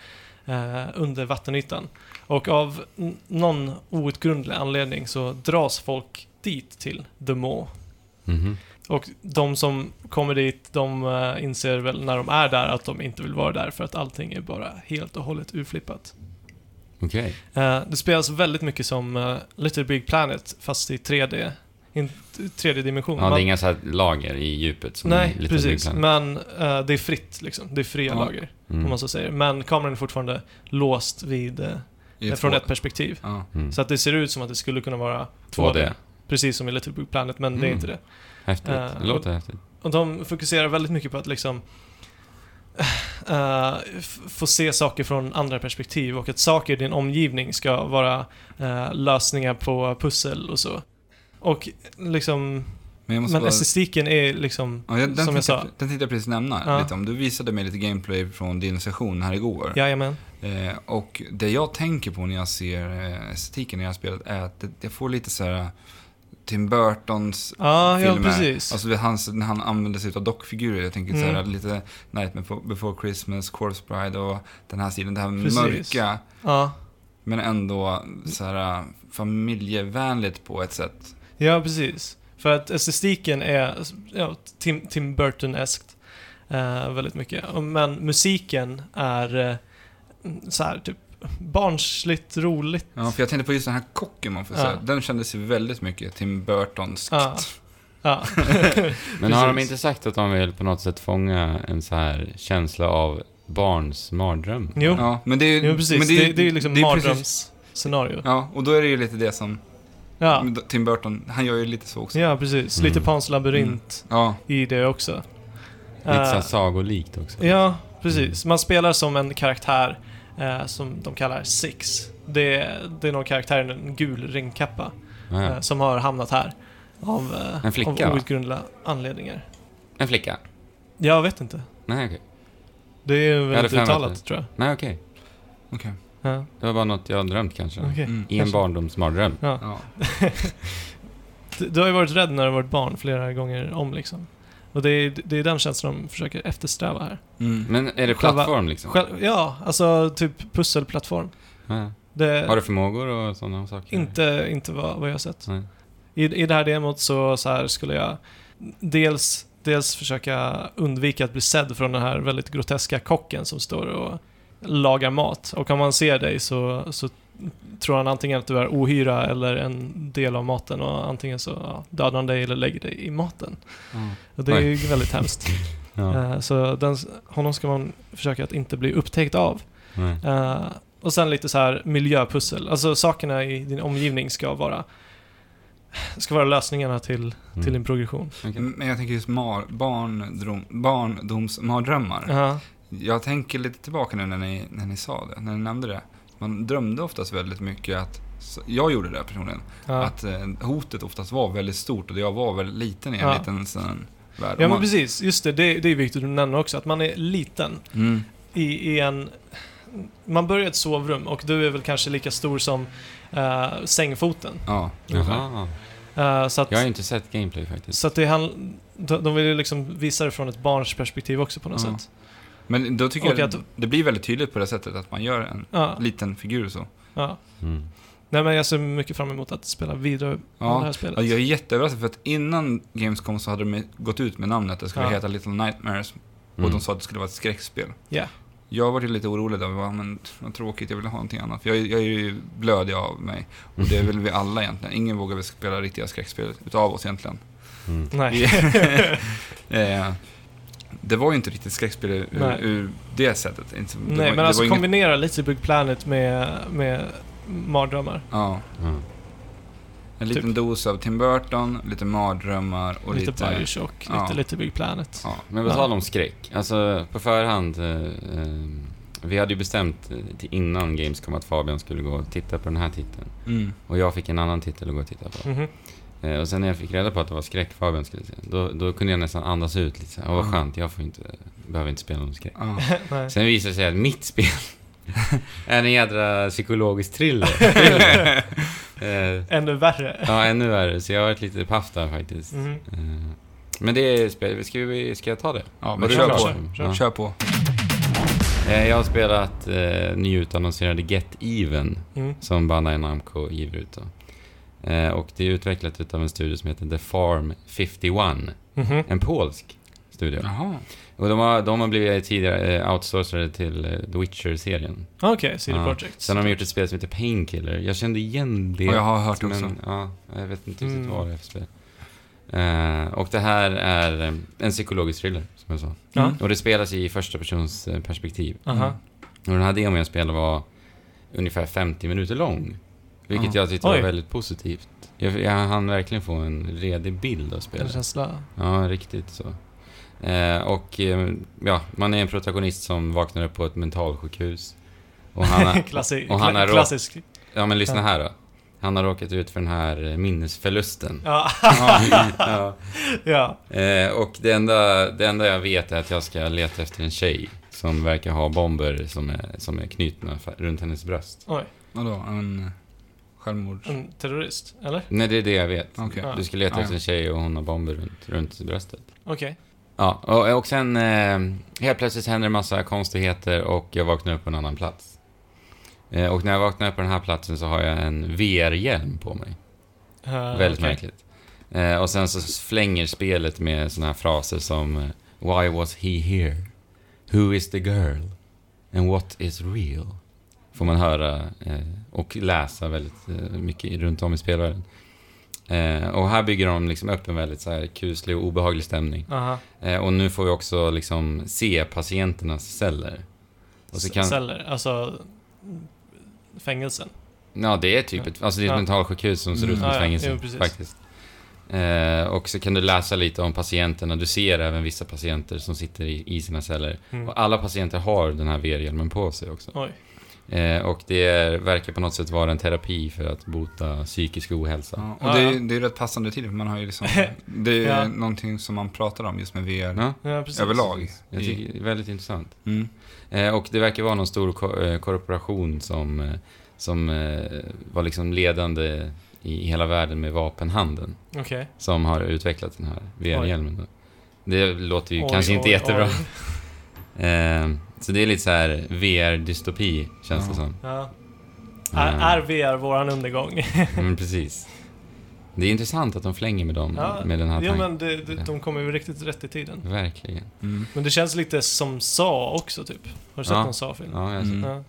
S1: eh, under vattenytan. Och av n- någon outgrundlig anledning så dras folk dit till The Maw
S3: Mhm.
S1: och de som kommer dit, de eh, inser väl när de är där att de inte vill vara där för att allting är bara helt och hållet urflippat.
S3: Okej.
S1: Eh, Det spelas väldigt mycket som eh, Little Big Planet fast i 3D. In, 3D-dimension.
S3: Ja, det
S1: Man-
S3: är inga så här lager i djupet som
S1: nej,
S3: är lite
S1: precis.
S3: Big Planet.
S1: Men eh, det är fritt liksom. Det är fria
S2: Ja.
S1: lager, om
S3: Mm.
S1: man så säger. Men kameran är fortfarande låst vid, eh,
S2: I
S1: från
S2: två-
S1: ett perspektiv.
S2: Ja.
S3: Mm.
S1: Så att det ser ut som att det skulle kunna vara
S3: 2D.
S1: Precis som i Little Big Planet, men det är
S2: Mm.
S1: inte det.
S3: Häftigt.
S1: Eh,
S3: det låter häftigt.
S1: Och de fokuserar väldigt mycket på att liksom eh, f- få se saker från andra perspektiv och att saker i din omgivning ska vara eh, lösningar på pussel och så. Och liksom,
S2: Men jag måste
S1: men
S2: bara...
S1: estetiken är liksom,
S2: Ja, jag- den,
S1: som jag
S2: tänkte,
S1: sa,
S2: den tänkte jag precis nämna
S1: Ja.
S2: lite om. Du visade mig lite gameplay från din session här igår.
S1: jajamän.
S2: Eh, och det jag tänker på när jag ser eh, estetiken i det här spelet är att det, jag får lite så här eh, Tim Burtons
S1: Ja, Ah, ja
S2: filmer.
S1: precis.
S2: Alltså det- hans, när han använder sig av dockfigurer. Jag tänker så här,
S1: Mm.
S2: lite Night Befo- Before Christmas, Corpse Bride och den här stilen. Det här
S1: Precis.
S2: mörka,
S1: ja.
S2: men ändå så här eh, familjevänligt på ett sätt.
S1: ja, precis. För att estetiken är ja, Tim, Tim Burton-eskt eh, väldigt mycket. Och- Men musiken är eh, så här typ barnsligt roligt
S2: Ja, för jag tänkte på just den här kocken man får
S1: Ja.
S2: säga. Den kändes ju väldigt mycket Tim Burtonskt.
S1: Ja. Ja.
S3: Men har de
S1: precis.
S3: inte sagt att de vill på något sätt fånga en så här känsla av barns mardröm?
S1: Jo,
S2: Ja, men det är ju...
S1: jo precis.
S2: men
S1: det,
S2: ju-
S1: det, är liksom
S2: det är precis- Mm.
S1: mardrömsscenario.
S2: Ja, och då är det ju lite det som
S1: Ja.
S2: Tim Burton, han gör ju lite så också. Ja,
S1: ja, precis.
S3: Mm.
S1: Lite Pans labyrint i det också.
S3: Lite så här
S1: Eh,
S3: sagolikt också.
S1: ja, precis. Man spelar som en karaktär eh, som de kallar Six. Det är, det är någon karaktär i en gul ringkappa
S3: Ja, Ah, ja.
S1: eh, som har hamnat här. Av, eh,
S3: En flicka,
S1: av
S3: va?
S1: outgrundliga anledningar.
S3: En flicka?
S1: Jag vet inte.
S3: Nej, okej.
S1: Det är
S3: hade
S1: väl inte
S3: för mig att
S1: uttalat, tror jag.
S3: Nej, okej.
S2: okej.
S1: Ja,
S3: Det var bara något jag har drömt kanske.
S1: okej.
S2: Mm.
S3: I en
S1: kanske.
S3: barndomsmardröm.
S1: Ja.
S2: Ja.
S1: Du, du har ju varit rädd när du har varit barn flera gånger om liksom. Och det är, det är den känslan de försöker eftersträva här.
S2: Mm.
S3: Men är det
S1: Själva-
S3: plattform liksom?
S1: Själv, ja, alltså typ pusselplattform.
S3: Ja.
S1: Det,
S3: Har du förmågor och sådana saker?
S1: inte, inte vad, vad jag har sett.
S3: Nej.
S1: I, I det här demot så, så här skulle jag dels, dels försöka undvika att bli sedd från den här väldigt groteska kocken som står och lagar mat. Och om man ser dig så, så tror han antingen att du är ohyra eller en del av maten och antingen så ja, dödar han dig eller lägger dig i maten.
S2: Ja.
S1: Och det är ju väldigt hemskt.
S3: Ja.
S1: Eh, Så den, honom ska man försöka att inte bli upptäckt av.
S3: Nej.
S1: Eh, Och sen lite så här miljöpussel. Alltså sakerna i din omgivning ska vara ska vara lösningarna till,
S3: Mm.
S1: till din progression.
S3: Okej.
S2: Mm, Men jag tänker just mar, barndrom, barndomsmardrömmar.
S1: Ja,
S2: Jag tänker lite tillbaka nu när ni, när ni sa det, när ni nämnde det. Man drömde oftast väldigt mycket att, så- jag gjorde det personligen,
S1: ja.
S2: att eh, hotet oftast var väldigt stort och jag var väldigt liten i en
S1: Ja.
S2: liten sån värld. Och
S1: ja men
S2: man-
S1: precis. Just det, det, det är viktigt att nämna också. Att man är liten
S2: Mm.
S1: i, i en... Man börjar i ett sovrum och du är väl kanske lika stor som eh, sängfoten.
S2: Ja.
S3: Jaha.
S1: Eh, så att,
S3: Jag har ju inte sett gameplay faktiskt.
S1: så att det handl- de, de vill ju liksom visa det från ett barns perspektiv också på något
S2: Ja.
S1: sätt.
S2: Men då tycker
S1: Och
S2: jag
S1: att-
S2: det blir väldigt tydligt på det sättet att man gör en
S1: Ja,
S2: liten figur så.
S1: ja.
S3: Mm.
S1: Nej men jag ser mycket fram emot att spela vidare med
S2: Ja,
S1: det här spelet.
S2: Ja, jag är jätteöverraskad för att innan Gamescom så hade de gått ut med namnet. Det skulle
S1: Ja.
S2: heta Little Nightmares och
S3: Mm.
S2: de sa att det skulle vara ett skräckspel.
S1: Ja.
S2: Jag var ju lite orolig där, bara, men vad tråkigt, jag vill ha någonting annat. För jag, är- jag är ju blödig av mig. Och det är väl vi alla egentligen. Ingen vågar väl spela riktiga skräckspel utav oss egentligen.
S3: Mm.
S1: Nej.
S2: eh, det var ju inte riktigt skräckspel ur,
S1: Nej.
S2: ur det sättet. Inte, det var-
S1: Nej,
S2: det
S1: men
S2: var
S1: alltså
S2: inget-
S1: kombinera lite Big Planet med, med mardrömmar.
S2: Ja,
S3: Ja.
S2: en liten dos av Tim Burton, lite mardrömmar och
S1: Typ. lite,
S2: lite...
S1: Bioshock,
S2: ja.
S1: lite, lite Big Planet.
S2: ja.
S3: Men vad
S1: Ja.
S3: tal om skräck. Alltså på förhand. Eh, eh, vi hade ju bestämt eh, till innan Gamescom att Fabian skulle gå och titta på den här titeln.
S2: Mm.
S3: Och jag fick en annan titel att gå och titta på.
S1: Mhm.
S3: Eh, och sen när jag fick reda på att det var skräck Fabian skulle se. Då, då kunde jag nästan andas ut lite så här. Åh vad
S2: Ja.
S3: skönt, jag får inte, behöver inte spela någon skräck.
S2: Ja.
S1: Nej.
S3: Sen visade det sig att mitt spel är en jädra psykologisk thriller. thriller. eh,
S1: Ännu värre.
S3: ja, ännu värre. Så jag har varit lite paff där faktiskt.
S1: Mhm.
S3: Eh, men det är spel. Ska, vi, ska jag ta det?
S2: ja, men
S3: Var det
S2: kör
S3: klart?
S2: på.
S1: Kör.
S2: Kör på.
S3: Eh, jag har spelat eh, nyutannonserade Get Even
S1: Mm.
S3: som Bandai Namco ger ut. Då. Eh, och det är utvecklat utav en studio som heter The Farm 51.
S1: Mhm.
S3: En polsk studio.
S2: Jaha.
S3: Och de har, de har blivit tidigare eh, outsourcade till eh, The Witcher-serien.
S1: Okej, CD
S3: Ja.
S1: Projekt.
S3: Sen har de gjort ett spel som heter Painkiller. Jag kände igen det.
S2: Och jag har hört det också.
S3: men, ja, jag vet inte riktigt
S1: Mm.
S3: vad det är för spel. Eh, och det här är eh, en psykologisk thriller, som jag sa.
S1: Ja.
S2: Mm.
S3: Och det spelas i första persons eh, perspektiv.
S1: Aha.
S3: Och den här demon jag spelade var ungefär 50 minuter lång. Vilket
S2: Ja.
S3: jag tyckte
S1: Oj.
S3: var väldigt positivt. Jag, jag hann verkligen få en redig bild av
S1: En
S3: spelet.
S1: känsla.
S3: Ja, riktigt så. Eh, och eh, ja, man är en protagonist som vaknar upp på ett mentalsjukhus. Och han, har-
S1: Klassi-
S3: och han har
S1: kla-
S3: råd-
S1: klassisk.
S3: Ja men lyssna här då. Han har råkat ut för den här eh, minnesförlusten.
S1: Ja.
S3: ja.
S1: ja.
S3: eh, och det enda, det enda jag vet är att jag ska leta efter en tjej som verkar ha bomber som är, som är knutna fa- runt hennes bröst.
S1: Oj.
S2: Vadå? En eh, självmords...
S1: En terrorist, eller?
S3: Nej, det är det jag vet.
S2: Okej.
S1: Mm. Ja.
S3: Du ska leta
S2: Ja,
S3: efter
S2: ja.
S3: en tjej och hon har bomber runt, runt bröstet.
S1: Okej.
S3: Ja, och, och sen eh, helt plötsligt händer en massa konstigheter och jag vaknar upp på en annan plats. Eh, och när jag vaknar upp på den här platsen så har jag en VR-hjälm på mig.
S1: Eh,
S3: Väldigt
S1: okej.
S3: märkligt. Eh, och sen så flänger spelet med såna här fraser som eh, Why was he here? Who is the girl? And what is real? Får man höra eh, och läsa väldigt eh, mycket runt om i spelvärlden. Eh, och här bygger de liksom upp en väldigt så här kuslig och obehaglig stämning.
S1: Aha.
S3: Eh, och nu får vi också liksom se patienternas celler. Och så kan,
S1: Celler, alltså fängelsen.
S3: Ja, det är typ ett, alltså det är ett
S1: Ja.
S3: mentalsjukhus som ser ut som
S1: Mm. Ja,
S3: ett
S1: ja.
S3: fängelse
S1: Jo, precis.
S3: faktiskt. Eh, och så kan du läsa lite om patienterna. Du ser även vissa patienter som sitter i, i sina celler.
S1: Mm.
S3: Och alla patienter har den här VR-hjälmen på sig också.
S1: Oj.
S3: Eh, och det är, verkar på något sätt vara en terapi för att bota psykisk ohälsa.
S2: Ja, och det, är, det är rätt passande till det, för man har ju liksom... Det är
S1: Ja.
S2: någonting som man pratar om just med VR
S3: Ja,
S1: Ja, precis.
S2: överlag.
S3: jag
S1: Mm.
S3: tycker det är väldigt intressant.
S2: Mm.
S3: Eh, och det verkar vara någon stor ko- eh, korporation som, eh, som eh, var liksom ledande i hela världen med vapenhandeln.
S1: Okej.
S3: som har utvecklat den här VR-hjälmen. då. Det låter ju
S1: Oj,
S3: kanske inte
S1: oj,
S3: jättebra.
S1: oj.
S3: Ehm, så det är lite så här VR-dystopi, känns det
S2: Ja.
S3: som.
S1: Ja. Är, är VR våran undergång?
S3: Mm, precis. Det är intressant att de flänger med dem,
S1: Ja,
S3: med den här
S1: Jo
S3: tanken.
S1: men det, det, de kommer ju riktigt rätt i tiden.
S3: Verkligen.
S2: Mm.
S1: Men det känns lite som Sa också typ. Har du sett
S3: Ja.
S1: någon Sa-film?
S3: Ja, jag ser.
S2: Mm.
S1: Ja.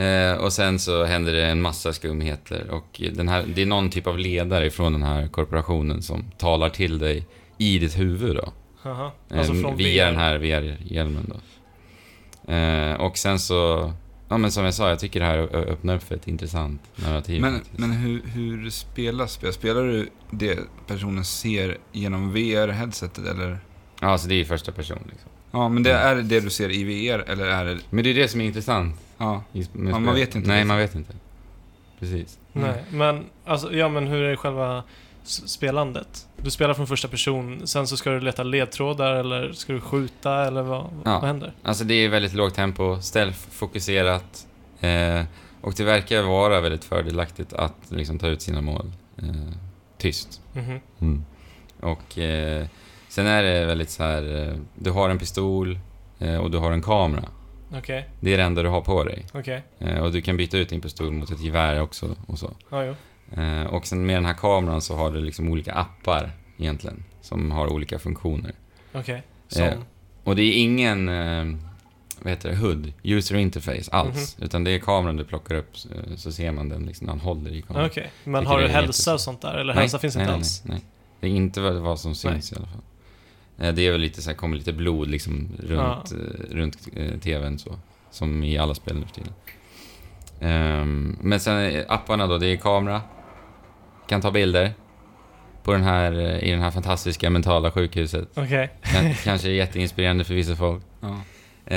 S3: Eh, och sen så händer det en massa skumheter och den här, det är någon typ av ledare från den här korporationen som talar till dig i ditt huvud då.
S1: Aha.
S3: Eh,
S1: Alltså från
S3: via
S1: VR.
S3: den här VR-hjälmen då. Eh, och sen så, ja men som jag sa, jag tycker det här ö- ö- öppnar upp för ett intressant narrativ.
S2: Men,
S3: faktiskt.
S2: men hur, hur spelas spel? Spelar du det personen ser genom VR-headsetet eller?
S3: Ja, alltså det är ju första person liksom.
S2: Ja, men det är det det du ser i VR eller är det...
S3: Men det är det som är intressant.
S2: Ja,
S3: i sp- med
S2: Ja, man
S3: spelet.
S2: vet inte
S3: Nej,
S2: riktigt.
S3: man vet inte. Precis.
S1: Nej, men alltså, ja men hur är själva s- spelandet? Du spelar från första person, sen så ska du leta ledtrådar eller ska du skjuta eller vad,
S3: Ja.
S1: vad händer?
S3: Alltså det är väldigt lågt tempo, ställfokuserat. Eh, och det verkar vara väldigt fördelaktigt att liksom ta ut sina mål eh, tyst.
S1: Mhm.
S2: Mm.
S3: Och eh, sen är det väldigt så här, eh, du har en pistol eh, och du har en kamera.
S1: Okej,
S3: Det är det enda du har på dig.
S1: okej.
S3: Eh, och du kan byta ut din pistol mot ett gevär också och så.
S1: Ja, jo.
S3: Eh, och sen med den här kameran så har du liksom olika appar egentligen som har olika funktioner.
S1: Okej.
S3: Eh,
S1: Som...
S3: Och det är ingen, eh, vad heter det, HUD, user interface alls.
S1: Mhm.
S3: Utan det är kameran du plockar upp eh, så ser man den liksom när han håller i kameran.
S1: Okej. Men
S3: Vilket
S1: har
S3: är
S1: du
S3: jättesvårt.
S1: hälsa och sånt där? Eller hälsa finns inte
S3: nej,
S1: alls?
S3: Nej, nej. Det är inte vad, vad som syns i alla fall. Eh, Det är väl lite så här, kommer lite blod liksom runt, eh, runt eh, tvn så. Som i alla spel nu för tiden. Ehm, men sen eh, apparna då, det är kamera. Kan ta bilder. På den här, eh, i den här fantastiska mentala sjukhuset.
S1: Okej.
S3: Kan- Kanske jätteinspirerande för vissa folk.
S2: Ja.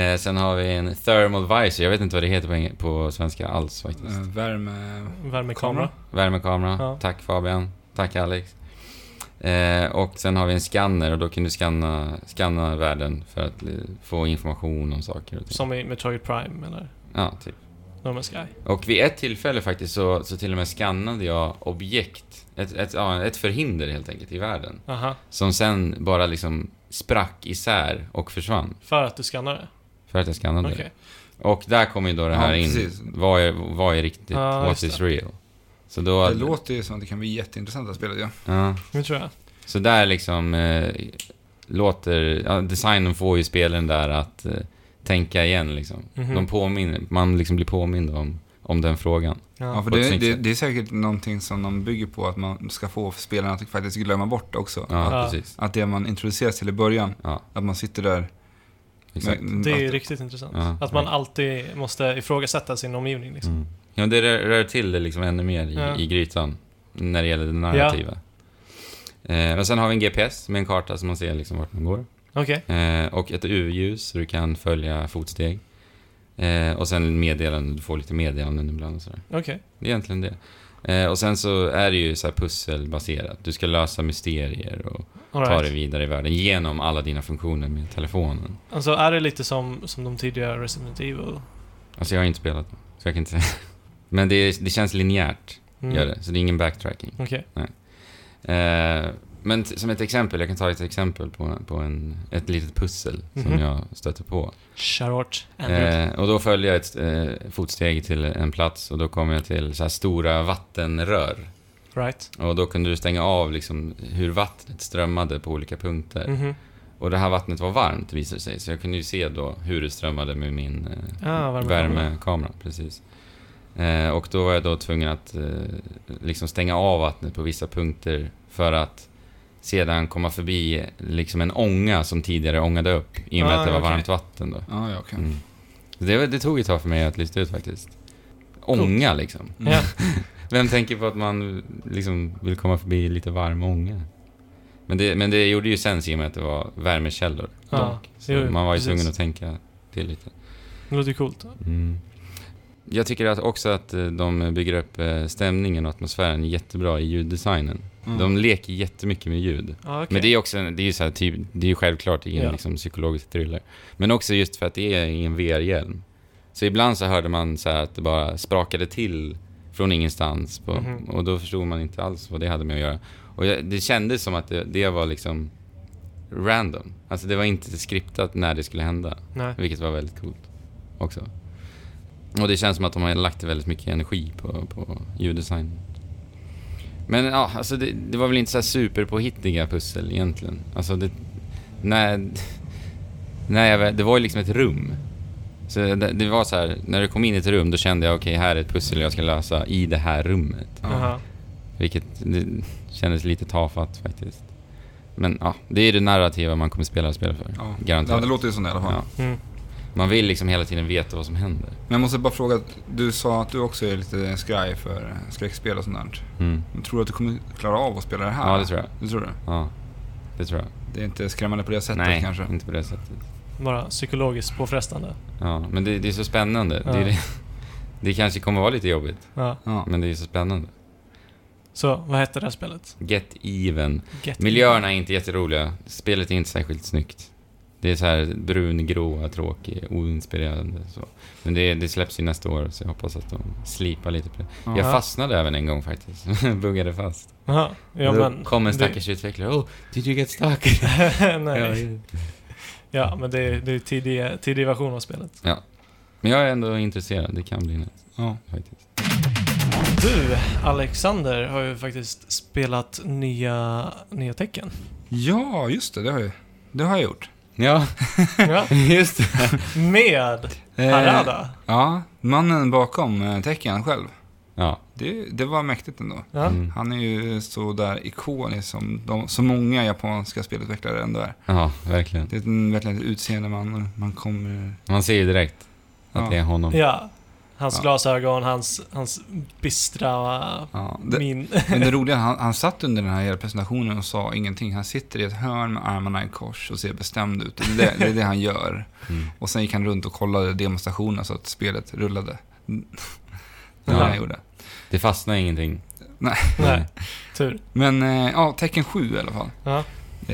S3: Eh, sen har vi en thermal visor, jag vet inte vad det heter på, eng- på svenska alls faktiskt.
S2: Eh, Värme...
S1: Värmekamera.
S3: Värmekamera.
S1: Ja.
S3: Tack Fabian. Tack Alex. Eh, och sen har vi en skanner och då kan du skanna, skanna världen för att eh, få information om saker och ting.
S1: Som i Metroid Prime eller
S3: Ja, typ.
S1: No Man's Sky.
S3: Och vid ett tillfälle faktiskt så, så till och med skannade jag objekt, ett, ett, ja, ett förhinder helt enkelt i världen.
S1: Aha.
S3: Som sen bara liksom sprack isär och försvann.
S1: För att du skannar det?
S3: För att jag skannade
S1: Okej.
S3: det. Och där kommer ju då det här
S2: Ja,
S3: in.
S2: precis.
S3: Vad är, vad är riktigt?
S1: Ja,
S3: What
S1: just
S3: is
S1: det.
S3: real? Så då...
S2: Det låter ju som att det kan bli jätteintressanta spel ja.
S3: Ja.
S1: Nu tror jag.
S3: Så där liksom eh, låter... Ja, designen får ju spelen där att eh, tänka igen liksom.
S1: Mhm.
S3: De påminner, man liksom blir påmind om, om den frågan.
S1: Ja.
S2: Ja, för
S3: på ett
S2: det,
S3: snyggt
S2: det,
S3: sätt.
S2: det är säkert någonting som de bygger på att man ska få spelarna att faktiskt glömma bort också.
S3: Ja,
S1: Ja.
S3: precis.
S2: Att det man introduceras till i början,
S3: Ja,
S2: att man sitter där...
S3: exakt.
S2: med-
S1: Det är ju
S2: att-
S1: riktigt intressant.
S3: Ja.
S1: Att man alltid måste ifrågasätta sin omgivning liksom.
S3: Mm. Ja, det rör, rör till det liksom ännu mer i,
S1: Ja.
S3: i grytan. När det gäller det narrativa. Eh, men sen har vi en GPS med en karta som man ser liksom vart man går.
S1: Okej.
S3: Eh, och ett U-ljus så du kan följa fotsteg. Eh, och sen meddelanden, du får lite meddelanden ibland och sådär.
S1: Okej.
S3: Det är egentligen det. Eh, och sen så är det ju så här pusselbaserat. Du ska lösa mysterier och ta dig
S1: Alright.
S3: vidare i världen genom alla dina funktioner med telefonen.
S1: Alltså är det lite som, som de tidigare Resident Evil?
S3: Alltså jag har inte spelat dem, så jag kan inte säga. Men det, det känns linjärt,
S1: Mm.
S3: gör det. Så det är ingen backtracking.
S1: Okej.
S3: Eh, men t- som ett exempel, jag kan ta ett exempel på, på en, ett litet pussel som
S1: Mhm.
S3: jag stötte på.
S1: Shoutout Andrew.
S3: Eh, och då följde jag ett eh, fotsteg till en plats och då kom jag till så här stora vattenrör.
S1: Right.
S3: Och då kunde du stänga av liksom hur vattnet strömmade på olika punkter.
S1: Mhm.
S3: Och det här vattnet var varmt visade det sig, så jag kunde ju se då hur det strömmade med min eh,
S1: Ah, värmekamera.
S3: värmekamera. Precis. Eh, och då var jag då tvungen att eh, liksom stänga av vattnet på vissa punkter för att sedan komma förbi liksom en ånga som tidigare ångade upp i och med
S1: Ah,
S3: att det var
S1: okej.
S3: varmt vatten. Då.
S2: Ja, ja, okej.
S3: Mm. Det, var- det tog ett tag för mig att lista ut faktiskt. Ånga liksom.
S2: Mm.
S1: Ja.
S3: Vem tänker på att man liksom vill komma förbi lite varm ånga? Men det, men det gjorde ju sens i och med att det var värmekällor.
S1: Ja,
S3: dock. Så
S1: jo,
S3: man var ju
S1: precis.
S3: tvungen att tänka till lite.
S1: Det låter ju coolt.
S3: Jag tycker att också att eh, de bygger upp eh, stämningen och atmosfären jättebra i ljuddesignen.
S2: Mm.
S3: De leker jättemycket med ljud.
S1: Ah, okay.
S3: Men det är också, en- det är ju så här, typ, det är ju självklart i en
S1: Ja.
S3: liksom, psykologisk thriller. Men också just för att det är i en VR-hjälm. Så ibland så hörde man så här att det bara sprakade till från ingenstans. På,
S1: Mhm.
S3: Och då förstod man inte alls vad det hade med att göra. Och jag, det kändes som att det, det var liksom random. Alltså det var inte skriptat när det skulle hända.
S1: Nej.
S3: Vilket var väldigt coolt också. Och det känns som att de har lagt väldigt mycket energi på, på ljuddesign. Men ja, alltså det, det var väl inte så här superpåhittiga pussel egentligen. Alltså det... När, när jag, väl- det var ju liksom ett rum. Så det, det var så här, när du kom in i ett rum då kände jag okej, här är ett pussel jag ska lösa i det här rummet.
S1: Aha.
S3: Vilket det, kändes lite tafatt faktiskt. Men ja, det är det narrativa man kommer spela spel för.
S2: Ja. Ja,
S3: Garanterat.
S2: det låter ju sånt i alla fall.
S3: Ja.
S1: Mm.
S3: Man vill liksom hela tiden veta vad som händer.
S2: Men jag måste bara fråga, att du sa att du också är lite skraj för skräckspel och sånt där.
S3: Mm.
S2: Men Tror du att du kommer klara av att spela det här?
S1: Ah.
S3: Ja, det tror jag.
S2: Det tror du?
S3: Ja, det tror jag.
S2: Det är inte skrämmande på det sättet
S3: Nej,
S2: kanske?
S3: inte på det sättet.
S1: Bara psykologiskt påfrestande.
S3: Ja, men det, det är så spännande.
S1: Ja.
S3: Det, är det, det kanske kommer vara lite jobbigt,
S1: Ja.
S2: Ja.
S3: men det är så spännande.
S1: Så, vad hette det här spelet?
S3: Get even.
S1: Get
S3: Miljöerna är inte jätteroliga. Spelet är inte särskilt snyggt. Det är så här brungråa, tråkiga, oinspirerande. Så. Men det, det släpps ju nästa år, så jag hoppas att de slipar lite på det.
S2: Ja.
S3: Jag fastnade även en gång faktiskt. Buggade fast.
S1: Aha. Ja,
S3: Då
S1: men,
S3: kom en
S1: det-
S3: stackars utvecklare. Oh, did you get stuck?
S1: Nej. Ja, men det är, det är tidig, tidig version av spelet.
S3: Men jag är ändå intresserad. Det kan bli något
S2: Ja.
S3: faktiskt.
S1: Du, Alexander, har ju faktiskt spelat nya, nya tecken.
S2: ja, just det. Det har jag, det har jag gjort.
S3: Ja,
S1: Ja,
S3: just det.
S1: med
S2: Eh,
S1: Harada.
S2: Ja, mannen bakom eh, tecken eh, själv.
S3: Ja.
S2: Det, det var mäktigt ändå.
S1: Ja.
S3: Mm.
S2: Han är ju så där ikonisk som de, så många japanska spelutvecklare ändå är.
S3: ja, verkligen.
S2: Det är en, verkligen ett utseende man, man kommer...
S3: Man ser ju direkt att
S2: Ja.
S3: det är honom.
S1: Ja. Hans
S2: Ja.
S1: glasögon, hans, hans bistra
S2: Ja, det,
S1: min.
S2: men det roliga, han, han satt under den här hela presentationen och sa ingenting. Han sitter i ett hörn med armarna i kors och ser bestämd ut. Det är det, det, är det han gör.
S3: Mm.
S2: Och sen gick han runt och kollade demonstrationen så att spelet rullade. Det var det
S3: Ja.
S2: han gjorde.
S3: Det fastnar ingenting.
S1: Nej, tur.
S2: Men eh, ja, tecken 7 i alla fall.
S1: Ja.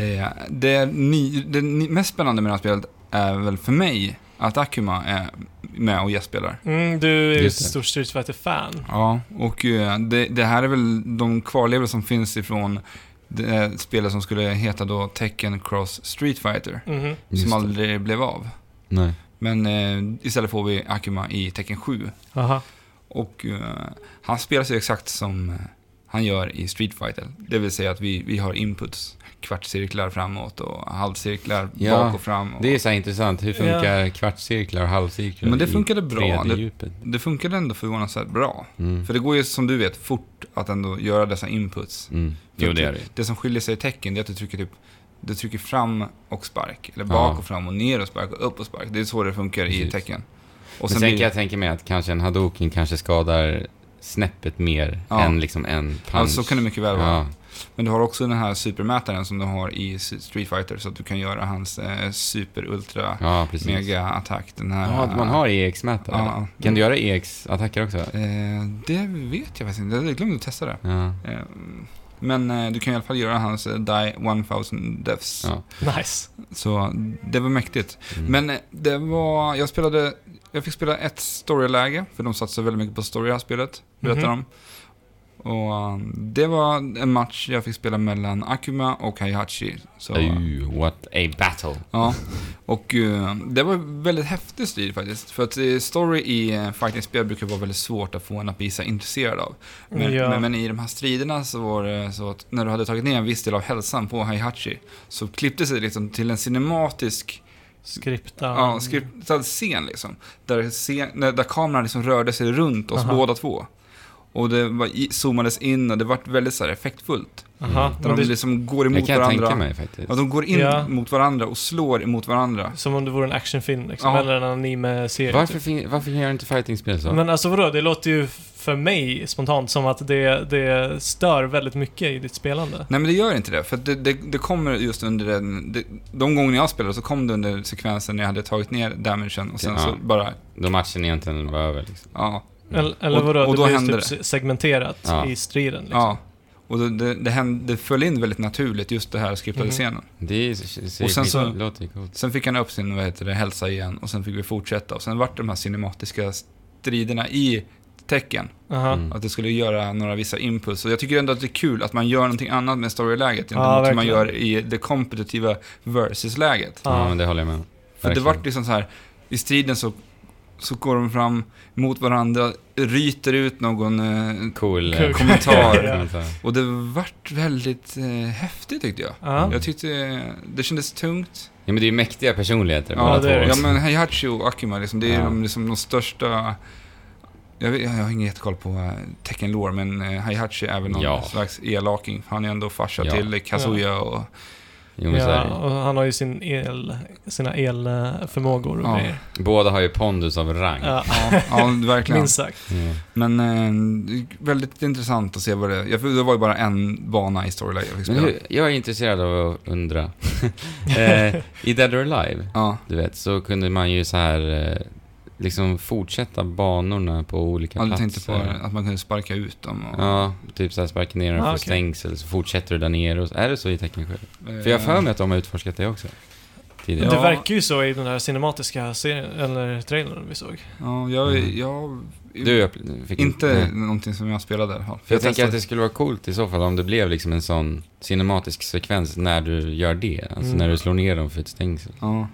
S2: Eh, Det, ny, det ny, mest spännande med det här spelet är väl för mig att Akuma är med och gästspelar.
S1: Mm, du är ju ett
S3: Just det.
S1: stort Street Fighter-fan.
S2: Ja, och eh, det, det här är väl de kvarlevor som finns ifrån det spelet som skulle heta då Tekken Cross Street Fighter,
S1: Mhm.
S3: Just
S2: som
S3: det.
S2: aldrig blev av.
S3: Nej.
S2: Men eh, istället får vi Akuma i Tekken 7.
S1: Aha.
S2: Och eh, han spelar sig exakt som eh, han gör i Street Fighter. Det vill säga att vi, vi har inputs, kvartscirklar framåt och halvcirklar
S3: Ja,
S2: bak och fram. Och
S3: Det är så här intressant. Hur funkar kvartscirklar och halvcirklar
S2: Men det
S3: i
S2: funkade bra.
S3: tredje
S2: Det,
S3: djupet?
S2: det funkade ändå förvånansvärt bra.
S3: Mm.
S2: För det går ju som du vet fort att ändå göra dessa inputs.
S3: Mm. Jo, det är det ju.
S2: Det som skiljer sig i tecken det är att du trycker typ du trycker fram och spark, eller bak
S3: Ja.
S2: och fram och ner och spark och upp och spark. Det är så det funkar i
S3: Precis.
S2: tecken.
S3: Och
S2: Och
S3: sen
S2: sen
S3: men sen
S2: blir,
S3: kan jag tänka mig att kanske en hadoken kanske skadar snäppet mer
S2: Ja.
S3: än liksom en punch.
S2: ja, så kan det mycket väl vara.
S3: ja.
S2: Men du har också den här supermätaren som du har i Street Fighter så att du kan göra hans eh, super ultra
S3: ja, precis.
S2: mega attack. Den här,
S3: Ja, att man har EX-mätare. eller?
S2: Ja.
S3: Kan du göra EX-attacker också?
S2: Eh, det vet jag faktiskt inte. Jag glömde att testa det.
S3: Ja. Mm.
S2: Eh, men eh, du kan i alla fall göra hans eh, Die 1000 Deaths.
S3: ja.
S1: Nice.
S2: Så det var mäktigt.
S3: Mm.
S2: Men eh, det var, jag spelade, jag fick spela ett storyläge, för de satsar väldigt mycket på story i det här spelet, berättar
S1: Mhm.
S2: de. Och eh, det var en match jag fick spela mellan Akuma och Heihachi. Så,
S3: Ooh, what a battle.
S2: Ja, och eh, det var väldigt häftig stil faktiskt. För att eh, story i eh, fighting-spel brukar vara väldigt svårt att få en att bli så här intresserad av. Men,
S1: ja.
S2: men, men i de här striderna så var det så att när du hade tagit ner en viss del av hälsan på Heihachi så klippte sig liksom till en cinematisk,
S1: Skripta.
S2: ja, skriptad scen liksom. Där, scen, där, där kameran liksom rörde sig runt oss
S1: Aha.
S2: båda två. Och det var, i- zoomades in och det var väldigt så här effektfullt.
S1: Aha.
S2: Där
S1: Men
S2: de
S1: det,
S2: liksom går
S3: Det
S2: emot
S3: kan jag tänka
S2: varandra. Alltså,
S3: mig faktiskt.
S2: Ja, de går in
S1: Ja.
S2: mot varandra och slår emot varandra.
S1: Som om det vore en actionfilm liksom,
S2: Ja.
S1: eller en anime-serie. typ.
S3: Varför, fin- varför gör inte fighting-spel så?
S1: Men alltså vadå, det låter ju för mig spontant som att det, det stör väldigt mycket i ditt spelande.
S2: Nej men det gör inte det, för att det, det, det kommer just under den, det, de gånger jag spelade så kom det under sekvensen när jag hade tagit ner damagen och sen
S3: Ja.
S2: så bara,
S3: Då matchen egentligen var över liksom.
S2: ja,
S3: Mm.
S1: Eller, eller
S2: Och-
S1: vadå,
S2: och då
S1: det blir
S2: händer
S1: typ se- segmenterat
S3: Ja.
S1: i striden liksom.
S2: ja. Och det, det, det, hände, det föll in väldigt naturligt, just det här skriptade
S1: Mhm.
S2: scenen.
S3: Det är, ser
S2: Och sen så-
S3: skit- låter ju coolt.
S2: Sen fick han upp sin, vad heter det, hälsa igen och sen fick vi fortsätta och sen vart det de här cinematiska striderna i tecken.
S1: Aha.
S3: Mm.
S2: Att det skulle göra några vissa impulser. Jag tycker ändå att det är kul att man gör någonting annat med storyläget
S1: Ja,
S2: än ja, man
S1: verkligen.
S2: gör i det kompetitiva versus-läget.
S1: Ja.
S3: Ja, men det håller jag med om.
S2: För det
S3: Verkligen.
S2: vart liksom så här, i striden så, så går de fram mot varandra, ryter ut någon eh,
S3: Cool eh,
S1: Kul.
S2: kommentar.
S1: Ja.
S3: kommentar.
S2: Och det vart väldigt eh, häftigt tyckte jag.
S1: Ja.
S2: Jag tyckte eh, det kändes tungt.
S3: Ja, men det är ju mäktiga personligheter
S2: Ja,
S3: båda
S1: det är
S3: två. liksom.
S1: det.
S2: Ja men Heihachi och Akuma, liksom, det är
S3: Ja.
S2: de, liksom, de största... Jag, vet, jag har ingen jättekoll på eh, tecken lore men eh, Heihachi är väl någon
S3: Ja.
S2: slags elaking. Han är ändå farsa
S3: Ja.
S2: till Kazuya och...
S3: Jo, men så är det.
S1: Ja, och han har ju sin el, sina elförmågor och
S2: Ja.
S1: grejer.
S3: Båda har ju pondus av rang.
S1: Ja,
S2: Ja, ja verkligen.
S1: minst sagt.
S3: Ja.
S2: Men eh, väldigt intressant att se vad det... Jag, det var ju bara en bana i storyline jag fick
S3: Men
S2: spela.
S3: hur, jag är intresserad av att undra. eh, I Dead or Alive,
S2: Ja,
S3: du vet, så kunde man ju så här eh, liksom fortsätta banorna på olika
S2: jag
S3: platser.
S2: tänkte på att man kunde sparka ut dem. Och,
S3: Ja, typ så här sparka ner dem
S1: Ah,
S3: för
S1: okej.
S3: stängsel, så fortsätter du där nere. Och så, är det så i Teckensjö?
S2: eh,
S3: För jag har för mig att de har utforskat det också. Tidigare.
S1: Det
S2: Ja.
S1: verkar ju så i den här cinematiska serien, eller trailern vi såg.
S2: Eh, Ja, jag...
S3: Mm.
S2: jag
S3: Du, jag fick
S2: inte
S3: Nej.
S2: någonting som jag spelade i alla fall.
S3: För jag, tänker
S2: testade-
S3: att det skulle vara coolt i så fall om det blev liksom en sån cinematisk sekvens när du gör det. Alltså
S1: Mm.
S3: när du slår ner dem för ett stängsel.
S2: Ja.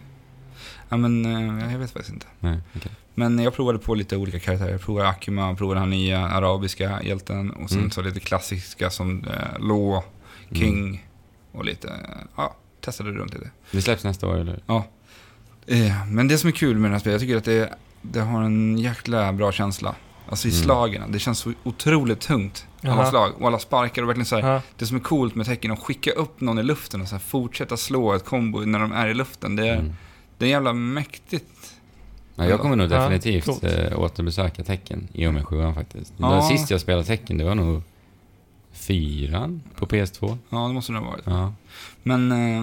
S2: ja, men eh, jag vet faktiskt inte.
S3: Nej, okej.
S2: Men jag provade på lite olika karaktärer. Jag provade Akuma, jag provade han nya arabiska hjälten och sen
S3: Mm.
S2: så lite klassiska som eh, Law, King och lite... eh, Ja, testade runt lite.
S3: Det släpps nästa år, eller?
S2: Eh, Men det som är kul med det här spelet, jag tycker att det, det har en jäkla bra känsla. Alltså i
S3: Mm.
S2: slagen. Det känns så otroligt tungt. Alla
S1: Jaha.
S2: slag och alla sparkar och verkligen så här,
S1: Ja.
S2: Det som är coolt med tecken, att skicka upp någon i luften och så här fortsätta slå ett kombo när de är i luften. Det är,
S3: Mm.
S2: det är jävla mäktigt.
S3: Ja, jag kommer nog
S1: Ja,
S3: definitivt
S1: coolt.
S3: äh, återbesöka tecken i och med sjuan faktiskt. Det
S2: Ja.
S3: var Sist jag spelade tecken, det var nog fyran på PS2.
S2: Ja, det måste det ha varit.
S3: Ja.
S2: Men eh,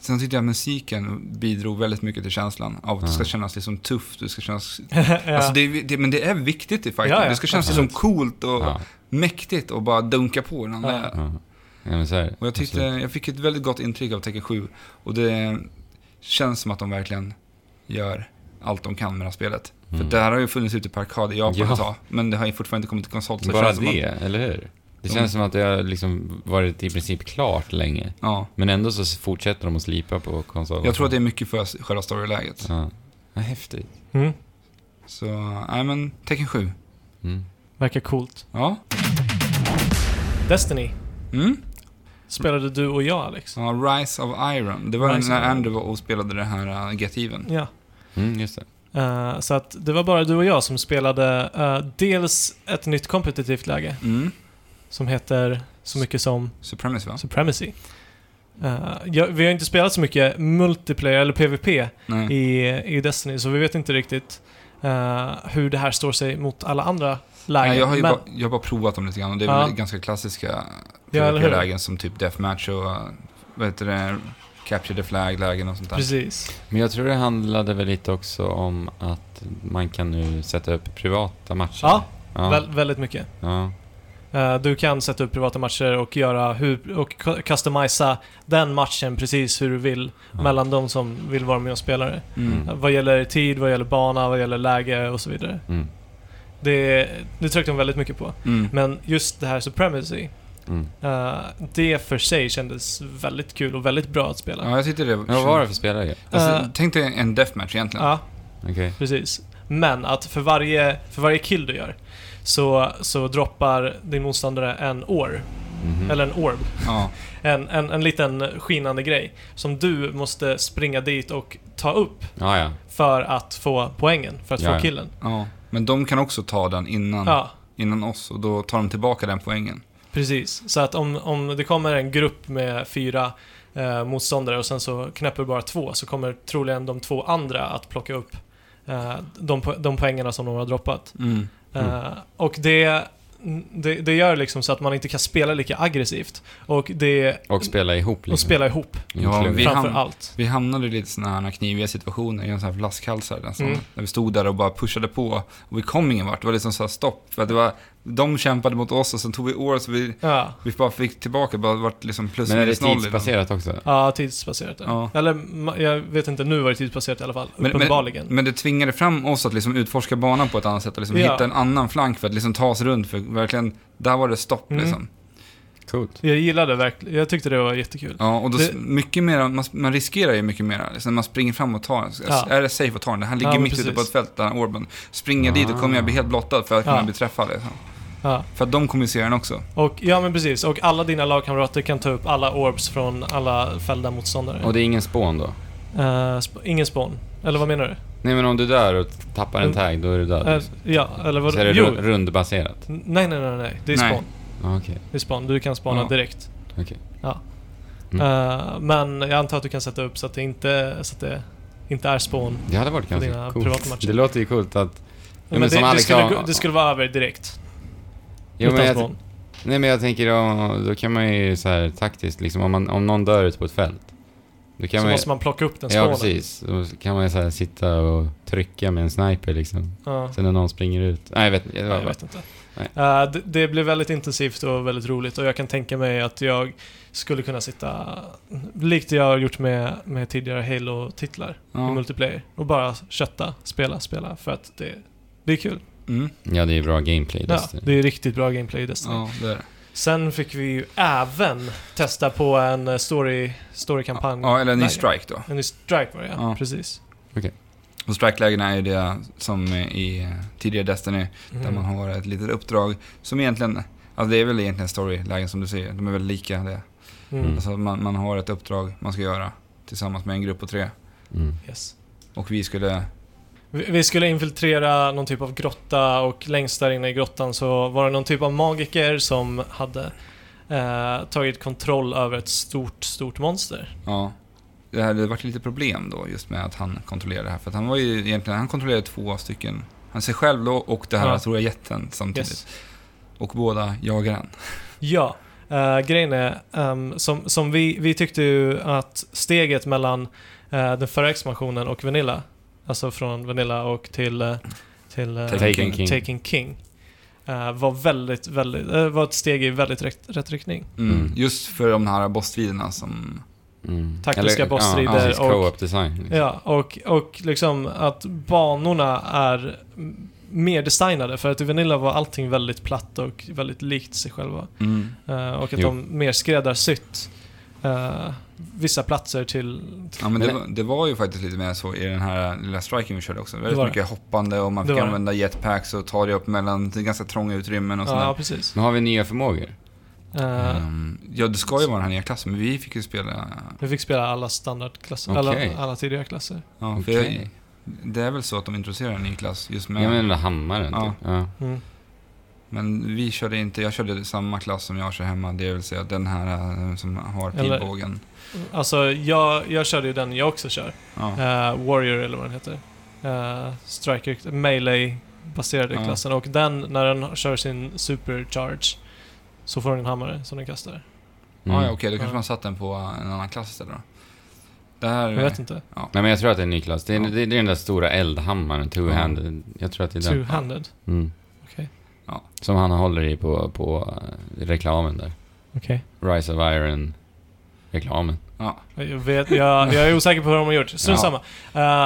S2: sen tyckte jag att musiken bidrog väldigt mycket till känslan av att det ska
S3: Ja.
S2: kännas liksom tufft, det ska kännas...
S1: ja.
S2: Alltså det, är- det, men det är viktigt i fighten.
S1: Ja, ja,
S2: det ska kännas liksom
S3: absolut.
S2: coolt och
S3: Ja,
S2: mäktigt och bara dunka på den andra.
S1: Ja.
S3: ja. ja. men så här,
S2: Och jag tyckte,
S3: absolut.
S2: jag fick ett väldigt gott intryck av Tekken 7 och det känns som att de verkligen gör allt de kan med det här spelet.
S3: Mm.
S2: För det här har ju funnits ute på arkad i Japan
S3: Ja.
S2: ett tag, men det har ju fortfarande inte kommit till konsol. Så
S3: Bara
S2: känns som
S3: det,
S2: Att,
S3: eller hur? Det
S2: Jo.
S3: känns som att det har liksom varit i princip klart länge.
S2: ja.
S3: Men ändå så fortsätter de att slipa på konsolen.
S2: Jag tror att det är mycket för själva storyläget.
S3: Ja. Ja, häftigt.
S1: Mm.
S2: Så, nej men, Tekken 7.
S3: Mm.
S1: Verkar coolt.
S2: Ja.
S1: Destiny.
S2: Mm.
S1: Spelade du och jag Alex?
S2: Ja, Rise of Iron. Det var
S1: Rise
S2: när
S1: of Iron.
S2: Andrew var och spelade det här uh, Get Even.
S1: Ja.
S3: Mm, just det.
S1: Eh, så att det var bara du och jag som spelade eh, dels ett nytt kompetitivt läge
S2: Mm.
S1: som heter så mycket som
S2: Supremacy va?
S1: Supremacy. Eh, jag, vi har inte spelat så mycket multiplayer eller PVP
S2: Nej.
S1: i, i Destiny så vi vet inte riktigt eh, hur det här står sig mot alla andra lägen.
S2: Nej, jag har ju
S1: Men-
S2: bara, jag har bara provat dem lite grann och det är
S1: Ja.
S2: väl ganska klassiska
S1: Ja, eller hur?
S2: PVP-lägen som typ Deathmatch och uh, vad heter det, Capture the Flag-lägen och sånt där.
S1: Precis.
S3: Men jag tror det handlade väl lite också om att man kan nu sätta upp privata matcher.
S1: Ja,
S3: ja,
S1: Vä- väldigt mycket.
S3: ja.
S1: Eh, Du kan sätta upp privata matcher och göra hur, och cu- customisa den matchen precis hur du vill
S3: Ja.
S1: mellan de som vill vara med och spela det.
S2: Mm.
S1: Vad gäller tid, vad gäller bana, vad gäller läge och så vidare.
S3: Mm.
S1: Det, det tryckte de väldigt mycket på.
S2: Mm.
S1: Men just det här Supremacy,
S3: Mm.
S1: eh, det för sig kändes väldigt kul och väldigt bra att spela.
S2: Ja, jag tyckte det.
S3: Men vad var det för spelare?
S2: Alltså,
S1: Eh,
S2: tänk dig en Deathmatch egentligen.
S1: Ja,
S3: Okej.
S1: precis. Men att för varje, för varje kill du gör så, så droppar din motståndare en orb,
S3: Mhm.
S1: eller en orb.
S2: Ja.
S1: En, en, en liten skinande grej som du måste springa dit och ta upp
S3: Ja, ja.
S1: för att få poängen, för att
S3: Ja,
S1: få
S3: ja. Mm.
S1: killen.
S2: ja. Men de kan också ta den innan,
S1: Ja,
S2: innan oss och då tar de tillbaka den poängen.
S1: precis. Så att om, om det kommer en grupp med fyra eh, motståndare och sen så knäpper bara två så kommer troligen de två andra att plocka upp eh, de, po- de poängerna som de har droppat.
S2: Mm.
S1: Eh, och det, det, det gör liksom så att man inte kan spela lika aggressivt. Och det...
S3: Och spela ihop liksom.
S1: Och spela ihop,
S2: Ja,
S3: Ja,
S2: vi-
S3: vi...
S1: framför
S2: hamn-
S1: allt.
S2: Vi hamnade i lite sådana här kniviga situationer, genom sådana här flaskhalsar nästan.
S1: Mm.
S2: När vi stod där och bara pushade på och vi kom ingen vart. Det var liksom så här stopp. För att det var, de kämpade mot oss och sen tog vi år så vi,
S1: Ja.
S2: vi bara fick tillbaka, bara vart liksom plus
S3: Men är det
S2: minus noll. i den.
S3: tidsbaserat också?
S1: Ja, tidsbaserat. Ja.
S2: Ja.
S1: Eller, ma- jag vet inte, nu var det tidsbaserat i alla fall.
S2: Men- men-
S1: uppenbarligen.
S2: Men det tvingade fram oss att liksom utforska banan på ett annat sätt och liksom
S1: Ja.
S2: hitta en annan flank för att liksom ta oss runt. För verkligen, där var det stopp
S1: Mm.
S2: liksom.
S3: Coolt.
S1: jag gillade verkligen, jag tyckte det var jättekul.
S2: Ja, och då,
S1: Det-
S2: mycket mera, man, man riskerar ju mycket mer. Liksom, när man springer fram och tar den.
S1: Ja.
S2: Är det safe att ta den? Den här ligger
S1: Ja, men
S2: mitt ute på ett
S1: precis. Ah.
S2: fält, den här orben. Springer jag dit och kommer jag bli helt blottad för att kunna
S1: Ja.
S2: bli träffad. Liksom.
S1: Ja.
S2: För att de kommer ju se den också.
S1: Och, ja men precis, och alla dina lagkamrater kan ta upp alla orbs från alla fällda motståndare.
S3: Och det är ingen spån då?
S1: Eh, sp- ingen spawn. Eller vad menar du?
S3: Nej men om du dör och tappar en tag, då är du död.
S1: Eh,
S3: liksom.
S1: ja, eller vad...
S3: Så är det
S1: Jo!
S3: ru- rundbaserat?
S1: Nej, nej, nej, nej. Det är
S2: Nej.
S1: spawn.
S3: Ja, Okej.
S1: Det är spawn. Du kan spana
S2: Ja.
S1: direkt.
S3: Okej.
S1: Ja.
S3: Mm.
S1: Eh, men jag antar att du kan sätta upp så att det inte, så att det inte är spawn.
S3: Det hade varit ganska
S1: dina
S3: coolt.
S1: privatmatcher.
S3: Det låter ju coolt att...
S1: Men,
S3: men som
S1: det, det,
S3: Alex
S1: skulle,
S3: sa-
S1: gå- det skulle vara över direkt.
S3: Jo,
S1: utan
S3: men jag,
S1: spawn.
S3: nej men jag tänker då, då kan man ju så här taktiskt liksom, om, man, om någon dör ute på ett fält. Då kan
S1: Så
S3: man ju,
S1: måste man plocka upp den
S3: Ja
S1: spawnen.
S3: precis. Då kan man ju så här sitta och trycka med en sniper liksom.
S1: Ja.
S3: Sen när någon springer ut. Nej jag vet inte. Det var
S1: Nej, jag
S3: bara-
S1: vet inte.
S3: Nej.
S1: Eh, det, det blev väldigt intensivt och väldigt roligt och jag kan tänka mig att jag skulle kunna sitta, likt jag har gjort med, med tidigare Halo-titlar i
S2: Ja.
S1: multiplayer, och bara kötta, spela, spela för att det, det är kul.
S2: Mm.
S3: Ja det är ju bra gameplay.
S1: Ja,
S3: Destiny.
S1: det är riktigt bra gameplay i Destiny.
S2: ja, det är det.
S1: Sen fick vi ju även testa på en eh, story, storykampanj.
S2: Ja, eller en ny
S1: Nej,
S2: strike då.
S1: En ny strike var det ja,
S2: Ja.
S1: precis.
S2: Och strike-lägen är ju det som i eh, tidigare Destiny, där
S1: Mm.
S2: man har ett litet uppdrag som egentligen, alltså det är väl egentligen story-lägen som du säger, de är väldigt lika det.
S1: Mm.
S2: Alltså man, man har ett uppdrag man ska göra tillsammans med en grupp på tre.
S3: Mm.
S1: Yes.
S2: Och vi skulle
S1: Vi vi skulle infiltrera någon typ av grotta och längst där inne i grottan så var det någon typ av magiker som hade eh, tagit kontroll över ett stort, stort monster.
S2: Ja. Det hade varit lite problem då just med att han kontrollerade det här. För att han var ju egentligen, han kontrollerade två stycken. Han sig själv då och det här
S1: Ja.
S2: stora jätten samtidigt.
S1: Yes.
S2: Och båda jagar han.
S1: Ja, eh, grejen är, ehm, som, som vi, vi tyckte ju att steget mellan eh, den förra expansionen och Vanilla, alltså från Vanilla och till, eh, till eh,
S2: Taken
S3: Taken King.
S1: Taken King, eh, var väldigt, väldigt, eh, var ett steg i väldigt rätt, rätt riktning.
S2: Mm.
S3: Mm.
S2: Just för de här bossstriderna som...
S3: Mm.
S1: Taktiska
S3: Eller,
S1: bossstrider
S3: ja, precis,
S1: och-
S3: co-op design. Liksom.
S1: Ja, och, och liksom att banorna är mm, mer designade för att i Vanilla var allting väldigt platt och väldigt likt sig själva. Eh, och att
S3: Jo.
S1: de mer skräddarsytt eh, vissa platser till...
S2: Ja, men det,
S3: Men-
S2: var- det var ju faktiskt lite mer så i den här lilla striken vi körde också. Väldigt
S1: var det.
S2: mycket hoppande och man
S1: Det
S2: fick
S1: var det.
S2: använda jetpacks och ta det upp mellan till ganska trånga utrymmen och
S1: Ja,
S2: sådär.
S1: precis.
S3: Men har vi nya förmågor? Mm.
S1: Eh,
S2: Ehm, Ja, det ska ju vara den här nya klassen, men vi fick ju spela...
S1: Vi fick spela alla standardklasser,
S3: Okej.
S1: alla, alla tidigare klasser.
S2: Ja, för
S3: Okej.
S2: jag, det är väl så att de introducerar en ny klass just med...
S3: Jag menar hammaren.
S2: Ja.
S3: Typ. Ja.
S1: Mm.
S2: Men vi körde inte, jag körde samma klass som jag kör hemma, det vill säga den här eh, som har
S1: Eller-
S2: pilbågen.
S3: Mm.
S1: Alltså, jag, jag körde ju den jag också kör.
S2: Ja.
S1: Eh, Warrior eller vad den heter. Eh, striker, melee baserade
S2: Ja.
S1: klassen. Och den, när den kör sin supercharge, så får den en hammare som den kastar.
S2: Mm.
S3: Mm.
S2: ja, okej, då kanske
S1: Ja.
S2: man satt den på en annan klass istället då. Det här...
S1: Jag vet inte.
S3: Nej, men jag tror att det är en ny klass. Det är,
S2: Ja.
S3: det, det är den där stora eldhammaren, two-handed. Jag tror att det är den.
S1: Two-handed.
S3: Mm.
S1: Okej.
S2: Ja.
S3: Som han håller i på, på eh, reklamen där.
S1: Okej.
S3: Rise of Iron-reklamen.
S1: Jag, vet, jag, jag är osäker på hur de har gjort. Strunt samma.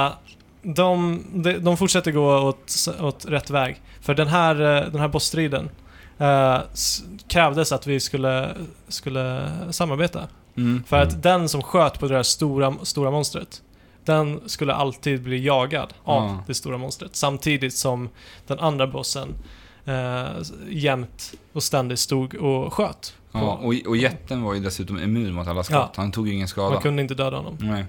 S1: Eh, de, de, de fortsätter gå åt, åt rätt väg. För den här, eh, den här bossstriden eh, s- krävdes att vi skulle, skulle samarbeta.
S2: Mm.
S1: För att
S3: Mm.
S1: den som sköt på det där stora, stora monstret, den skulle alltid bli jagad av
S2: Ja.
S1: det stora monstret. Samtidigt som den andra bossen eh, jämt och ständigt stod och sköt. på-
S2: Ja, och, och jätten var ju dessutom immun mot alla skott. Han tog ju ingen skada.
S1: Man kunde inte döda honom.
S2: Nej.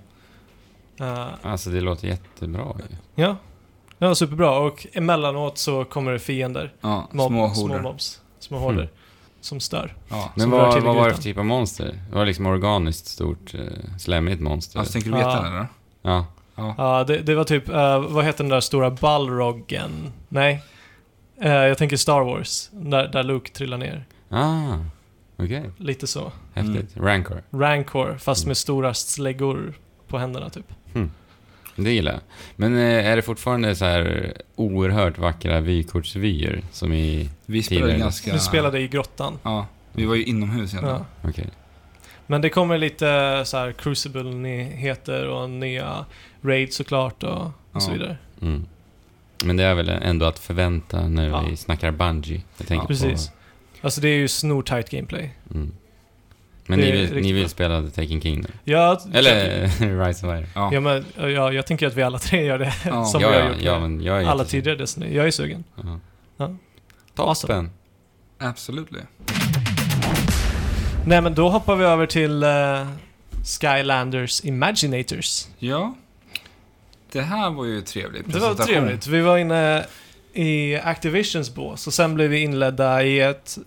S1: Eh,
S3: Alltså det låter jättebra ju.
S1: ja. det var superbra. Och emellanåt så kommer det fiender.
S2: Ja,
S1: Mob,
S2: små
S1: små
S2: horder. Hmm.
S1: mobs. Små horder. Som stör.
S2: Ja.
S3: Men
S1: Som rör
S3: vad,
S1: till
S3: vad var det
S1: grytan.
S3: för typ av monster? Det var liksom organiskt stort, uh, slemmigt monster.
S2: Alltså, tänker du veta
S1: Ja.
S2: den eller?
S3: ja.
S1: Ja, det, det var typ, eh, vad heter den där stora balroggen? Nej. Eh, jag tänker Star Wars. Där, där Luke trillar ner.
S3: Ah, okej.
S1: Lite så.
S3: Häftigt.
S1: Mm.
S3: Rancor.
S1: Rancor, fast
S3: Mm.
S1: med stora släggor på händerna typ.
S3: Det gillar jag. Men eh, är det fortfarande så här oerhört vackra vykortsvyer som i...
S2: Vi spelade
S3: Tidigare.
S2: ganska...
S1: Vi spelade i grottan.
S2: Ja, vi var ju inomhus egentligen.
S1: Ja.
S3: Okej.
S1: Men det kommer lite så här Crucible-nyheter och nya Raid såklart och, och så
S2: Ja.
S1: vidare.
S3: Mm. Men det är väl ändå att förvänta när
S1: Ja.
S3: vi snackar Bungie. Jag tänker
S2: Ja.
S1: Precis. Alltså det är ju snortight gameplay.
S3: På, mm. Men
S1: Det
S3: ni
S1: är
S3: vill,
S1: riktigt
S3: ni
S1: bra.
S3: vill spela The Taken King nu?
S1: Jag,
S3: Eller Rise of Iron?
S2: Ja.
S1: Ja, men, ja, jag tänker att vi alla tre gör det.
S2: Ja.
S1: Som
S3: ja,
S1: vi har
S3: ja,
S1: gjort
S3: ja,
S1: med
S3: men jag är
S1: alla
S3: jättesen-
S1: tidigare Destiny. Jag är sugen.
S3: Ja.
S1: Ja. Alltså. Awesome.
S3: Toppen.
S2: Absolutely.
S1: Nej men då hoppar vi över till eh, Skylanders Imaginators.
S2: Ja. Det här var ju trevligt.
S1: Det var trevligt. Vi var inne i Activisions bås och sen blev vi inledda i ett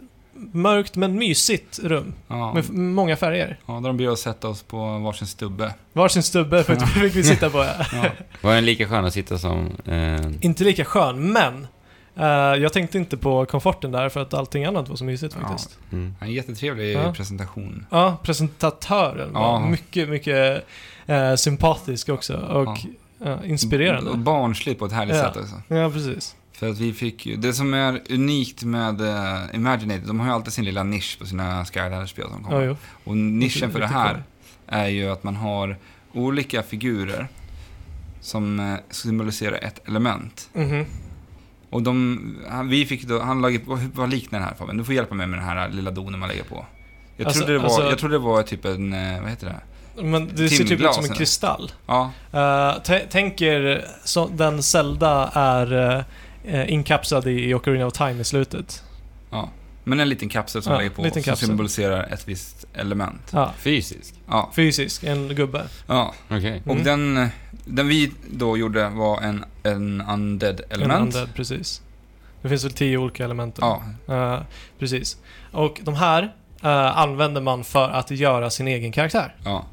S1: mörkt men mysigt rum
S2: Ja.
S1: med f- många färger.
S2: ja, där de bjöd oss sätta oss på varsin stubbe.
S1: Varsin stubbe för att vi fick vi sitta på.
S2: Ja.
S3: Var den lika skön att sitta som... Eh,
S1: Inte lika skön, men eh, jag tänkte inte på komforten där för att allting annat var så mysigt
S2: Ja.
S1: faktiskt.
S3: mm.
S2: En jättetrevlig
S1: Ja.
S2: presentation.
S1: Ja, presentatören var
S2: Ja.
S1: mycket, mycket eh, sympatisk också och ja,
S2: Och
S1: inspirerande.
S2: barnsligt på ett härligt
S1: Ja.
S2: sätt alltså. också.
S1: Ja, precis.
S2: För att vi fick ju, det som är unikt med uh, Imaginator, de har ju alltid sin lilla nisch på sina Skylanders-spel som kommer.
S1: Ja, jo.
S2: Och nischen för det
S1: Riktigt
S2: här
S1: kul.
S2: är ju att man har olika figurer som eh, symboliserar ett element.
S1: Mhm.
S2: Och de, han, vi fick då, han lade, vad, vad liknar den här Fabian? Du får hjälpa mig med den här lilla donen man lägger på. Jag,
S1: Alltså-
S2: trodde det var,
S1: alltså-
S2: jag trodde det var typ en, eh, vad heter det?
S1: Men det ser typ ut som en
S2: Timglasen.
S1: kristall.
S2: Ja,
S1: Eh, tä- tänker så, den Zelda är eh, inkapslad i, i Ocarina of Time i slutet.
S2: men en liten kapsel som
S1: Ja,
S2: man lägger på
S1: liten
S2: som
S1: kapsel.
S2: symboliserar ett visst element.
S1: Ja,
S3: Fysisk?
S2: Ja,
S1: fysisk, en gubbe.
S2: ja.
S3: Okej.
S2: och
S1: Mm.
S2: den, den vi då gjorde var en en undead element.
S1: En undead, precis. Det finns väl tio olika element? då?
S2: Ja,
S1: Eh, precis. Och de här eh, använder man för att göra sin egen karaktär.
S2: ja.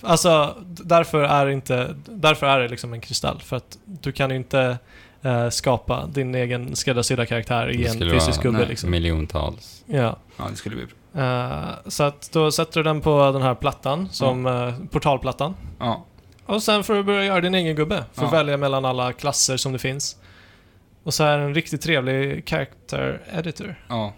S1: Alltså, d- därför är, inte, därför är det liksom en kristall. För att du kan ju inte eh, skapa din egen skräddarsydda karaktär i
S3: Det
S1: en
S3: skulle
S1: fysisk
S3: vara-
S1: gubbe.
S2: nej.
S1: Liksom.
S3: Miljontals.
S1: Ja.
S2: ja, det skulle bli bra.
S1: Eh, så att då sätter du den på den här plattan, som
S2: Mm.
S1: eh, portalplattan.
S2: Ja,
S1: Och sen får du börja göra din egen gubbe. Får
S2: Ja.
S1: välja mellan alla klasser som det finns. Och så är det en riktigt trevlig character editor.
S2: ja.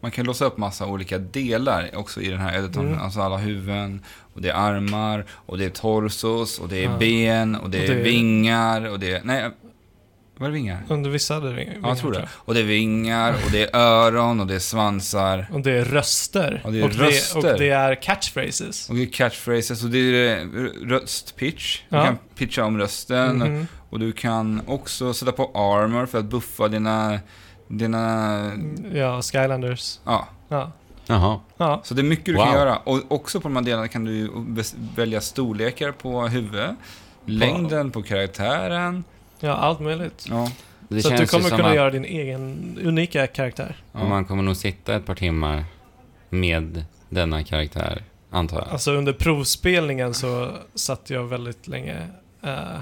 S2: Man kan låsa upp massa olika delar också i den här editorn.
S1: Mm.
S2: Alltså alla huvuden, och det är armar, och det är torsos, och det är
S1: Ja.
S2: ben, och det,
S1: Och det
S2: är
S1: är- Mm.
S2: vingar, och det är... Nej, var det vingar?
S1: Under vissa hade vi-
S2: Ja, jag tror det. Och det är vingar, och det är öron, och det är svansar.
S1: Och det är röster.
S2: Och det är röster.
S1: och det är catchphrases.
S2: Och det är catchphrases, och det är eh, röstpitch. Du
S1: Ja.
S2: kan pitcha om rösten.
S1: Mhm.
S2: Och du kan också sätta på armor för att buffa dina... dina
S1: Ja, Skylanders.
S2: ja.
S1: Ja.
S3: Jaha.
S1: ja.
S2: Så det är mycket du kan
S3: Wow.
S2: göra. Och också på de här delarna kan du ju bes- välja storlekar på huvudet, längden på karaktären.
S1: Ja, allt möjligt.
S2: Ja,
S3: Det
S1: så att du
S3: känns
S1: kommer
S3: ju som
S1: kunna
S3: att
S1: göra din egen unika karaktär.
S2: ja.
S3: man kommer nog sitta ett par timmar med denna karaktär, antar jag.
S1: Alltså under provspelningen så satt jag väldigt länge... eh,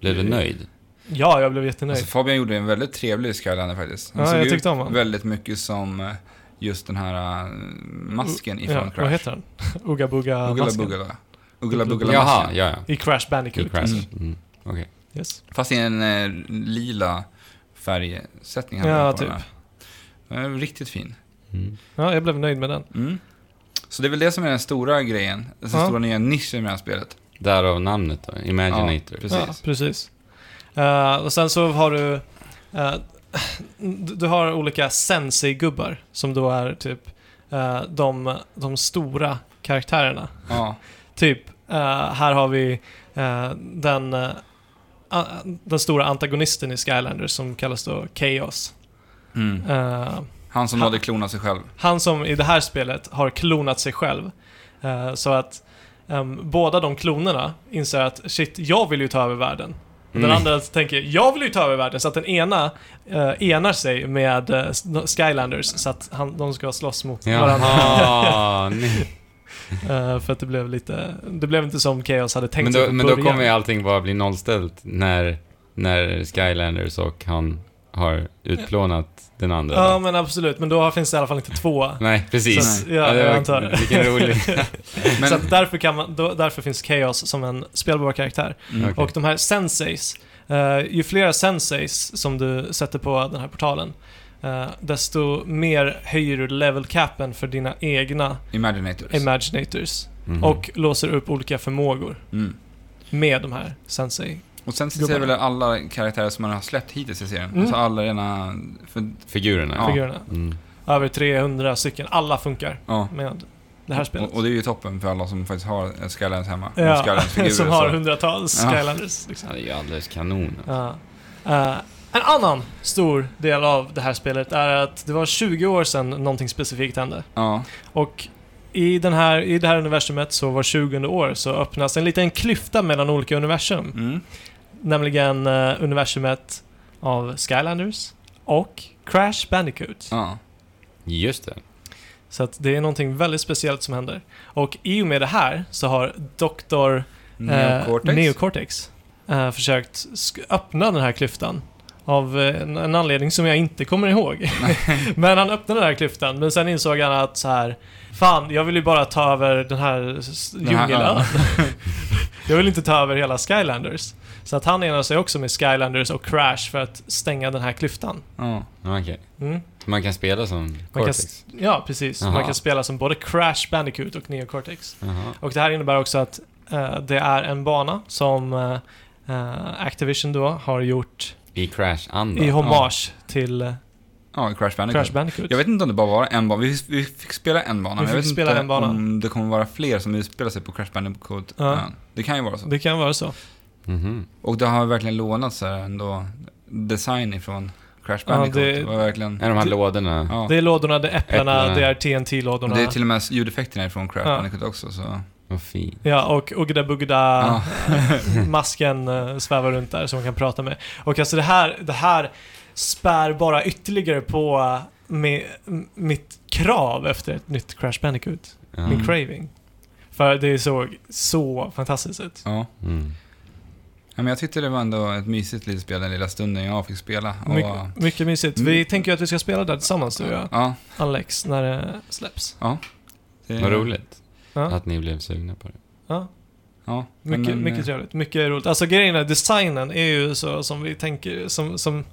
S3: Blev du nöjd?
S1: ja, jag blev jättenöjd.
S2: Alltså, Fabian gjorde en väldigt trevlig Skylander faktiskt. Han
S1: Ja,
S2: såg
S1: jag
S2: ut
S1: tyckte om honom.
S2: väldigt mycket som eh, just den här eh, masken i
S1: ja,
S2: Crash.
S1: vad heter den? Ooga Booga
S2: Uggla
S1: masken
S2: Buggla. Uggla Buggla
S3: Jaha,
S2: masken.
S3: ja, ja.
S1: I Crash
S3: I
S1: Bandicoot.
S3: Crash.
S2: Mm.
S3: Mm. Okej.
S1: Yes.
S2: Fast i en eh, lila färgsättning hade
S1: Ja,
S2: han på
S1: typ.
S2: den här. Eh, Riktigt fin.
S3: Mm.
S1: Ja, jag blev nöjd med den.
S2: Mm. Så det är väl det som är den stora grejen, den
S1: Ja.
S2: stora nya nischen med det här spelet.
S3: Därav namnet då, Imaginator.
S2: Ja, precis.
S1: Ja, precis. Eh, och sen så har du... eh, du du har olika sensei-gubbar som då är typ eh, de, de stora karaktärerna.
S2: Ja,
S1: Typ, eh, här har vi eh, den, eh, a- den stora antagonisten i Skylanders som kallas då Chaos.
S2: mm.
S1: Eh,
S2: Han som
S1: Han-
S2: nådde klona sig själv.
S1: han som i det här spelet har klonat sig själv. Eh, så att ehm, båda de klonerna inser att shit, jag vill ju ta över världen. Och Den
S3: Mm.
S1: andra tänker, jag vill ju ta över världen. Så att den ena eh, enar sig med eh, S- Skylanders så att han, de ska slåss mot varandra.
S3: Jaha, nej.
S1: Eh, för att det blev lite, det blev inte som Chaos hade tänkt
S3: men,
S1: sig
S3: då,
S1: från
S3: men då
S1: början.
S3: kommer ju allting bara bli nollställt när, när Skylanders och han har utplånat den andra.
S1: Ja men absolut, men då finns det i alla fall inte två.
S3: Nej, precis.
S1: Så att- ja, jag antar.
S3: Vilken rolig.
S2: Men,
S1: Så att därför, kan man, då, därför finns Chaos som en spelbar karaktär.
S2: mm.
S3: Okej.
S1: Och de här senseis, eh, ju fler senseis som du sätter på den här portalen, eh, desto mer höjer du level capen för dina egna
S2: Imaginators.
S1: imaginators.
S3: Mhm.
S1: Och låser upp olika förmågor
S2: mm.
S1: med de här sensei.
S2: Och sen så ser väl alla karaktärer som man har släppt hittills i serien.
S1: Mm.
S2: Alltså alla rena... För,
S3: Figurerna.
S2: Ja.
S1: Figurerna.
S3: Mm.
S1: Över 300 stycken. Alla funkar
S2: ja.
S1: med det här spelet.
S2: Och, och det är ju toppen för alla som faktiskt har en Skylands hemma.
S1: Ja,
S2: Skylands-figurer.
S1: som har hundratals
S2: Ja.
S1: Skylanders. Liksom.
S3: Ja, det är ju alldeles kanon.
S1: Ja. Eh, en annan stor del av det här spelet är att det var 20 år sedan någonting specifikt hände.
S2: Ja,
S1: Och i, den här, i det här universumet så var 20 år så öppnas en liten klyfta mellan olika universum.
S2: mm.
S1: Nämligen eh, universumet av Skylanders och Crash Bandicoot.
S2: ja.
S3: Just det.
S1: Så att det är någonting väldigt speciellt som händer. Och i och med det här så har Dr.
S2: Neocortex.
S1: Eh, Neocortex eh, försökt sk- öppna den här klyftan. Av eh, en, en anledning som jag inte kommer ihåg. men han öppnade den här klyftan, men sen insåg han att så här, Fan, jag vill ju bara ta över den här s-
S2: Den här
S1: djungelön. jag vill inte ta över hela Skylanders. Så att han enar sig också med Skylanders och Crash för att stänga den här klyftan.
S2: ja.
S3: Ja, Okej.
S1: Mm.
S3: Man kan spela som
S1: Man kan,
S3: Cortex.
S1: ja, precis. Man
S3: Jaha.
S1: kan spela som både Crash Bandicoot och Neocortex.
S3: Jaha.
S1: Och det här innebär också att eh, det är en bana som eh, eh, Activision då har gjort
S3: I Crash-andan.
S1: i hommage till eh,
S2: Ja, Crash Bandicoot.
S1: Crash Bandicoot.
S2: Jag vet inte om det bara var en bana. Vi, vi fick spela en bana.
S1: Vi
S2: men jag
S1: fick
S2: vet
S1: spela
S2: inte
S1: en bana.
S2: om det kommer vara fler som utspelar sig på Crash Bandicoot.
S1: Ja.
S2: Ja. Det kan ju vara så.
S1: Det kan vara så.
S3: Mhm.
S2: Och det har verkligen lånat så här ändå design ifrån Crash
S1: Ja,
S2: Bandicoot.
S1: det-
S2: det... var verkligen...
S3: Är de här
S1: Det-
S3: lådorna?
S2: Ja.
S1: Det är lådorna, det är äpplena,
S3: Äpplena.
S1: det är
S3: Och
S2: Och
S1: TNT-lådorna.
S2: det är till och med ljudeffekterna ifrån Crash
S1: Ja.
S2: Bandicoot också. Så.
S3: Vad fint.
S1: Ja, och Ugda Bugda
S2: Ja.
S1: eh, masken eh, svävar runt där som man kan prata med. Och alltså det här, det här spär bara ytterligare på eh, med, m- mitt krav efter ett nytt Crash Bandicoot.
S3: Ja.
S2: Mm.
S1: Min craving. För det såg så fantastiskt ut.
S2: Ja.
S3: Mm.
S2: Ja, men jag tyckte det var ändå ett mysigt litet spel den lilla stunden jag fick spela. Och,
S1: My, mycket mysigt. Vi
S2: Mm.
S1: tänker ju att vi ska spela där tillsammans du och jag,
S2: Ja,
S1: Alex, när det släpps.
S2: det,
S3: Vad roligt
S1: Ja,
S3: att ni blev sugna på det.
S1: ja.
S2: Ja,
S1: Mycket,
S2: men,
S1: mycket
S2: eh,
S1: trevligt, mycket roligt. Alltså grejen är, designen är ju så som vi tänker, som... som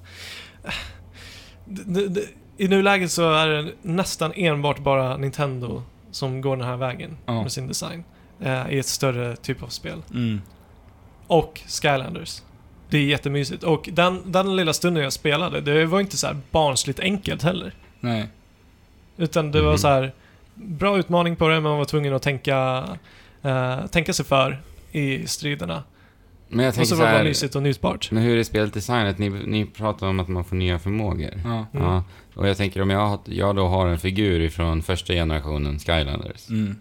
S1: D- d- d- I nuläget så är det nästan enbart bara Nintendo som går den här vägen
S2: Ja.
S1: med sin design. Eh, I ett större typ av spel.
S2: mm.
S1: Och Skylanders. Det är jättemysigt. Och den, den lilla stunden jag spelade, det var inte så här barnsligt enkelt heller.
S2: Nej.
S1: Utan det var
S3: Mhm.
S1: så här bra utmaning på det, men man var tvungen att tänka, eh, tänka sig för i striderna.
S3: Men jag
S1: Och
S3: tänker
S1: så
S3: så
S1: var det bara
S3: här,
S1: mysigt och njutbart.
S3: men hur är spelet designat? Ni, ni pratar om att man får nya förmågor.
S2: Ja.
S1: Mm.
S3: Ja, och jag tänker om jag, har- jag då har en figur ifrån första generationen Skylanders
S2: Mm.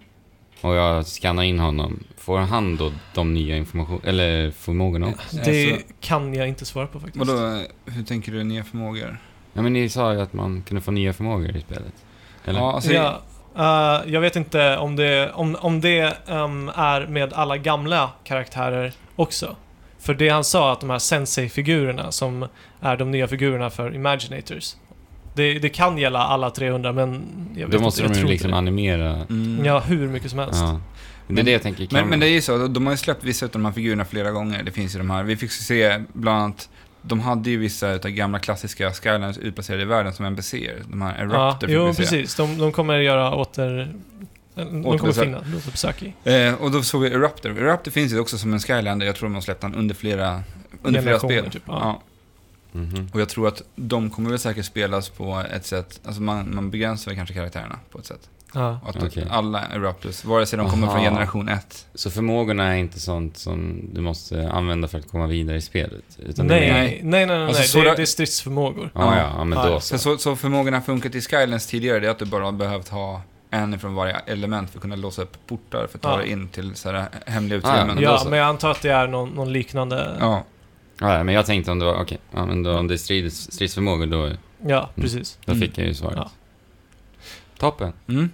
S3: och jag skannar in honom, får han då de nya information eller förmågorna också?
S1: Det
S2: Alltså-
S1: kan jag inte svara på faktiskt.
S2: Vadå, eh, hur tänker du nya förmågor?
S3: Ja, men ni sa ju att man kunde få nya förmågor i spelet. Eller?
S2: Ja, alltså,
S1: ja, eh, jag vet inte om det, om, om det ehm, är med alla gamla karaktärer också. För det han sa, att de här sensei-figurerna som är de nya figurerna för Imaginators. Det, det kan gälla alla 300 men jag vet
S3: Då måste
S1: inte,
S3: de
S1: jag
S3: ju
S1: tror
S3: liksom
S1: inte
S3: animera.
S2: mm.
S1: det. Ja, hur mycket som helst.
S3: Ja. Det är
S2: Men-
S3: det jag tänker. Kan
S2: Men, men det är ju så, de- de har ju släppt vissa av de här figurerna flera gånger. Det finns ju de här. Vi fick se bland annat, de hade ju vissa av gamla klassiska Skylanders utplacerade i världen som NPCer. De här
S1: Ja,
S2: Eruptor
S1: jo,
S2: fick vi se.
S1: precis. De, de kommer göra åter... De kommer
S2: Återbesök.
S1: finna återbesök i.
S2: Eh, och då såg vi Eruptor. Eruptor finns ju också som en Skylander. Jag tror de har släppt den under flera, under flera
S1: Generationer,
S2: spel.
S1: typ, ja.
S2: ja.
S3: Mhm.
S2: Och jag tror att de kommer väl säkert spelas på ett sätt, alltså man, man begränsar väl kanske karaktärerna på ett sätt.
S1: Ja.
S2: Och Att
S3: Okej.
S2: alla Eruptors, vare sig de kommer
S3: Aha.
S2: från generation 1.
S3: Så förmågorna är inte sånt som du måste använda för att komma vidare i spelet? Utan det
S1: Nej,
S3: är-
S1: nej, nej, nej. nej,
S2: Alltså, så
S1: det,
S2: där-
S1: det är stridsförmågor.
S3: Ja, ja, ja, men
S1: Ja,
S3: då så.
S2: Så, så, så förmågorna funkat i Skylands tidigare, det är att du bara har behövt ha en från varje element för att kunna låsa upp portar för att ta
S1: Ja.
S2: dig in till så här hemliga
S3: Ah, ja,
S2: utrymmen.
S3: men då
S1: ja,
S3: så.
S1: men jag antar att det är någon, någon liknande... Ja,
S2: Ja.
S3: Ja, ja, men jag tänkte om det var, okej, ja, men då, om det är strids, stridsförmågor då,
S1: precis.
S3: då
S2: Mm.
S3: fick jag ju svaret.
S1: Ja.
S3: Toppen.
S2: Mm.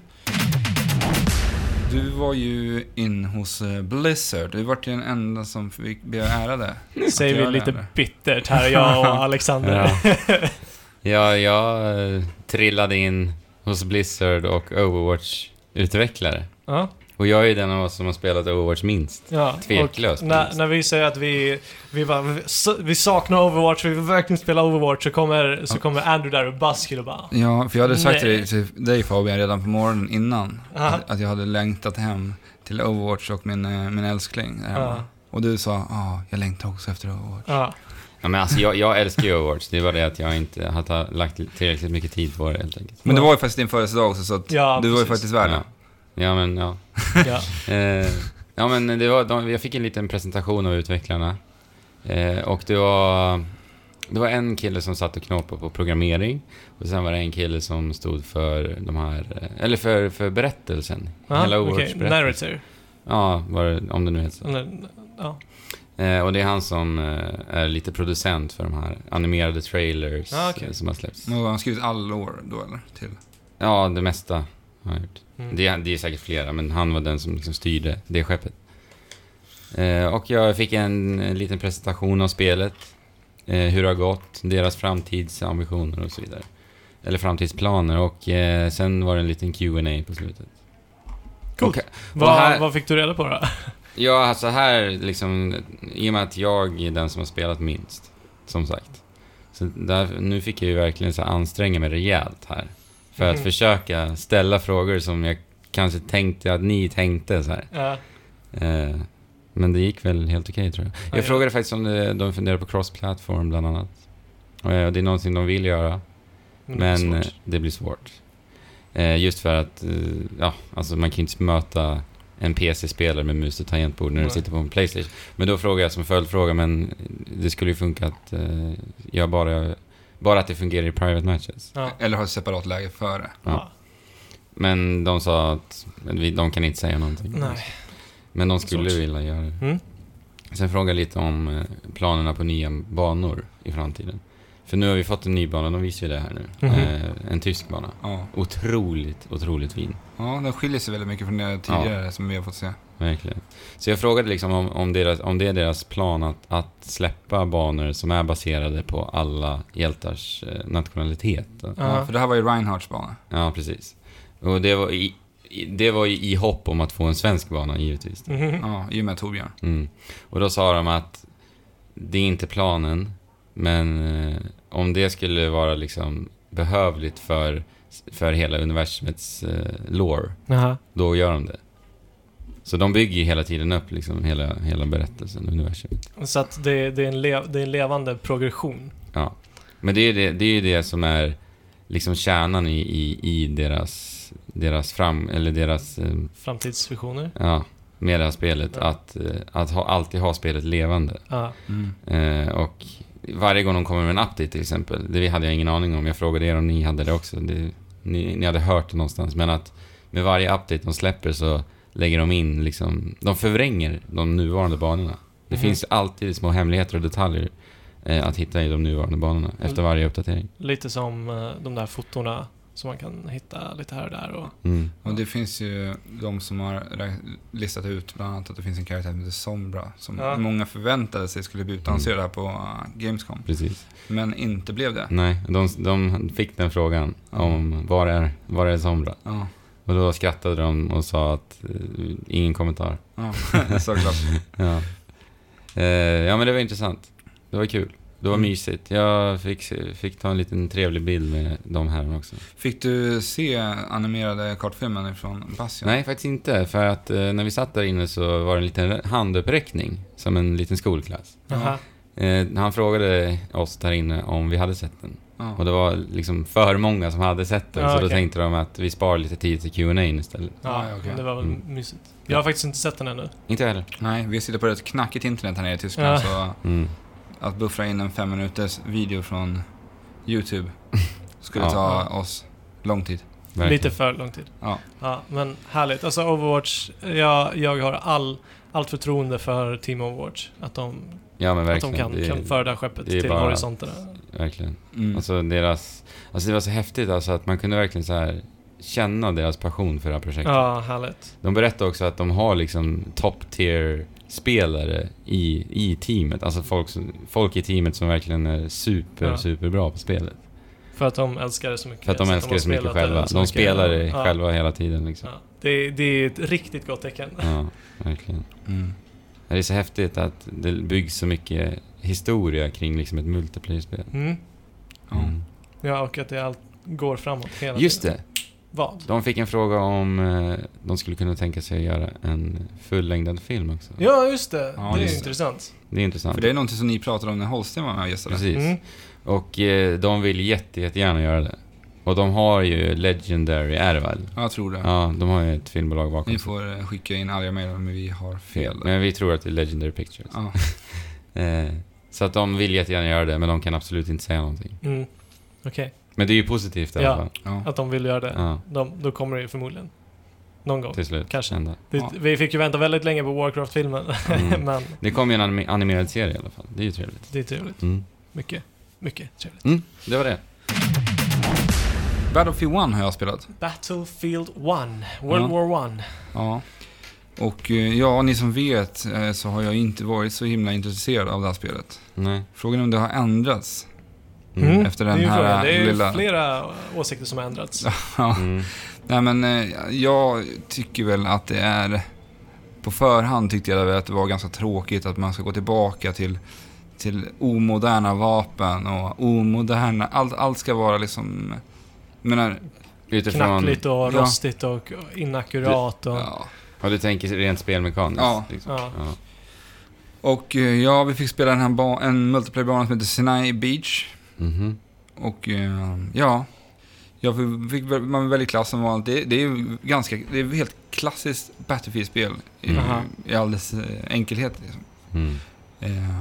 S2: Du var ju in hos eh, Blizzard. Du var ju den enda som fick bli ärade.
S1: Säger vi
S2: göra
S1: lite
S2: det här.
S1: bittert här, jag och Alexander.
S3: Ja. ja, jag eh, trillade in hos Blizzard och Overwatch-utvecklare.
S1: Ja.
S3: Och jag är ju den av oss som har spelat Overwatch minst.
S1: ja. Och
S3: Tveklöst.
S1: när,
S3: minst.
S1: när vi säger att vi, vi, bara, vi, s- vi saknar Overwatch, vi vill verkligen spela Overwatch, så kommer, så
S2: Ja.
S1: kommer Andrew där och buzzkill och bara...
S2: Ja, för jag hade sagt
S1: Nej.
S2: till dig, till dig Fabian redan på morgonen innan.
S1: Ja.
S2: Att, att jag hade längtat hem till Overwatch och min, eh, min älskling. där hemma.
S1: Ja.
S2: Och du sa, ja, jag längtar också efter Overwatch.
S1: Ja.
S3: Ja, men alltså, jag, jag älskar ju Overwatch. Det var det att jag inte har ta- lagt tillräckligt mycket tid på det helt enkelt.
S2: Men det var ju faktiskt din födelsedag också, så att
S1: Ja,
S2: du var ju
S1: precis.
S2: faktiskt värd det.
S3: Ja, men ja.
S1: ja.
S3: Eh, ja, men det var, de, jag fick en liten presentation av utvecklarna. Eh, och det var, det var en kille som satt och knåpade på programmering. Och sen var det en kille som stod för de här, eh, eller för, för berättelsen. Hela
S1: Ja, Ah, okej.
S3: Overwatch-berättelsen.
S1: Narrator.
S3: Ja, vad det, om det nu heter så.
S1: Eller, Ja.
S3: Eh, och det är han som eh, är lite producent för de här animerade trailers
S1: Ah, okej.
S3: eh, som har släppts.
S2: Men har han skrivit all år då eller? Till.
S3: Ja, det mesta har jag gjort.
S1: Mm.
S3: Det, det är säkert flera, men han var den som liksom styrde det skeppet. Eh, och jag fick en, eh, liten presentation av spelet. Eh, hur det har gått, deras framtidsambitioner och så vidare. Eller framtidsplaner och eh, sen var det en liten Q&A på slutet.
S1: Coolt.
S3: Och-
S1: Vad,
S3: och här-
S1: vad fick du reda på då?
S3: Ja, alltså här liksom, i och med att jag är den som har spelat minst, som sagt. Så där, nu fick jag ju verkligen så här anstränga mig rejält här. För att
S1: Mm.
S3: försöka ställa frågor som jag kanske tänkte att ni tänkte så här.
S1: Ja.
S3: Eh, men det gick väl helt okej tror jag.
S1: Ja,
S3: Jag
S1: ja.
S3: frågade faktiskt om det, de funderar på cross-platform bland annat. Eh, och det är någonting de vill göra,
S1: Men det är
S3: men eh,
S1: svårt.
S3: det blir svårt. Eh, just för att, eh, ja, alltså man kan ju inte möta en PC-spelare med mus och tangentbord när du
S1: Nej.
S3: sitter på en Playstation. Men då frågade jag som följdfråga, men det skulle ju funka att eh, jag bara, bara att det fungerar i private matches.
S1: Ja.
S2: Eller har ett separat läge för det.
S3: Ja. Men de sa att vi- de kan inte säga någonting.
S1: Nej.
S3: Men de skulle
S1: Sorts.
S3: vilja göra det.
S1: Mm.
S3: Sen fråga lite om eh, planerna på nya banor i framtiden. För nu har vi fått en ny bana, de visar ju det här nu.
S1: Mhm.
S3: Eh, en tysk bana.
S2: Ja.
S3: Otroligt, otroligt fin.
S2: ja, den skiljer sig väldigt mycket från det tidigare som vi har fått se.
S3: Verkligen. Så jag frågade liksom om, om, deras, om det är deras plan att, att släppa banor som är baserade på alla hjältars eh, nationalitet.
S2: Ja, för det här var ju Reinhardts bana.
S3: Ja, precis. Och det var i, i- det var ju i hopp om att få en svensk bana, givetvis.
S1: Mhm.
S2: Ja, i och med Torbjörn.
S3: Mm. Och då sa de att det är inte planen, men eh, om det skulle vara liksom behövligt för, för hela universumets eh, lore,
S1: Jaha.
S3: då gör de det. Så de bygger ju hela tiden upp liksom hela, hela berättelsen, universumet.
S1: Så att det, det, är en lev, det är en levande progression.
S3: Men det är ju det, det, är ju det som är liksom kärnan i, i, i deras, deras fram, eller deras, eh,
S1: Framtidsvisioner.
S3: ja, med det här spelet.
S1: Ja.
S3: Att, eh, att ha, alltid ha spelet levande.
S1: Ja.
S2: Mm.
S3: Eh, och varje gång de kommer med en update till exempel, det hade jag ingen aning om. Jag frågade er om ni hade det också. Det, ni, ni hade hört det någonstans. Men att med varje update de släpper så lägger de in liksom, de förvränger de nuvarande banorna. Det
S1: Mhm.
S3: finns alltid små hemligheter och detaljer eh, att hitta i de nuvarande banorna efter varje uppdatering.
S1: Lite som eh, de där fotorna som man kan hitta lite här och där. Och,
S3: Mm.
S2: Och det finns ju de som har rä- listat ut bland annat att det finns en karaktär som heter Sombra som
S1: Ja.
S2: många förväntade sig skulle bli utannonserad här på uh, Gamescom.
S3: Precis.
S2: Men inte blev det.
S3: Nej, de, de fick den frågan om var är, var är Sombra?
S2: Ja,
S3: Och då skrattade de och sa att eh, ingen kommentar.
S2: ja. såklart.
S3: Ja. Eh, ja, men det var intressant. Det var kul. Det var
S2: Mm.
S3: mysigt. Jag fick, se- fick ta en liten trevlig bild med de här också.
S2: Fick du se animerade kartfilmen från Bastion?
S3: Nej, faktiskt inte. För att eh, när vi satt där inne så var det en liten handuppräckning, som en liten skolklass.
S2: Ja.
S1: Jaha.
S3: Eh, han frågade oss där inne om vi hade sett den. Och
S2: Ja.
S3: det var liksom för många som hade sett den,
S1: Ja,
S3: så då
S1: Ah, okej.
S3: tänkte de att vi sparar lite tid till Q&A istället.
S1: Ja,
S2: Ja, ja, okej.
S1: men Det var väl
S3: Mm.
S1: mysigt. Jag har faktiskt inte sett den ännu.
S3: Inte jag heller.
S2: Nej, vi sitter på ett knackigt internet här nere i Tyskland
S1: Ja.
S2: så
S3: Mm.
S2: att buffra in en fem minuters video från YouTube skulle
S3: Ja.
S2: ta oss lång tid.
S3: verkligen.
S1: Lite för lång tid.
S2: Ja.
S1: Ja, men härligt. Alltså Overwatch, jag, jag har all, allt förtroende för Team Overwatch. Att de,
S3: Ja, men
S1: att de
S3: verkligen.
S1: kan,
S3: Det-
S1: kan föra det här skeppet
S3: det är
S1: till
S3: bara-
S1: horisonterna.
S3: Verkligen.
S2: Mm.
S3: Alltså deras... Alltså det var så häftigt alltså att man kunde verkligen så här känna deras passion för det här projektet.
S1: Ja, härligt.
S3: De berättade också att de har liksom top tier spelare i, i teamet. Alltså folk, som, folk i teamet som verkligen är super,
S1: Ja.
S3: superbra på spelet.
S1: För att de älskar det så mycket.
S3: För att de
S1: Så
S3: älskar det så
S1: har
S3: mycket
S1: spelat
S3: själva.
S1: så
S3: De
S1: mycket.
S3: spelar det
S1: Ja,
S3: själva hela tiden liksom.
S1: Ja. Det, det är ett riktigt gott tecken.
S3: Ja, verkligen.
S2: Mm.
S3: Det är så häftigt att det byggs så mycket historia kring liksom ett multiplayer-spel.
S1: Mm.
S2: Ja.
S3: Mm.
S1: Ja, och att det allt går framåt hela
S3: Just
S1: tiden.
S3: det!
S1: Vad?
S3: De fick en fråga om eh, de skulle kunna tänka sig att göra en fullängdad film också.
S1: Ja, just det.
S2: Ja,
S1: det är
S2: just det.
S1: intressant.
S3: Det är intressant.
S2: För det är någonting som ni pratade om när Holsten var med och gästade.
S3: Precis.
S1: Mm.
S3: Och eh, de vill jätte, jättegärna göra det. Och de har ju Legendary, är det väl?
S2: Ja, Jag tror det.
S3: Ja, de har ju ett filmbolag
S2: Ni
S3: bakom sig.
S2: får eh, skicka in arga mejl om vi har fel.
S3: Men vi tror att det är Legendary Pictures.
S2: Ja.
S3: Eh, så att de vill jättegärna göra det, men de kan absolut inte säga någonting.
S1: Mm. Okej,
S3: Men det är ju positivt i
S1: Ja.
S3: alla fall.
S2: Ja.
S1: att de vill göra det.
S3: Ja, Typ.
S1: De, då kommer det ju förmodligen. Någon gång.
S3: till slut.
S1: Kanske.
S3: Ända.
S1: Det,
S2: Ja.
S1: Vi fick ju vänta väldigt länge på Warcraft-filmen,
S3: Mm.
S1: men
S3: Det kom ju en anime- animerad serie i alla fall. Det är ju trevligt.
S1: det är trevligt.
S3: Mm.
S1: Mycket, mycket trevligt.
S3: Mm, det var det.
S2: Battlefield 1 har jag spelat.
S1: Battlefield 1, World War 1.
S2: Ja. Och eh, ja, ni som vet eh, så har jag inte varit så himla intresserad av det här spelet.
S3: Nej.
S2: Frågan är om det har ändrats
S3: Mm.
S1: Mm.
S2: efter
S1: Det är
S2: den
S1: ju
S2: här
S1: frågan. Det är ju
S2: lilla...
S1: flera åsikter som har ändrats.
S2: Ja.
S3: Mm.
S2: Nej men eh, jag tycker väl att det är... På förhand tyckte jag väl att det var ganska tråkigt att man ska gå tillbaka till, till omoderna vapen och omoderna... Allt, allt ska vara liksom... Jag menar,
S3: Utifrån...
S1: Knackligt och
S2: Ja.
S1: rostigt och inakkurat och...
S2: ja.
S3: Ja, du tänker rent spelmekaniskt.
S2: Ja.
S3: Liksom.
S1: Ja.
S3: Ja.
S2: Och eh, ja, vi fick spela den här ba- en multiplayer-bana som heter Sinai Beach.
S3: Mhm.
S2: Och eh, ja, jag fick- fick, väl- man väldigt klass som vanligt. Det, det är ju ganska, det är helt klassiskt Battlefield-spel i,
S3: Mm.
S1: Aha.
S2: i all dess eh, enkelhet. Liksom.
S3: Mm.
S2: Eh,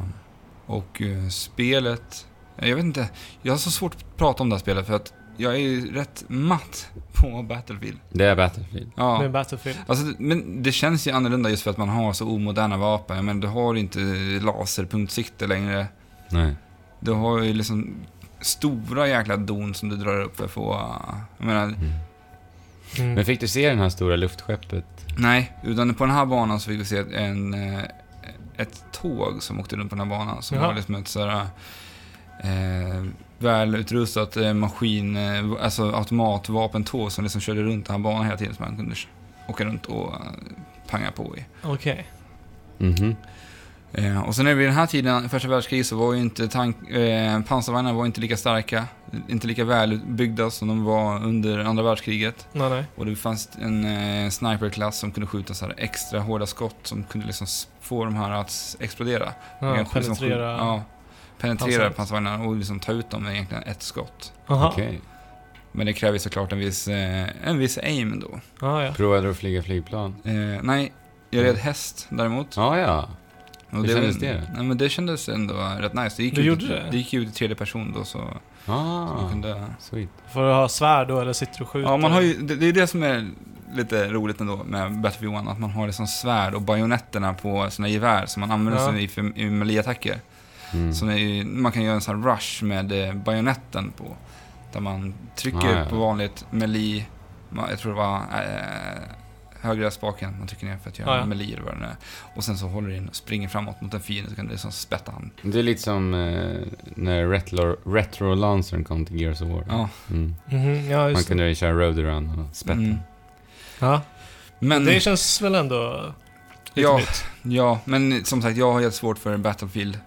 S2: och eh, spelet, jag vet inte, jag har så svårt att prata om det här spelet för att jag är ju rätt matt på Battlefield.
S3: Det är Battlefield.
S2: Ja.
S1: Med Battlefield.
S2: Alltså, det- men det känns ju annorlunda just för att man har så omoderna vapen. Jag menar, du har inte laserpunktsikte längre.
S3: Nej.
S2: Du har ju liksom stora jäkla don som du drar upp för att få... eh, Jag menar,
S3: Mm.
S1: Mm.
S3: Men fick du se den här stora luftskeppet?
S2: nej. Utan på den här banan så fick vi se en, eh, ett tåg som åkte runt på den här banan. Som
S1: Jaha.
S2: var liksom ett sådär... Eh, välutrustat eh, maskin... Eh, alltså automatvapentåg som liksom körde runt den här banan hela tiden. Som man kunde åka runt och eh, panga på i.
S1: Okej.
S3: Mhm.
S2: Eh, och sen är det vid den här tiden, första världskriget, så var ju inte tank, eh, pansarvagnarna var inte lika starka, inte lika välutbyggda som de var under andra världskriget.
S1: Nej, nej.
S2: Och det fanns en eh, sniperklass som kunde skjuta så här extra hårda skott som kunde liksom s- få de här att s- explodera. Man
S1: Ja,
S2: kunde liksom skjuta-
S1: penetrera.
S2: ja, penetrera
S1: pansarvagn.
S2: pansarvagnarna och liksom ta ut dem med egentligen ett skott.
S1: Aha.
S3: Okej.
S2: Men det kräver ju såklart en viss, eh, en viss aim då.
S1: Ja, ja.
S3: Provade du att flyga flygplan?
S2: Eh, nej, jag
S1: Mm.
S2: red häst däremot.
S3: Ja, ja.
S2: Och
S3: Hur kändes det?
S2: Nej, men det kändes ändå rätt nice. Det gick
S1: Du
S2: ut,
S1: gjorde det?
S2: det gick ut i tredje person då så... Så man
S3: Ah,
S2: kunde...
S3: sweet.
S1: Får du ha svärd då eller sitter du och skjuter?
S2: Ja, man har ju, det, det är ju det som är lite roligt ändå med Battlefield 1, att man har liksom svärd och bajonetterna på sina gevär som man använder
S1: Ja.
S2: sig i för i melee-attacker.
S3: Mm.
S2: Så det är ju, man kan göra en sån här rush med eh, bajonetten på, där man trycker
S3: Ah, ja.
S2: på vanligt melee, ma- jag tror det var eh, högra spaken man trycker ner för att göra
S1: Ah, ja.
S2: melee eller vad det nu är. Och sen så håller du in och springer framåt mot en fiende så kan du liksom spätta han.
S3: Det är lite som eh, när retro, retro Lancern kom till Gears of War.
S2: Ja.
S3: Mm.
S1: Mhm, ja,
S3: Man
S1: just det.
S3: kunde ju köra roadrun och spätta.
S2: Mm.
S1: Ja.
S2: Men,
S1: Det känns väl ändå lite
S2: ja,
S1: nytt.
S2: Ja, men som sagt, jag har helt svårt för Battlefield.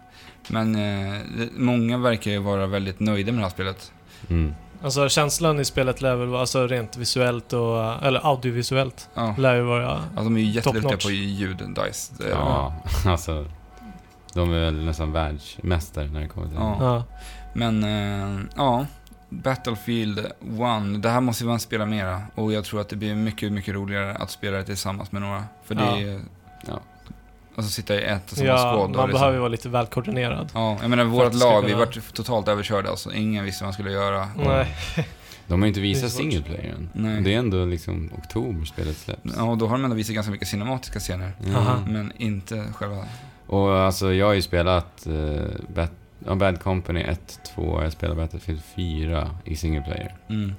S2: Men eh, det- många verkar ju vara väldigt nöjda med det här spelet.
S3: Mm.
S1: Alltså känslan i spelet lär väl vara, alltså rent visuellt och, eller audiovisuellt,
S2: Ja.
S1: lär ju vara...
S2: Alltså, de är ju
S1: Top
S2: jätteduktiga
S1: notch.
S2: på ljud, Dice. eh, Det är-
S3: Ja, alltså. De är väl nästan världsmästare när det kommer till
S2: Ja.
S3: det.
S1: Ja.
S2: Men, eh, ja. Battlefield 1, det här måste man spela mera. Och jag tror att det blir mycket, mycket roligare att spela det tillsammans med några. För det
S1: Ja.
S2: är ju...
S3: Ja.
S2: Alltså sitta i ett och samma
S1: Ja,
S2: squad. och
S1: man
S2: liksom-
S1: behöver ju vara lite välkoordinerad.
S2: Ja, jag menar
S1: För
S2: vårt
S1: att det ska
S2: lag, vi
S1: kunna- Mm.
S2: vart totalt överkörda alltså. Ingen visste vad man skulle göra.
S1: Nej.
S3: De har ju inte
S1: Det är
S3: visat
S1: svårt.
S3: single player än.
S2: Nej.
S3: Det är ändå liksom oktober spelet släpps.
S2: Ja, och då har de ändå visat ganska mycket cinematiska scener.
S3: Mm.
S1: Aha.
S2: Men inte själva...
S3: Och alltså jag har ju spelat eh, Bat- ja, Bad Company 1, 2, jag spelar Battlefield 4 i single player.
S2: Mm.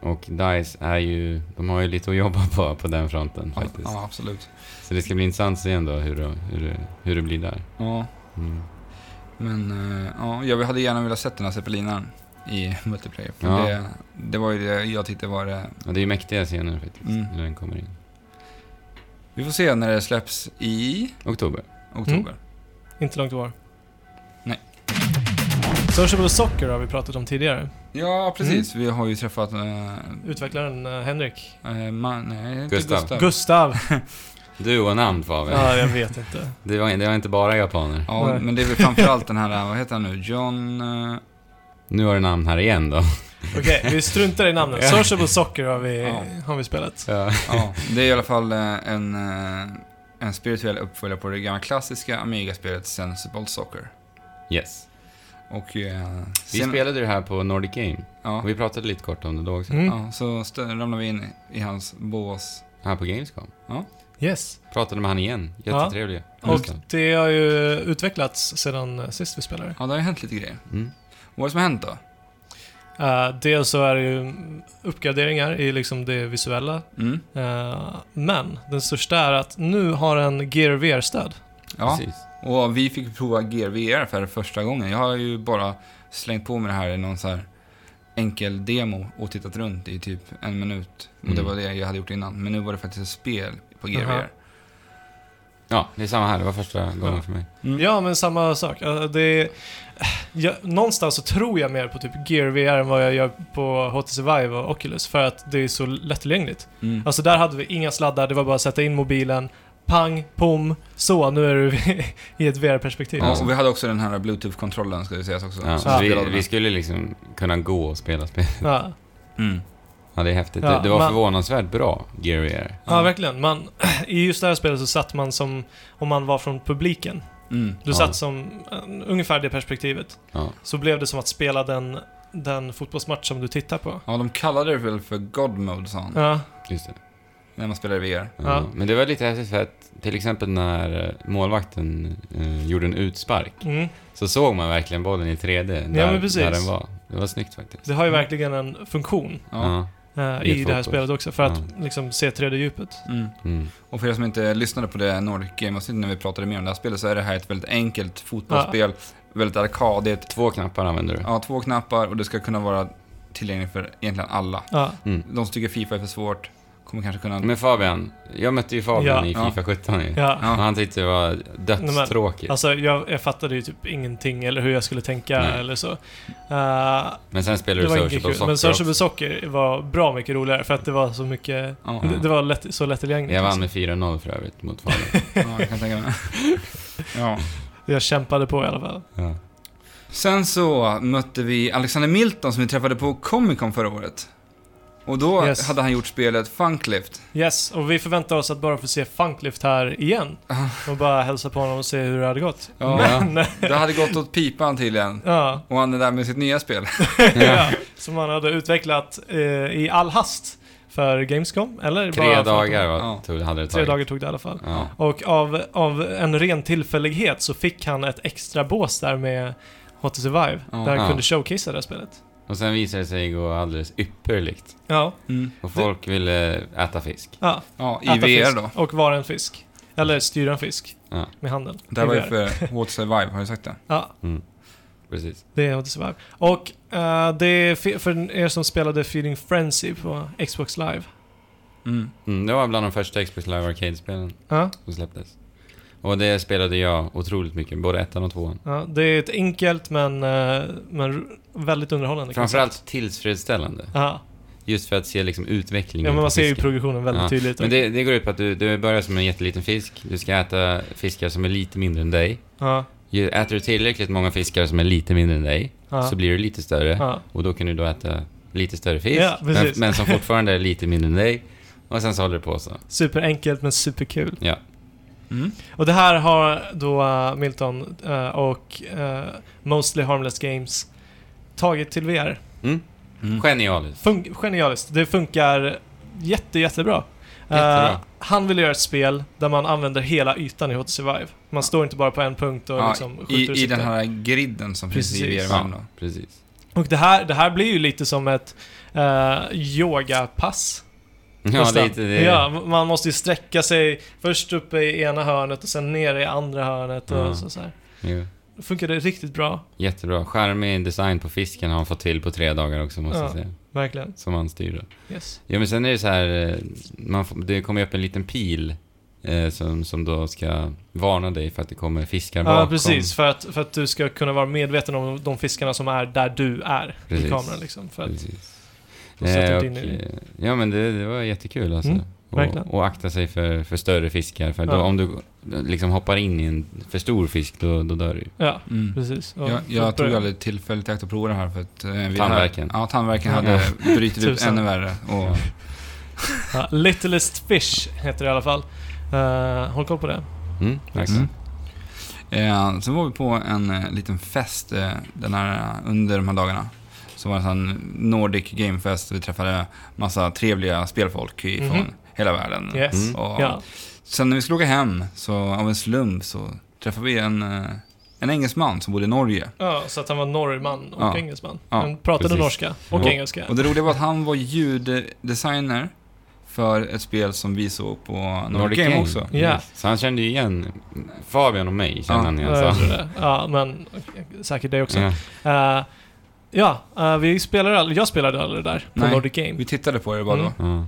S3: Och DICE är ju, de har ju lite att jobba på på den fronten
S2: Ja,
S3: faktiskt.
S2: ja, absolut.
S3: Så det ska bli intressant att se ändå hur, det- hur, det- hur det blir där.
S2: Ja,
S3: Mm.
S2: men eh, ja, jag hade gärna velat sett den här zeppelinaren i multiplayer. För
S3: Ja.
S2: det, det var ju det jag tyckte var det.
S3: Ja, det är ju mäktiga scener faktiskt,
S2: Mm.
S3: när den kommer in.
S2: Vi får se när det släpps i
S3: Oktober.
S2: oktober.
S3: Mm.
S1: Inte långt kvar.
S2: Nej.
S1: Sociable Soccer har vi pratat om tidigare.
S2: Ja, precis.
S3: Mm.
S2: Vi har ju träffat... Eh,
S1: Utvecklaren eh, Henrik.
S2: eh, man, nej, inte
S3: Gustav.
S2: Gustav.
S1: Gustav!
S3: Du och namn Fabian.
S1: Ja, jag vet inte.
S3: Det, var, det var inte bara japaner.
S2: Ja,
S1: Nej.
S2: men det är väl framförallt den här, eh, vad heter han nu? John... Eh,
S3: Nu har du namn här igen då.
S1: Okej, vi struntar i namnen.
S3: Ja.
S1: Sociable Soccer har vi,
S2: Ja.
S1: har vi spelat.
S3: Ja.
S2: ja, det är i alla fall eh, en, eh, en spirituell uppföljare på det gamla klassiska Amiga-spelet Sensible Soccer.
S3: Yes.
S2: Och... Eh,
S3: Vi
S2: sen-
S3: spelade det här på Nordic Game.
S2: Ja.
S3: Och vi pratade lite kort om det då också.
S1: Mm.
S2: Ja, så stö- ramlade vi in i- i hans bås.
S3: Här på Gamescom.
S1: Yes.
S3: Pratade med han igen. Jättetrevlig.
S1: Och
S3: Gustav.
S1: det har ju utvecklats sedan eh, sist vi spelade.
S2: Ja, det har ju hänt lite grejer.
S3: Mm.
S2: Och vad är det som har hänt då?
S1: Eh, dels så är det ju mm, uppgraderingar i liksom det visuella.
S2: Mm.
S1: Eh, men den största är att nu har en Gear VR-stöd.
S2: Ja,
S3: Precis.
S2: och vi fick prova GVR för första gången. Jag har ju bara slängt på mig det här i någon så här enkel demo och tittat runt i typ en minut. Och det
S3: Mm.
S2: var det jag hade gjort innan. Men nu var det faktiskt ett spel på GVR.
S1: Aha.
S3: Ja, det är samma här. Det var första gången
S1: Ja.
S3: för mig.
S2: Mm.
S1: Ja, men samma sak. Eh, det är, ja, någonstans så tror jag mer på typ Gear VR än vad jag gör på HTC Vive och Oculus för att det är så lättillgängligt.
S2: Mm.
S1: Alltså där hade vi inga sladdar, det var bara att sätta in mobilen, pang, pom, så, nu är du i ett VR-perspektiv.
S2: Ja,
S1: liksom.
S2: och vi hade också den här Bluetooth-kontrollen ska det sägas också.
S3: Ja,
S2: som
S1: Ja.
S3: Vi,
S2: spelade
S3: vi
S2: med.
S3: skulle liksom kunna gå och spela spel.
S1: Ja.
S2: Mm.
S3: Ja, det är häftigt.
S1: Ja,
S3: det, det var
S1: men-
S3: förvånansvärt bra, Gear VR.
S1: ja, verkligen. Man, I just det här spelet så satt man som om man var från publiken.
S2: Mm.
S1: Du
S3: Ja.
S1: satt som eh, ungefär det perspektivet.
S3: Ja.
S1: Så blev det som att spela den den fotbollsmatch som du tittar på.
S2: Ja, de kallade det väl för God Mode, sa han.
S1: Ja,
S3: Just det.
S2: När man spelar i VR.
S3: Ja.
S1: Ja.
S3: Men det var lite häftigt för att till exempel när målvakten eh, gjorde en utspark
S1: mm.
S3: så såg man verkligen bollen i 3D där,
S1: men precis.
S3: där den var. Det var snyggt faktiskt.
S1: Det har ju verkligen en funktion
S2: Ja.
S1: eh,
S3: I
S1: i det här
S3: fotboll.
S1: spelet också för att liksom se 3D-djupet.
S2: Mm.
S3: Mm.
S2: Och för er som inte lyssnade på det Nordic Game avsnittet när vi pratade mer om det här spelet så är det här ett väldigt enkelt fotbollsspel. Väldigt arkadigt.
S3: Två knappar använder du.
S2: Ja, två knappar och det ska kunna vara tillgängligt för egentligen alla.
S1: Ja.
S3: Mm.
S2: De som tycker Fifa är för svårt kommer kanske kunna...
S3: Men Fabian, jag mötte ju Fabian
S1: Ja.
S3: i
S2: Ja.
S3: Fifa 17 ju.
S1: Ja.
S3: Och
S2: Ja.
S3: Han tyckte det var dödstråkigt.
S1: Alltså jag, jag fattade ju typ ingenting eller hur jag skulle tänka
S3: Nej.
S1: eller så. Eh,
S3: Men sen spelade
S1: det
S3: du
S1: var inget
S3: Searchable
S1: kul.
S3: Soccer
S1: Men
S3: också.
S1: Searchable Socker var bra mycket roligare för att det var så mycket...
S2: Ja,
S1: Det, det var lätt, så lättillgängligt.
S3: Jag vann
S1: liksom.
S3: med 4-0 för övrigt mot Fabian.
S2: ja, jag kan tänka mig. Ja.
S1: jag kämpade på i alla fall.
S3: ja.
S2: Sen så mötte vi Alexander Milton som vi träffade på Comic Con förra året. Och då
S1: Yes.
S2: hade han gjort spelet Funklift.
S1: Yes, och vi förväntar oss att bara få se Funklift här igen.
S3: Ah.
S1: Och bara hälsa på honom och se hur det hade gått.
S2: Ja.
S1: Men,
S2: Det hade gått åt pipan tydligen.
S1: ja,
S2: Och han är där med sitt nya spel.
S1: ja, som han hade utvecklat eh, i all hast för Gamescom, eller? bara
S3: Tre
S1: för-
S3: dagar var,
S2: Ja.
S3: tog, hade det
S1: Tre
S3: tagit.
S1: dagar tog det i alla fall.
S3: Ja.
S1: Och av, av en ren tillfällighet så fick han ett extra bås där med Hot to Survive,
S2: Ja.
S1: där han
S3: Ja.
S1: kunde showcasea det här spelet.
S3: Och sen visade det sig gå alldeles ypperligt.
S1: Ja,
S2: Mm.
S3: Och folk ville äta fisk.
S1: ja.
S2: Ja, i
S1: Äta
S2: VR
S1: fisk
S2: då.
S1: Och vara en fisk. Eller styra en fisk.
S3: Ja.
S1: Med handen.
S2: Det här var
S1: I
S2: ju
S1: VR.
S2: för What Survive, har du sagt det?
S1: Ja,
S3: Precis.
S1: det är Hot to Survive. Och eh, det är fi- för er som spelade Feeding Frenzy på Xbox Live.
S2: Mm.
S3: Mm, det var bland de första Xbox Live Arcade-spelen
S1: Ja,
S3: som släpptes. Och det spelade jag otroligt mycket, både ettan och tvåan.
S1: ja, det är ett enkelt men, eh, men väldigt underhållande
S3: Framförallt tillfredsställande.
S1: koncept. Ja,
S3: Just för att se liksom utvecklingen
S1: ja men
S3: på
S1: man ser ju
S3: fisken.
S1: progressionen väldigt
S3: Ja,
S1: tydligt.
S3: Men det, det går ut på att du, du börjar som en jätteliten fisk, du ska äta fiskar som är lite mindre än dig.
S1: ja,
S3: Ju- Äter du tillräckligt många fiskar som är lite mindre än dig,
S1: ja,
S3: så blir du lite större.
S1: ja.
S3: Och då kan du då äta lite större fisk,
S1: Ja,
S3: men,
S1: precis.
S3: men som fortfarande är lite mindre än dig. Och sen så håller du på så.
S1: Mm. Superenkelt men superkul.
S3: Ja.
S2: Mm.
S1: Och det här har då eh, Milton eh, och eh, Mostly Harmless Games tagit till VR.
S2: Mm.
S3: Genialiskt.
S1: Fun- genialiskt. Det funkar jätte, jättebra.
S3: Jättebra.
S1: Eh, han vill göra ett spel där man använder hela ytan i Hot Survive. Man står inte bara på en punkt och
S2: Ja,
S1: liksom skjuter
S2: i,
S1: och
S2: I
S1: siktar.
S2: den här griden som finns i
S1: Precis.
S2: VR-världen då.
S3: Precis.
S1: Och det här, det här blir ju lite som ett eh, yogapass.
S3: Ja,
S1: nästan.
S3: lite det.
S1: ja, man måste ju sträcka sig först uppe i ena hörnet och sen ner i andra hörnet och
S3: Ja.
S1: så, så här.
S3: Jo.
S1: Det funkade riktigt bra,
S3: Jättebra. Charmig design på fisken har han fått till på tre dagar också, måste jag
S1: Ja.
S3: säga.
S1: verkligen.
S3: Som han styr då.
S1: Yes.
S3: Ja, men sen är det så här, eh, man får, det kommer ju upp en liten pil eh, som, som då ska varna dig för att det kommer fiskar bakom.
S1: Ja, precis. För att, för att du ska kunna vara medveten om de fiskarna som är där du är
S3: Precis.
S1: i kameran. Liksom, för att,
S3: Precis.
S1: få sätta
S3: Eh,
S1: upp
S3: och,
S1: din i-
S3: eh, ja, men det, det var jättekul alltså.
S1: Mm, verkligen.
S3: och, och akta sig för, för större fiskar, för då,
S1: Ja.
S3: om du liksom hoppar in i en för stor fisk, då, då dör du ju.
S1: ja,
S2: Mm.
S1: precis. Och-
S2: Jag, jag tog aldrig tillfället i akt att prova det här för att... eh, vi
S3: Tandvärken.
S2: Hade, ja, tandvärken
S1: Ja.
S2: hade brutit ut
S1: Tusen.
S2: ännu värre. Och,
S1: Ja, Littlest Fish heter det i alla fall. Eh, håll koll på det.
S3: Mm, verkligen.
S2: mm. eh, sen var vi på en eh, liten fest eh, den här, under de här dagarna. Som var en sån Nordic Game Fest. Vi träffade massa trevliga spelfolk ifrån
S1: Mhm.
S2: hela världen.
S1: Yes.
S3: Mm.
S2: Och
S1: Ja.
S2: Sen när vi skulle åka hem, så av en slump, så träffade vi en, eh, en engelsman som bodde i Norge.
S1: ja, så att han var norrman och
S2: Ja.
S1: engelsman.
S2: Ja,
S1: han pratade
S3: precis.
S1: norska och
S3: Ja.
S1: engelska.
S2: Och det roliga var att han var ljuddesigner för ett spel som vi såg på Nordic, Game, också.
S1: Ja.
S3: Yes. Så han kände ju igen Fabian och mig, kände
S2: Ja.
S3: han igen.
S1: Ja,
S3: Så.
S1: jag tror det. Ja, men okej, säkert det också.
S3: alltså. Ja.
S1: Eh, ja, eh, vi spelade aldrig, jag spelade aldrig det där på
S2: Nej.
S1: Nordic Game.
S2: Vi tittade på det bara
S1: Mm.
S3: Ja.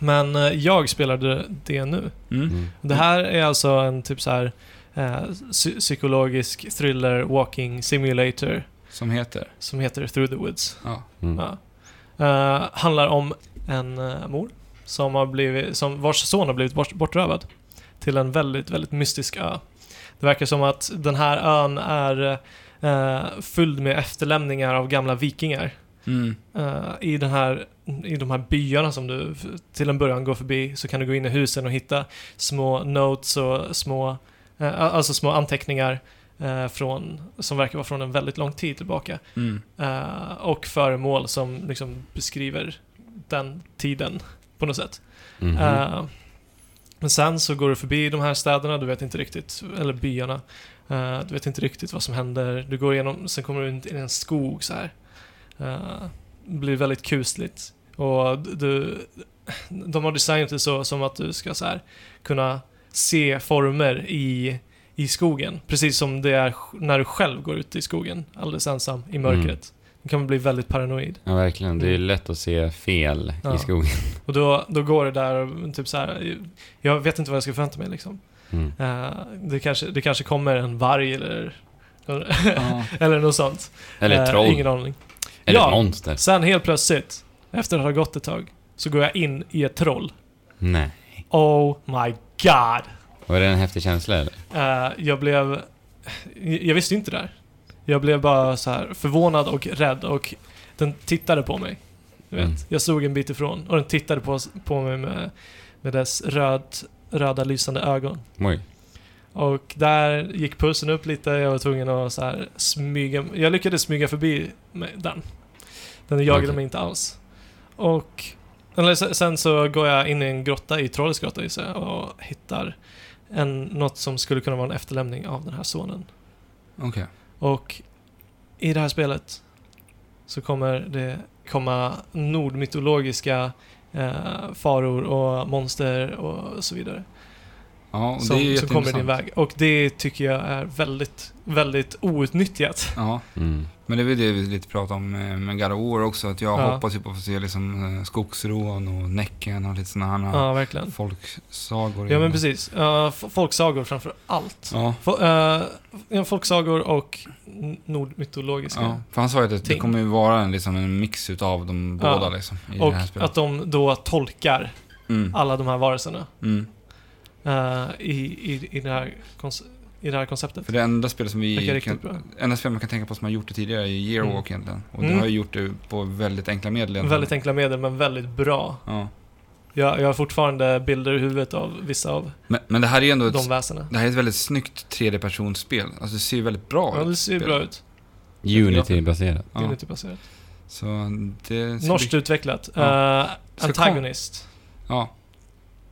S1: Men eh, jag spelade det nu.
S2: då. Mm.
S3: Mm.
S1: Det här är alltså en typ så här eh, psy- psykologisk thriller walking simulator
S2: Som heter...
S1: som heter Through the Woods.
S2: Ja.
S3: Mm.
S1: Ja. Eh, handlar om en eh, mor som har blivit, som vars son har blivit bort, bortrövad till en väldigt, väldigt mystisk ö. Det verkar som att den här ön är eh, fylld med efterlämningar av gamla vikingar.
S2: Mm.
S1: Eh, i, den här, I de här byarna som du f- till en början går förbi så kan du gå in i husen och hitta små notes och små, eh, alltså små anteckningar eh, från, som verkar vara från en väldigt lång tid tillbaka.
S2: Mm.
S1: Eh, och föremål som liksom beskriver den tiden på något sätt.
S3: Mhm.
S1: Eh, men sen så går du förbi de här städerna, du vet inte riktigt, eller byarna. Eh, du vet inte riktigt vad som händer. Du går igenom, sen kommer du in i en skog så här. Eh, det blir väldigt kusligt. Och du, de har designat det så som att du ska så här kunna se former i, i skogen. Precis som det är när du själv går ut i skogen, alldeles ensam, i mörkret. Du kan bli väldigt paranoid.
S3: Ja, verkligen. Det är lätt att se fel
S1: Ja.
S3: i skogen.
S1: Och då, då går det där och typ så här. Jag vet inte vad jag ska förvänta mig liksom.
S3: Mm.
S1: Eh, det, kanske, det kanske kommer en varg eller,
S2: Ja.
S1: eller något sånt.
S3: Eller
S1: Eh,
S3: troll.
S1: Ingen aning.
S3: Eller
S1: Ja.
S3: ett monster.
S1: Sen helt plötsligt, efter att ha gått ett tag, så går jag in i ett troll.
S3: Nej.
S1: Oh my god!
S3: Var det en häftig känsla eller?
S1: Eh, jag blev... Jag visste inte det här. Jag blev bara så här förvånad och rädd och den tittade på mig. Du vet,
S3: Mm.
S1: jag stod en bit ifrån och den tittade på, på mig med, med dess röd, röda lysande ögon.
S3: Oj.
S1: Och där gick pulsen upp lite, jag var tvungen att så här smyga... Jag lyckades smyga förbi med den. Den jagade
S3: Okej.
S1: mig inte alls. Och... Eller se- sen så går jag in i en grotta, i Trollets grotta gissar jag, och hittar en, något som skulle kunna vara en efterlämning av den här sonen.
S2: Okej.
S1: Och i det här spelet så kommer det komma nordmytologiska eh, faror och monster och så vidare
S2: Ja, och det är
S1: som,
S2: ju
S1: som kommer din
S2: jätteintressant.
S1: väg. Och det tycker jag är väldigt, väldigt outnyttjat.
S2: Ja,
S3: Mm.
S2: men det var ju det vi lite pratade om eh, med God of War också. Att jag
S1: Ja.
S2: hoppas ju på att få se liksom eh, skogsrån och Näcken och lite sådana
S1: Ja,
S2: här ja.
S1: verkligen.
S2: folksagor.
S1: Ja, men precis. Uh, folksagor framför allt.
S2: Ja.
S1: Fo- eh, ja, folksagor och n- nordmytologiska.
S2: Ja, för han sa ju att det
S1: ting.
S2: kommer ju vara en, liksom, en mix utav de
S1: Ja.
S2: båda liksom, i
S1: och
S2: det här spelet.
S1: att de då tolkar
S2: Mm.
S1: alla de här varelserna
S2: Mm.
S1: eh, i, i, i, det här konce- i det här konceptet.
S2: För det enda spelet som
S1: Verkar
S2: vi
S1: riktigt bra.
S2: kan, enda spel man kan tänka på som har gjort det tidigare är Yearwalk egentligen. Och
S1: Mm.
S2: det har ju gjort det på väldigt enkla medel egentligen.
S1: Väldigt enkla medel, men väldigt bra.
S2: ja.
S1: Jag, jag har fortfarande bilder i huvudet av vissa av
S2: men, men det här är ju ändå ett,
S1: de väsena.
S2: det här är ett väldigt snyggt 3D-personsspel. Alltså det ser ju väldigt bra
S1: Ja,
S2: ut.
S1: det ser ju bra ut.
S3: Unity-baserat.
S1: Det är
S2: Ja.
S1: lite baserat.
S2: Så det ska
S1: Norskt
S2: bli,
S1: utvecklat.
S2: Ja.
S1: Eh,
S2: Ska
S1: antagonist.
S2: Ja,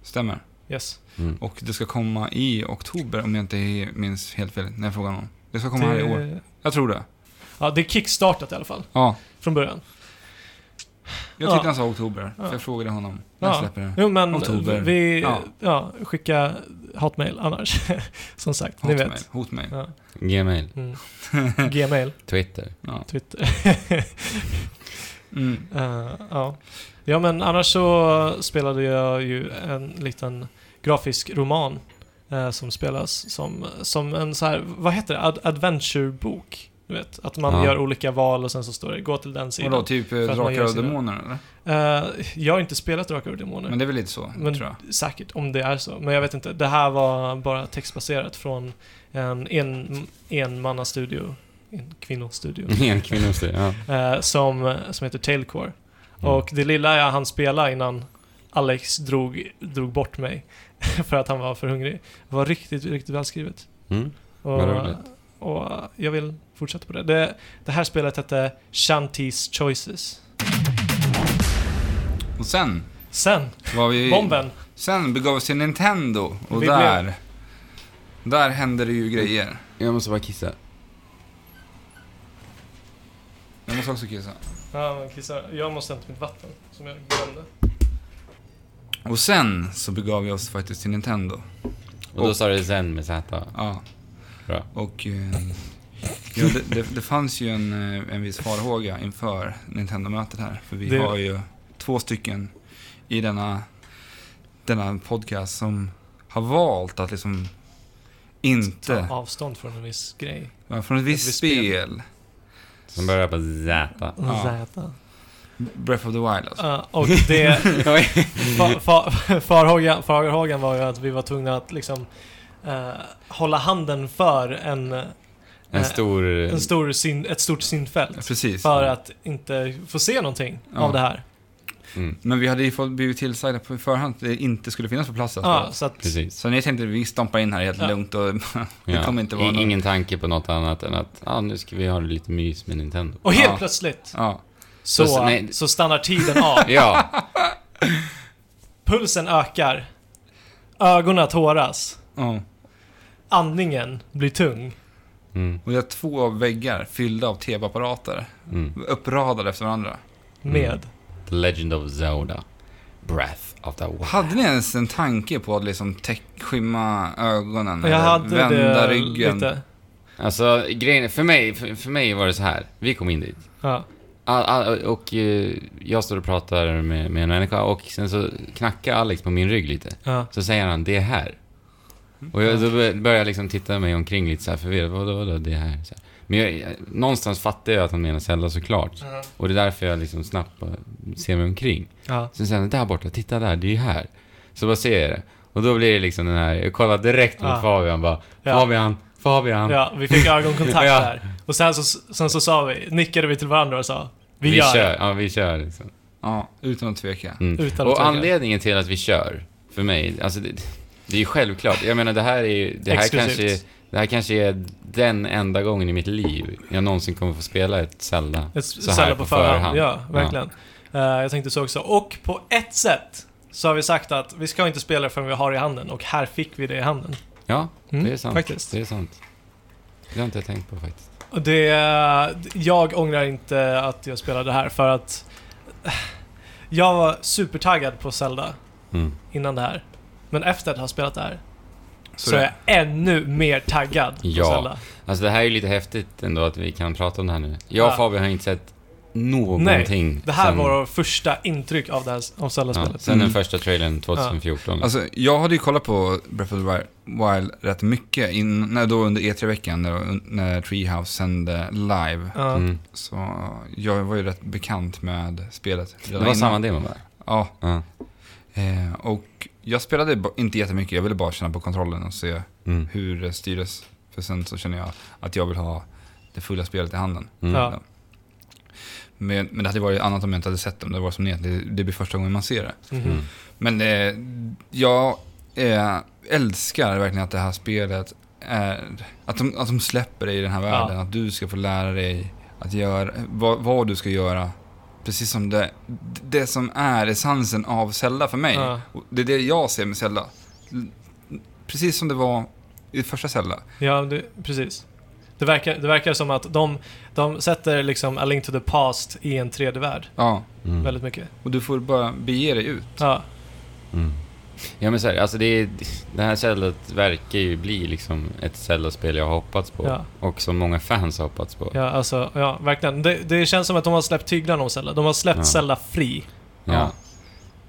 S2: stämmer.
S1: Yes.
S3: Mm.
S2: Och det ska komma i oktober om jag inte minns helt fel när jag frågar någon. Det ska komma här i år. Jag tror det.
S1: Ja, det är kickstartat i alla fall.
S2: Ja,
S1: Från början.
S2: jag tyckte
S1: Ja.
S2: han sa oktober.
S1: Ja.
S2: För jag frågade honom. När
S1: Ja.
S2: släpper det?
S1: Jo, men
S2: Oktober.
S1: vi... Ja.
S2: Ja.
S1: skicka hotmail annars. Som sagt, ni
S2: Hotmail.
S1: vet.
S2: Hotmail.
S1: Ja.
S3: Gmail.
S1: Mm. Gmail,
S3: Twitter.
S2: Ja.
S1: Twitter.
S2: Mm.
S1: Eh, ja. ja, men annars så spelade jag ju en liten grafisk roman eh, som spelas som, som en så här, vad heter det? Ad- Adventure-bok. Du vet, att man
S3: Ja.
S1: gör olika val och sen så står det gå till den sidan.
S2: Vadå, typ eh,
S1: För att man
S2: Drakar
S1: gör
S2: och
S1: sina-
S2: Demoner eller?
S1: Eh, jag har inte spelat Drakar och Demoner.
S2: Men det är väl lite så,
S1: Men-
S2: tror jag.
S1: Säkert, om det är så. Men jag vet inte. Det här var bara textbaserat från en en, enmannastudio, en kvinnostudio,
S3: En kvinnostyr. Ja.
S1: eh, som, som heter Tailcore.
S3: Mm.
S1: Och det lilla jag hann spela innan Alex drog, drog bort mig för att han var för hungrig var riktigt, riktigt välskrivet.
S3: Mm.
S1: Och,
S3: Vad roligt.
S1: och jag vill fortsätta på det. det. Det här spelet hette Shanties Choices.
S2: Och sen
S1: Sen,
S2: var vi...
S1: bomben!
S2: Sen begav vi oss till Nintendo. Och
S1: Vi
S2: där... Där hände det ju grejer.
S3: Jag måste bara kissa.
S2: Jag måste också kissa.
S1: Ja, men kissar. Jag måste hämta mitt vatten som jag glömde.
S2: Och sen så begav vi oss faktiskt till Nintendo.
S3: Och då sa du sen med Z.
S2: Ja.
S3: Bra.
S2: Och... Eh, ja, det, det, det fanns ju en, eh, en viss farhåga inför Nintendo-mötet här. För vi
S1: Det-
S2: har ju två stycken i denna, denna podcast som har valt att liksom inte...
S1: Ta avstånd från en viss grej.
S2: Ja, från ett visst
S1: visst
S2: spel.
S1: spel.
S3: Som börjar på Z.
S2: Ja.
S1: Zäta.
S2: Breath of the Wild alltså.
S1: Ja, och det... fa, fa, farhågan, farhågan var ju att vi var tvungna att liksom eh, hålla handen för en, eh,
S3: En stor...
S1: en stor syn, ett stort
S2: Ja,
S1: synfält.
S2: Precis.
S1: För att inte få se någonting
S2: Ja.
S1: av det här.
S3: Mm,
S2: Men vi hade ju fått blivit tillsagda på förhand att det inte skulle finnas på plats. alltså.
S1: Ja, så att...
S3: precis.
S2: Så ni tänkte att vi stompar in här helt
S1: Ja.
S2: lugnt och det
S3: Ja.
S2: kommer inte vara
S3: I-
S2: någon...
S3: Ingen tanke på något annat än att ah, nu ska vi ha det lite mys med Nintendo.
S1: Och helt
S2: Ja.
S1: plötsligt
S2: Ja.
S1: så,
S3: Så-
S1: så,
S3: nej.
S1: stannar tiden av.
S3: Ja,
S1: Pulsen ökar. Ögonen tåras.
S2: ja.
S1: Andningen blir tung.
S3: mm,
S2: Och vi har två väggar fyllda av tv-apparater.
S3: mm.
S2: Uppradade efter varandra.
S1: Mm. Med.
S3: The Legend of Zelda. Breath of the Wild.
S2: Hade ni ens en tanke på att liksom täck, skymma ögonen?
S1: Och jag
S2: eller
S1: hade
S2: vända
S1: det
S2: ryggen?
S1: lite.
S3: Alltså grejen är- för mig, för, för mig var det så här. Vi kom in dit.
S1: Ja.
S3: All, all, och eh, jag står och pratar med, med en människa och sen så knackar Alex på min rygg lite.
S1: Ja.
S3: Så säger han det är här. Och jag, då bör- börjar jag liksom titta mig omkring lite så här förvirrad. Vadå, vadå, det är här? Så här. Men jag, jag, någonstans fattar jag att han menar Zelda såklart.
S1: Mm.
S3: Och det är därför jag liksom snabbt bara ser mig omkring.
S1: Ja.
S3: Sen säger han där borta, titta där, det är ju här. Så bara ser jag det. Och då blir det liksom den här, jag kollar direkt mot
S1: Ja.
S3: Fabian bara.
S1: Ja.
S3: Fabian, Fabian.
S1: ja, vi fick ögonkontakt
S3: Ja.
S1: där. Och sen så, sen så sa vi, nickade vi till varandra och sa Vi, gör det.
S3: kör. Ja, vi kör liksom.
S2: Ja, utan att tveka.
S3: Mm.
S1: Utan att
S3: och
S1: tveka.
S3: anledningen till att vi kör, för mig, alltså det, det är ju självklart. Jag menar det här är ju- det här
S1: Exklusivt.
S3: kanske, det här kanske är den enda gången i mitt liv jag någonsin kommer få spela ett Zelda.
S1: Ett
S3: Så här
S1: sällan
S3: på
S1: på förhand.
S3: förhand.
S1: Ja, verkligen. Eh, jag tänkte så också. Och på ett sätt så har vi sagt att vi ska inte spela förrän vi har det i handen. Och här fick vi det i handen.
S3: Ja,
S1: Mm,
S3: det är sant.
S1: faktiskt.
S3: Det är sant. Det har inte jag tänkt på faktiskt.
S1: Och det... Jag ångrar inte att jag spelade här för att... eh, Jag var supertaggad på Zelda
S3: Mm.
S1: innan det här. Men efter att ha spelat det här så,
S2: det-
S1: är jag ännu mer taggad på
S3: Ja.
S1: Zelda.
S3: Alltså det här är ju lite häftigt ändå att vi kan prata om det här nu. Jag och
S1: Ja.
S3: Fabian har inte sett någonting.
S1: Det här
S3: sen,
S1: var vårt första intryck av, det här, av
S3: ja,
S1: Zelda-spelet.
S3: sen den
S2: Mm.
S3: första trailern 2014.
S2: Alltså, jag hade ju kollat på Breath of the Wi- Wild rätt mycket in, när, då under E3-veckan när, när Treehouse sände live.
S1: Ja.
S3: mm.
S2: Så eh, jag var ju rätt bekant med spelet.
S3: Det var samma demo va?
S2: Ja,
S3: Ja.
S2: eh, och jag spelade ba- inte jättemycket. Jag ville bara känna på kontrollen och se
S3: Mm.
S2: hur det styrdes. För sen så känner jag att jag vill ha det fulla spelet i handen.
S3: Mm.
S1: Ja.
S2: Men, men det hade varit annat om jag inte hade sett dem. Det var som ni, att det, det blir första gången man ser det.
S1: Mhm.
S3: Mm.
S2: Men eh, jag eh, älskar verkligen att det här spelet är... Att de, att de släpper dig i den här
S1: Ja.
S2: världen. Att du ska få lära dig att göra, vad, vad du ska göra. Precis som det, det som är essensen av Zelda för mig.
S1: Ja.
S2: Och Det är det jag ser med Zelda. L- Precis som det var i första Zelda.
S1: Ja, det, precis. Det verkar, det verkar som att de, de sätter liksom A Link to the Past i en 3D-värld
S2: Ja.
S3: Mm.
S1: väldigt mycket.
S2: Och du får bara bege dig ut.
S1: Ja,
S3: Mm. Ja men så här, alltså det, är, det här Zeldat verkar ju bli liksom ett Zelda-spel jag har hoppats på.
S1: Ja.
S3: Och som många fans har hoppats på.
S1: ja, alltså, ja verkligen. Det, det känns som att de har släppt tyglarna om Zelda. De har släppt
S3: Ja.
S1: Zelda fri.
S3: Ja.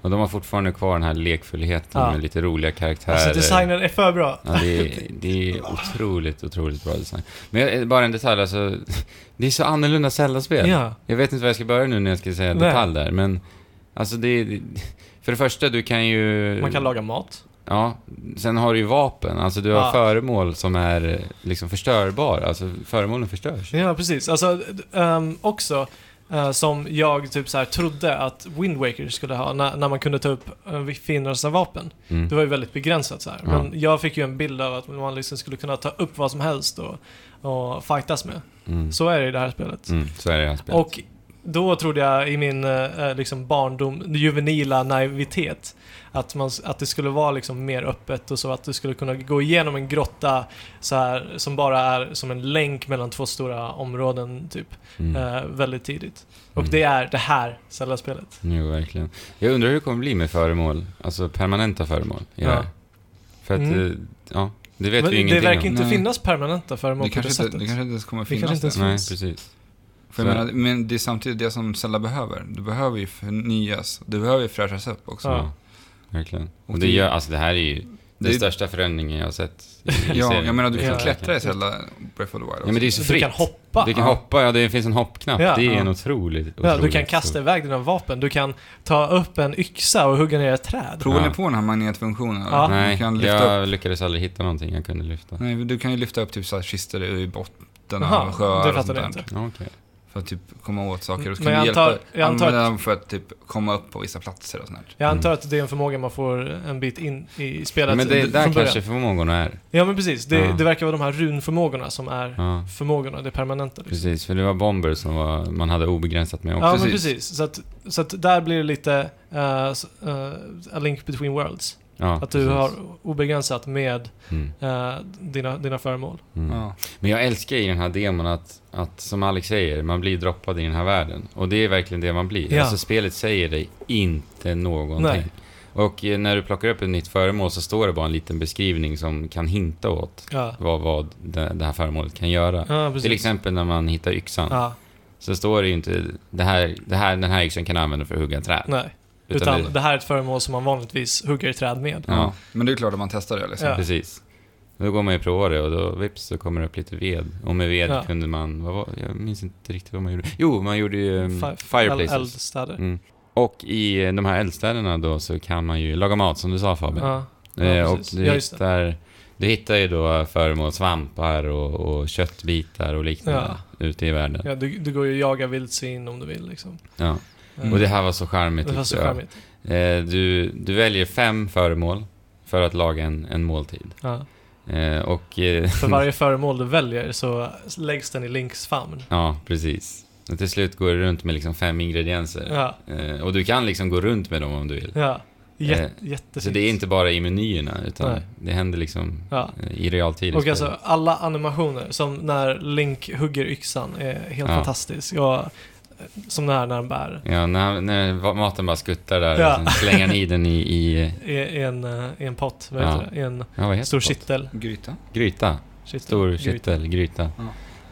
S3: Och de har fortfarande kvar den här lekfullheten
S1: Ja.
S3: med lite roliga karaktärer.
S1: Alltså designen är för bra.
S3: Ja, det, är, det är otroligt, otroligt bra design. Men jag, bara en detalj, alltså. Det är så annorlunda Zelda-spel.
S1: Ja,
S3: Jag vet inte var jag ska börja nu när jag ska säga
S1: Nej.
S3: detalj där, men... Alltså det, det... För det första, du kan ju...
S1: man kan laga mat.
S3: Ja, sen har du ju vapen. Alltså du har
S1: Ja.
S3: föremål som är eh, liksom förstörbara. Alltså föremålen förstörs.
S1: Ja, precis. Alltså, d- ehm, också eh, som jag typ så här trodde att Wind Waker skulle ha när, när man kunde ta upp uh, sina vapen.
S3: Mm.
S1: Det var ju väldigt begränsat så här.
S3: Ja.
S1: Men jag fick ju en bild av att man liksom skulle kunna ta upp vad som helst och, och fightas med.
S3: Mm.
S1: Så är det i det här spelet.
S3: Mm. Så är det i det här spelet.
S1: Och då trodde jag i min eh, liksom barndom, juvenila naivitet, att, man, att det skulle vara liksom mer öppet och så att du skulle kunna gå igenom en grotta så här, som bara är som en länk mellan två stora områden typ,
S3: Mm.
S1: eh, väldigt tidigt. Och
S3: Mm.
S1: det är det här Zelda-spelet.
S3: Jo, verkligen. Jag undrar hur det kommer bli med föremål. Alltså permanenta föremål. i det
S1: Ja.
S3: här. För att,
S1: Mm.
S3: eh, ja, det vet
S1: Men
S3: vi ju
S1: det
S3: ingenting
S1: verkar
S3: om.
S1: inte
S2: Nej.
S1: finnas permanenta föremål
S2: Det
S1: på det
S2: kanske,
S1: sättet.
S2: inte, det kanske inte ens kommer att
S1: Det
S2: finnas
S1: kanske inte ens
S2: det.
S3: Nej,
S1: finns.
S3: precis.
S2: För jag menar, men det är samtidigt det som Zelda behöver. Du behöver ju förnyas. Du behöver ju fräschas upp också.
S3: Ja.
S1: Ja.
S3: Verkligen. Och
S2: Och
S3: det
S2: det-
S3: gör, alltså det här är ju den
S2: Det är-
S3: största förändringen jag har sett i, i
S2: Ja,
S3: serien.
S2: jag menar du
S3: Det
S2: kan
S3: är-
S1: Ja.
S2: klättra i Zelda Breath of the Wild också.
S3: Ja, men det är ju så
S1: Du
S3: fritt.
S1: kan hoppa.
S3: Du kan
S2: Ja.
S3: hoppa, ja det finns en hoppknapp.
S1: Ja.
S3: det är
S2: Ja.
S3: en otrolig, otrolig
S1: Ja, du kan kasta iväg dina vapen, du kan ta upp en yxa och hugga ner ett träd.
S2: Provar
S3: Ja.
S2: ni på den här magnetfunktionen? eller?
S1: Ja.
S3: Nej,
S2: Du kan lyfta upp,
S3: jag lyckades aldrig hitta någonting jag
S1: Mm.
S3: kunde lyfta.
S2: nej, du kan ju lyfta upp typ så här kistor i botten
S1: Jaha,
S2: av sjöar
S1: det
S2: och
S1: fattar
S2: sånt
S1: jag
S2: där.
S1: inte.
S3: Ja, Okej.
S2: För att typ komma åt saker. Och så
S1: Men
S2: kan
S1: jag
S2: du
S1: antar-
S2: hjälpa,
S1: jag antar
S2: använda
S1: att-
S2: dem för att typ komma upp på vissa platser och sånt där.
S1: Jag antar att det är en förmåga man får en bit in i spelet
S3: Mm. Men det är
S1: från
S3: där
S1: början.
S3: kanske förmågorna är.
S1: Ja men precis, det,
S3: Ja.
S1: det verkar vara de här runförmågorna som är
S3: Ja,
S1: förmågorna, det permanenta. Liksom.
S3: precis. För det var bomber som var, man hade obegränsat med
S1: Ja
S3: också.
S1: men
S2: precis.
S1: precis, så att, så att där blir det lite eh, s- eh, a link between worlds.
S3: Ja,
S1: Att du
S3: precis.
S1: har obegränsat med
S3: Mm,
S1: eh, dina, dina föremål.
S3: mm.
S2: Ja.
S3: Men jag älskar i den här demon att, att, som Alex säger, man blir droppad i den här världen. Och det är verkligen det man blir.
S1: Ja.
S3: Alltså spelet säger dig inte någonting.
S1: Nej.
S3: Och eh, när du plockar upp ett nytt föremål så står det bara en liten beskrivning som kan hinta åt
S1: Ja,
S3: vad, vad det, det här föremålet kan göra.
S1: ja precis.
S3: Till exempel när man hittar yxan,
S1: Ja,
S3: så står det ju inte det här, det här, den här yxan kan användas för att hugga träd.
S1: nej. Utan,
S3: Utan
S1: det...
S3: det-
S1: här är ett föremål som man vanligtvis hugger i träd med.
S3: Ja.
S2: Ja. Men det är klart att man testar det liksom.
S1: Ja.
S3: Precis. Då går man ju och provar det och då vips så kommer det upp lite ved. Och med ved
S1: Ja.
S3: kunde man, vad var, jag minns inte riktigt vad man gjorde. Jo, man gjorde ju um,
S1: Fi-
S3: fireplaces.
S1: el- Eldstäder.
S3: Mm. Och i eh, de här eldstäderna då så kan man ju laga mat som du sa Fabian.
S1: Ja, ja,
S3: Eh, och
S1: precis.
S3: du
S1: Ja, just det.
S3: hittar, du hittar ju då föremål, svampar och, och köttbitar och liknande ute i världen. Ja.
S1: ja, du, du går ju att jaga vildsvin om du vill liksom. Ja.
S2: Mm.
S3: Och det här var så charmigt.
S1: det var så
S3: tyckte jag.
S1: charmigt.
S3: Eh, du, du väljer fem föremål för att laga en, en måltid.
S1: Ja.
S3: Eh, och... eh,
S1: För varje föremål du väljer så läggs den i Links famn.
S3: Ja, precis. Och till slut går du runt med liksom fem ingredienser.
S1: Ja,
S3: Eh, och du kan liksom gå runt med dem om du vill.
S1: ja. Jät-
S3: Eh,
S1: jättefint.
S3: Så det är inte bara i menyerna, utan
S1: Nej.
S3: det händer liksom
S1: Ja.
S3: eh, i realtid. i
S1: Och
S3: spelet.
S1: alltså alla animationer, som när Link hugger yxan, är helt
S3: Ja.
S1: fantastisk. Och, eh, som den här när han bär.
S3: Ja, när, när va- maten bara skuttar där
S1: Ja.
S3: och sen slänger han i den i, i
S1: I, i, en, eh, I en pott, vad
S3: Ja.
S1: heter det? I en
S3: ja, vad heter
S1: stor
S3: det?
S1: kittel.
S2: Gryta.
S3: Gryta.
S1: Kittel.
S3: Stor
S1: Gryta.
S3: kittel, gryta.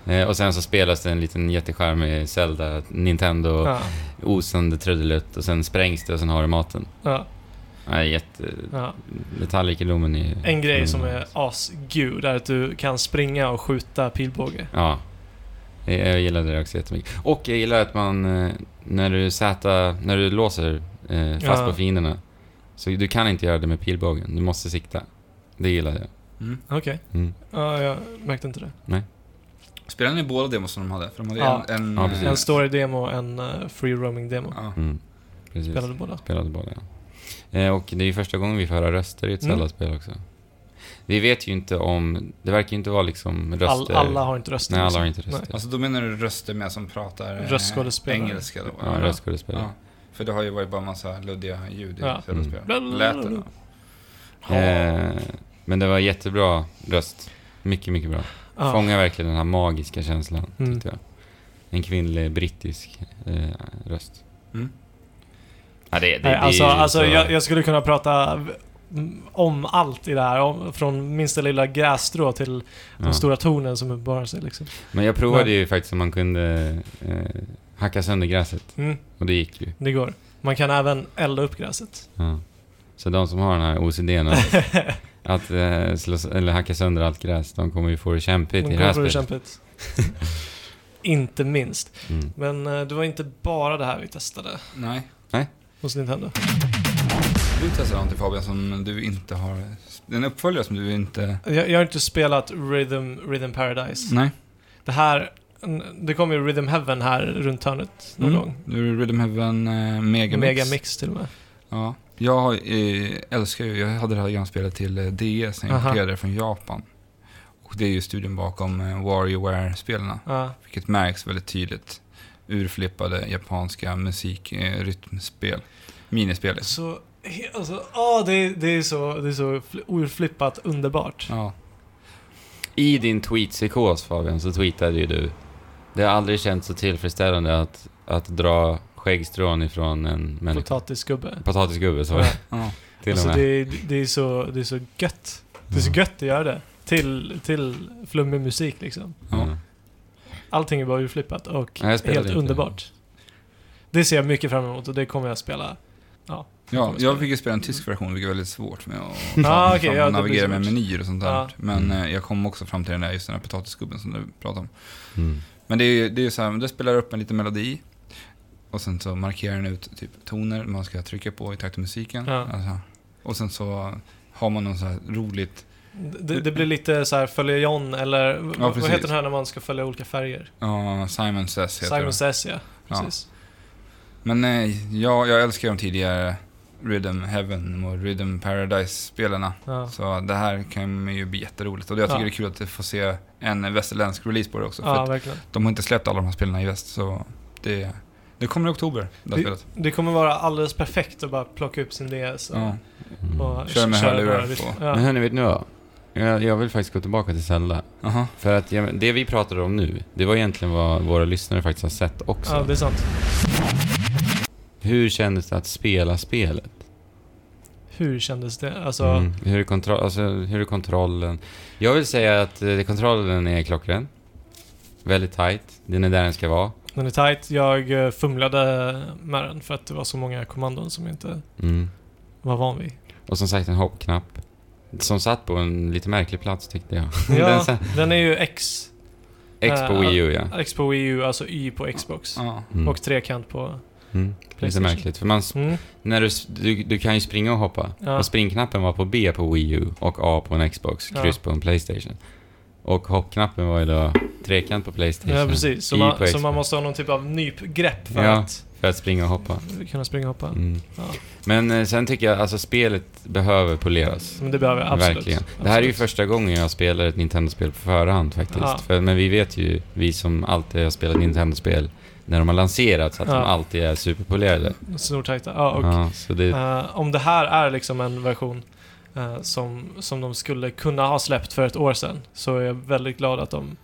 S3: Eh, och sen så spelas det en liten jätteskärmig Zelda, Nintendo,
S1: Ja,
S3: osande trudelutt och sen sprängs det och sen har du maten.
S1: ja,
S3: Nej, jätte...
S1: ja.
S3: Detaljrikedomen är... Mm.
S1: En grej som är asgud är att du kan springa och skjuta pilbåge.
S3: Ja. Jag jag gillade det också jättemycket. Och jag gillar att man, eh, när du sätta, när du låser eh, fast
S1: Ja.
S3: på fienderna, så du kan inte göra det med pilbågen. Du måste sikta. Det gillade jag.
S2: Mm.
S1: Okej.
S3: Mm.
S1: Ja, jag märkte inte det.
S2: Spelade ni båda demos som de hade? För de hade
S1: Ja.
S2: en... en
S3: Ja, precis.
S1: En story-demo och en eh, free roaming-demo.
S2: Ja.
S3: Mm. Precis.
S1: Spelade båda.
S3: Spelade båda, ja. Eh, och det är ju första gången vi får höra röster i ett
S1: Mm.
S3: Zelda-spel också. Vi vet ju inte om, det verkar ju inte vara liksom
S1: All,
S3: röster.
S1: alla har inte röster.
S3: Nej, alla
S1: liksom.
S3: har inte röster.
S2: Alltså då menar du röster med som pratar eh,
S1: Röstskådespelare.
S2: engelska då?
S3: Ja, röstskådespelare.
S2: Ja. För det har ju varit bara massa luddiga ljud i
S1: Ja.
S2: röstspel.
S1: Mm.
S2: Lät det då?
S3: Eh, men det var jättebra röst. Mycket, mycket bra.
S1: Ja.
S3: Fångar verkligen den här magiska känslan,
S1: Mm.
S3: tyckte jag. En kvinnlig brittisk eh, röst.
S2: Mm.
S3: Ja, det, det,
S1: Nej,
S3: det
S1: alltså,
S3: är ju
S1: alltså
S3: så-
S1: jag, jag skulle kunna prata v- m- om allt i det här. Om, från minsta lilla grässtrå till de
S3: ja.
S1: stora tornen som uppenbarar sig. Liksom.
S3: Men jag provade
S1: Men-
S3: ju faktiskt om man kunde eh, hacka sönder gräset.
S1: Mm,
S3: Och det gick ju.
S1: det går. Man kan även elda upp gräset.
S3: Ja. Så de som har den här OCDn att, att eh, slå, eller hacka sönder allt gräs, de kommer ju få det
S1: De
S3: kämpigt i det
S1: kommer
S3: här
S1: få det
S3: spelet.
S1: kämpigt. inte minst.
S3: Mm.
S1: Men eh, det var inte bara det här vi testade
S2: Nej.
S1: hos Nintendo.
S2: Du testar någonting Fabian som du inte har... En uppföljare som du inte...
S1: Jag, jag har inte spelat Rhythm, Rhythm Paradise.
S3: Mm.
S2: Nej.
S1: Det här... Det kommer ju Rhythm Heaven här runt hörnet någon
S2: Mm.
S1: gång.
S2: Nu är det Rhythm Heaven eh, Megamix.
S1: Mega Mix till och med.
S2: Ja. Jag har, eh, älskar ju, jag hade det här gamla till eh, DS när jag
S1: Aha.
S2: importerade det från Japan. Och det är ju studion bakom eh, WarioWare-spelarna,
S1: Ja,
S2: vilket märks väldigt tydligt. Urflippade japanska musikrytmspel. Eh, rytmspel. Minispel. liksom.
S1: Så, he- alltså, åh, det, är- det är så, det är så fl- oflippat underbart.
S2: Ja.
S3: I din tweetpsykos Fabian, så tweetade ju du. Det har aldrig känts så tillfredsställande att, att dra skäggstrån ifrån en människa.
S1: Potatisgubbe.
S3: Potatisgubbe, så var
S1: Ja.
S3: det.
S2: ja.
S3: Till
S1: Alltså,
S3: och
S1: det,
S3: med.
S1: är, det, är så, det är så gött. Det är så gött att göra det. Till, till flummig musik liksom.
S2: Ja.
S3: Ja. Mm.
S1: Allting är bara urflippat och
S3: Ja, jag spelade
S1: helt
S3: inte.
S1: underbart. Det ser jag mycket fram emot och det kommer jag spela.
S2: Ja, jag fick ju spela en tysk version, vilket var lite svårt med att
S1: Ah, okej, ja, det blir
S2: navigera
S1: svårt. Ah.
S2: med menyer och sånt där.
S1: Ja.
S2: Men
S3: Mm.
S2: eh, jag kom också fram till den där, just den där potatisgubben som du pratade om.
S3: Mm.
S2: Men det är ju det är ju så här, men det spelar upp en liten melodi. Och sen så markerar den ut typ toner man ska trycka på i takt med musiken.
S1: Ja.
S2: Alltså, och sen så har man någon så här roligt
S1: Det, det blir lite så här följa John eller v-
S2: Ja,
S1: vad
S2: precis.
S1: heter den här när man ska följa olika färger?
S2: Ja, Simon Says heter
S1: Simon
S2: det.
S1: Says ja, precis.
S2: Men nej, jag, jag älskar de tidigare Rhythm Heaven och Rhythm Paradise-spelarna.
S1: Ja.
S2: Så det här kan ju bli jätteroligt. Och jag tycker
S1: Ja.
S2: det är kul att få se en västerländsk release på det också. För
S1: Ja,
S2: att
S1: verkligen.
S2: de har inte släppt alla de här spelarna i väst, så det, det kommer i oktober, det här spelet.
S1: Det kommer vara alldeles perfekt att bara plocka upp sin DS och,
S2: Ja.
S3: Mm.
S1: och
S2: Kör med hörlurar
S1: några riff.
S2: på.
S3: Men
S1: Ja.
S3: hörni, vet ni vad? Jag, jag vill faktiskt gå tillbaka till Zelda.
S2: Aha.
S3: För att ja, men det vi pratade om nu, det var egentligen vad våra lyssnare faktiskt har sett också.
S1: ja, det är sant.
S3: Hur kändes det att spela spelet?
S1: Hur kändes det? Alltså,
S3: Mm. Hur, är kontro- alltså, hur är kontrollen? Jag vill säga att eh, kontrollen är klockren. Väldigt tight. Den är där den ska vara.
S1: den är tight. Jag eh, fumlade med den för att det var så många kommandon som jag inte
S3: Mm.
S1: var van vid.
S3: Och som sagt en hoppknapp. Som satt på en lite märklig plats tyckte jag. den
S1: Ja,
S3: sa-
S1: den är ju X,
S3: X på
S1: Eh,
S3: Wii U ja.
S1: X på Wii U, alltså Y på Xbox.
S2: Ja.
S3: Mm.
S1: Och trekant på...
S3: Mm. Lite
S1: PlayStation.
S3: märkligt. För man, s-
S1: Mm.
S3: när du, s- du, du kan ju springa och hoppa.
S1: Ja.
S3: Och springknappen var på B på Wii U och A på en Xbox,
S1: Ja.
S3: kryss på en Playstation. Och hoppknappen var ju då trekant på Playstation.
S1: Ja, precis. Så
S3: Y
S1: man,
S3: på
S1: så
S3: Xbox
S1: man måste ha någon typ av nypgrepp för
S3: Ja.
S1: att
S3: för att springa och hoppa.
S1: kunna springa och hoppa.
S3: Mm.
S1: Ja.
S3: Men eh, sen tycker jag alltså spelet behöver poleras.
S1: Men det behöver jag absolut.
S3: Verkligen. Det här är ju
S1: Absolut.
S3: första gången jag spelar ett Nintendo-spel på förhand faktiskt.
S1: Ja.
S3: För, men vi vet ju, vi som alltid har spelat Nintendo-spel när de har lanserats, att
S1: Ja.
S3: de alltid är superpolerade.
S1: Snortajta. Ja, och
S3: Ja, så det,
S1: Eh, om det här är liksom en version eh, som, som de skulle kunna ha släppt för ett år sedan så är jag väldigt glad att de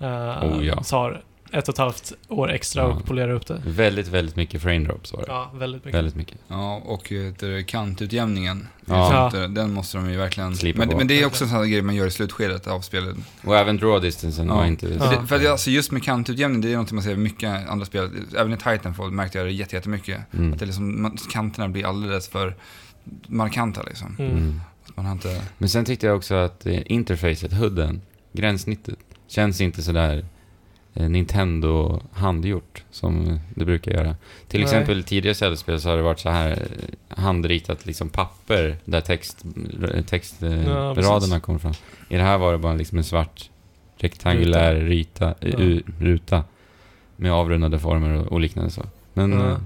S1: eh,
S3: Oh, ja.
S1: tar ett och ett halvt år extra
S3: Ja.
S1: och polerar upp det.
S3: Väldigt, väldigt mycket frame drops var det.
S1: Ja, väldigt mycket.
S3: Väldigt mycket.
S2: Ja, och eh, det är kantutjämningen.
S3: Ja.
S2: Ja. Den måste de ju verkligen...
S3: Slipa
S2: Men,
S3: på.
S2: men det är också en sån här grej man gör i slutskedet av spelet.
S3: Och även draw distansen
S2: Ja.
S3: var inte...
S1: Ja.
S2: Det, för att, alltså, just med kantutjämning, det är något man ser i mycket andra spel. Även i Titanfall märkte jag det jätte- jättemycket.
S3: Mm.
S2: Att det är liksom, man, kanterna blir alldeles för markanta liksom.
S1: Mm.
S3: Mm.
S2: Att man har inte...
S3: Men sen tyckte jag också att eh, interfacet, hudden, gränssnittet, känns inte sådär eh, Nintendo handgjort som eh, det brukar göra. Till
S1: Nej.
S3: exempel tidigare säljspel så har det varit så här eh, handritat liksom papper där textraderna text, eh,
S1: Ja, precis.
S3: raderna kommer fram. I det här var det bara liksom en svart rektangulär rita, eh,
S1: Ja.
S3: u- ruta med avrundade former och, och liknande så. Men
S1: Ja.
S3: eh,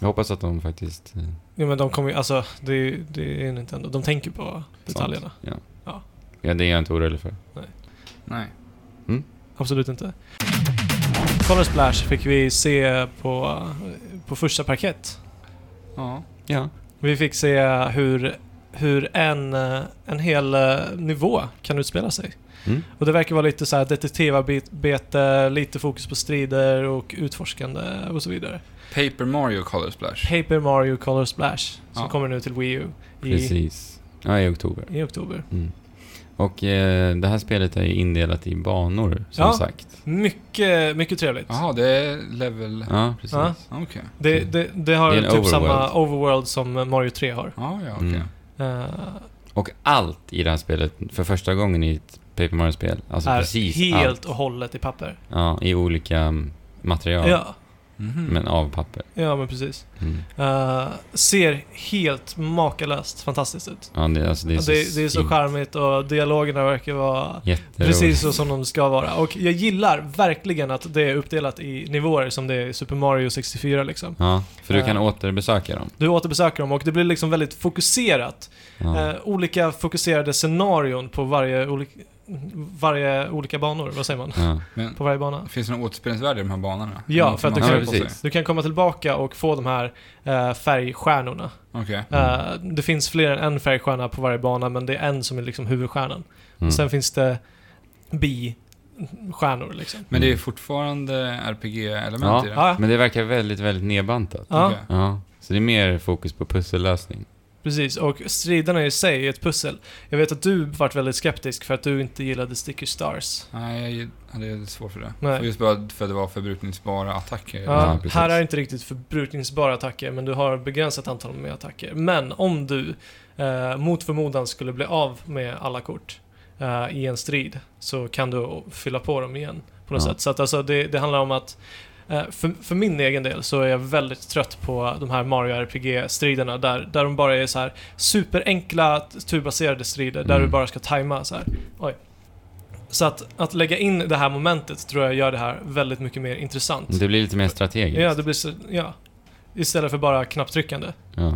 S3: jag hoppas att de faktiskt... eh,
S1: Ja, men de kommer ju, alltså det, är- det är Nintendo. De tänker på detaljerna.
S3: Ja.
S1: Ja.
S3: ja, det är jag inte orolig för.
S2: Nej.
S1: Absolut inte. Color Splash fick vi se på, på första parkett.
S2: Ja.
S3: Ja.
S1: Vi fick se hur, hur en, eh, en hel eh, nivå kan utspela sig.
S3: Mm.
S1: Och det verkar vara lite så här detektivarbete, lite fokus på strider och utforskande och så vidare.
S2: Paper Mario Color Splash.
S1: Paper Mario Color Splash som
S2: Ja.
S1: kommer nu till Wii U i,
S3: Precis. Ja, i oktober.
S1: i oktober.
S3: Mm. Och eh, det här spelet är ju indelat i banor, som
S1: Ja.
S3: sagt.
S1: Mycket, mycket trevligt.
S2: Jaha, det är level...
S3: Ja, precis.
S1: Ja.
S2: Okej.
S1: Det, det, det har
S3: Mm. Det är
S1: typ
S3: en
S1: samma
S3: overworld.
S1: overworld som Mario 3 har.
S2: Ja, ja, okej.
S3: Mm.
S1: Eh,
S3: Och allt i det här spelet, för första gången i ett Paper Mario-spel, alltså
S1: är
S3: precis
S1: helt
S3: allt.
S1: och hållet i papper.
S3: Ja, i olika mm, material,
S1: Ja,
S2: Mhm.
S3: men av papper.
S1: ja men precis.
S3: Mm.
S1: Eh, ser helt makalöst fantastiskt ut.
S3: Ja, det, alltså, det är
S1: Ja,
S3: så,
S1: Det, det är så
S3: fint.
S1: charmigt och dialogerna verkar vara
S3: Jätteroligt.
S1: precis så som de ska vara. Och jag gillar verkligen att det är uppdelat i nivåer som det är i Super Mario 64 liksom.
S3: Ja, för du
S1: Ja.
S3: kan återbesöka dem.
S1: Du återbesöker dem och det blir liksom väldigt fokuserat.
S3: Ja.
S1: Eh, olika fokuserade scenarion på varje, olik- varje olika banor, vad säger man?
S3: Ja.
S2: Men
S1: På varje bana.
S2: finns det några återspelningsvärde i de här banorna?
S1: Ja,
S2: Någonting
S1: för att
S2: man
S1: det
S2: har
S1: kan-
S2: på sig?
S3: Ja, precis.
S1: Du kan komma tillbaka och få de här eh, färgstjärnorna.
S2: Okej.
S3: Mm.
S1: Eh, det finns fler än en färgstjärna på varje bana, men det är en som är liksom huvudstjärnan.
S3: Mm.
S1: Sen finns det bi-stjärnor liksom.
S2: Men det är
S3: Mm.
S2: fortfarande RPG-element
S3: Ja.
S2: i det?
S1: Ja,
S3: Men det verkar väldigt, väldigt nedbantat.
S1: ja
S2: Okej.
S3: Ja. Så det är mer fokus på pussellösning.
S1: precis. Och striderna i sig är ett pussel. Jag vet att du varit väldigt skeptisk för att du inte gillade Sticker Stars.
S2: Nej, jag hade svårt för det.
S1: Nej.
S2: För just bara för att det var förbrukningsbara attacker.
S1: Ja,
S3: precis.
S1: här är inte riktigt förbrukningsbara attacker, men du har begränsat antal med attacker. Men om du eh, mot förmodan skulle bli av med alla kort eh, i en strid så kan du fylla på dem igen på något
S3: Ja.
S1: sätt. Så att alltså, det, det handlar om att Eh, För, för min egen del så är jag väldigt trött på de här Mario RPG-striderna där, där de bara är så här superenkla turbaserade strider där
S3: Mm.
S1: du bara ska tajma så här. Oj. Så att, att lägga in det här momentet tror jag gör det här väldigt mycket mer intressant.
S3: Det blir lite mer strategiskt.
S1: Ja, det blir så, ja. Istället för bara knapptryckande.
S3: Ja.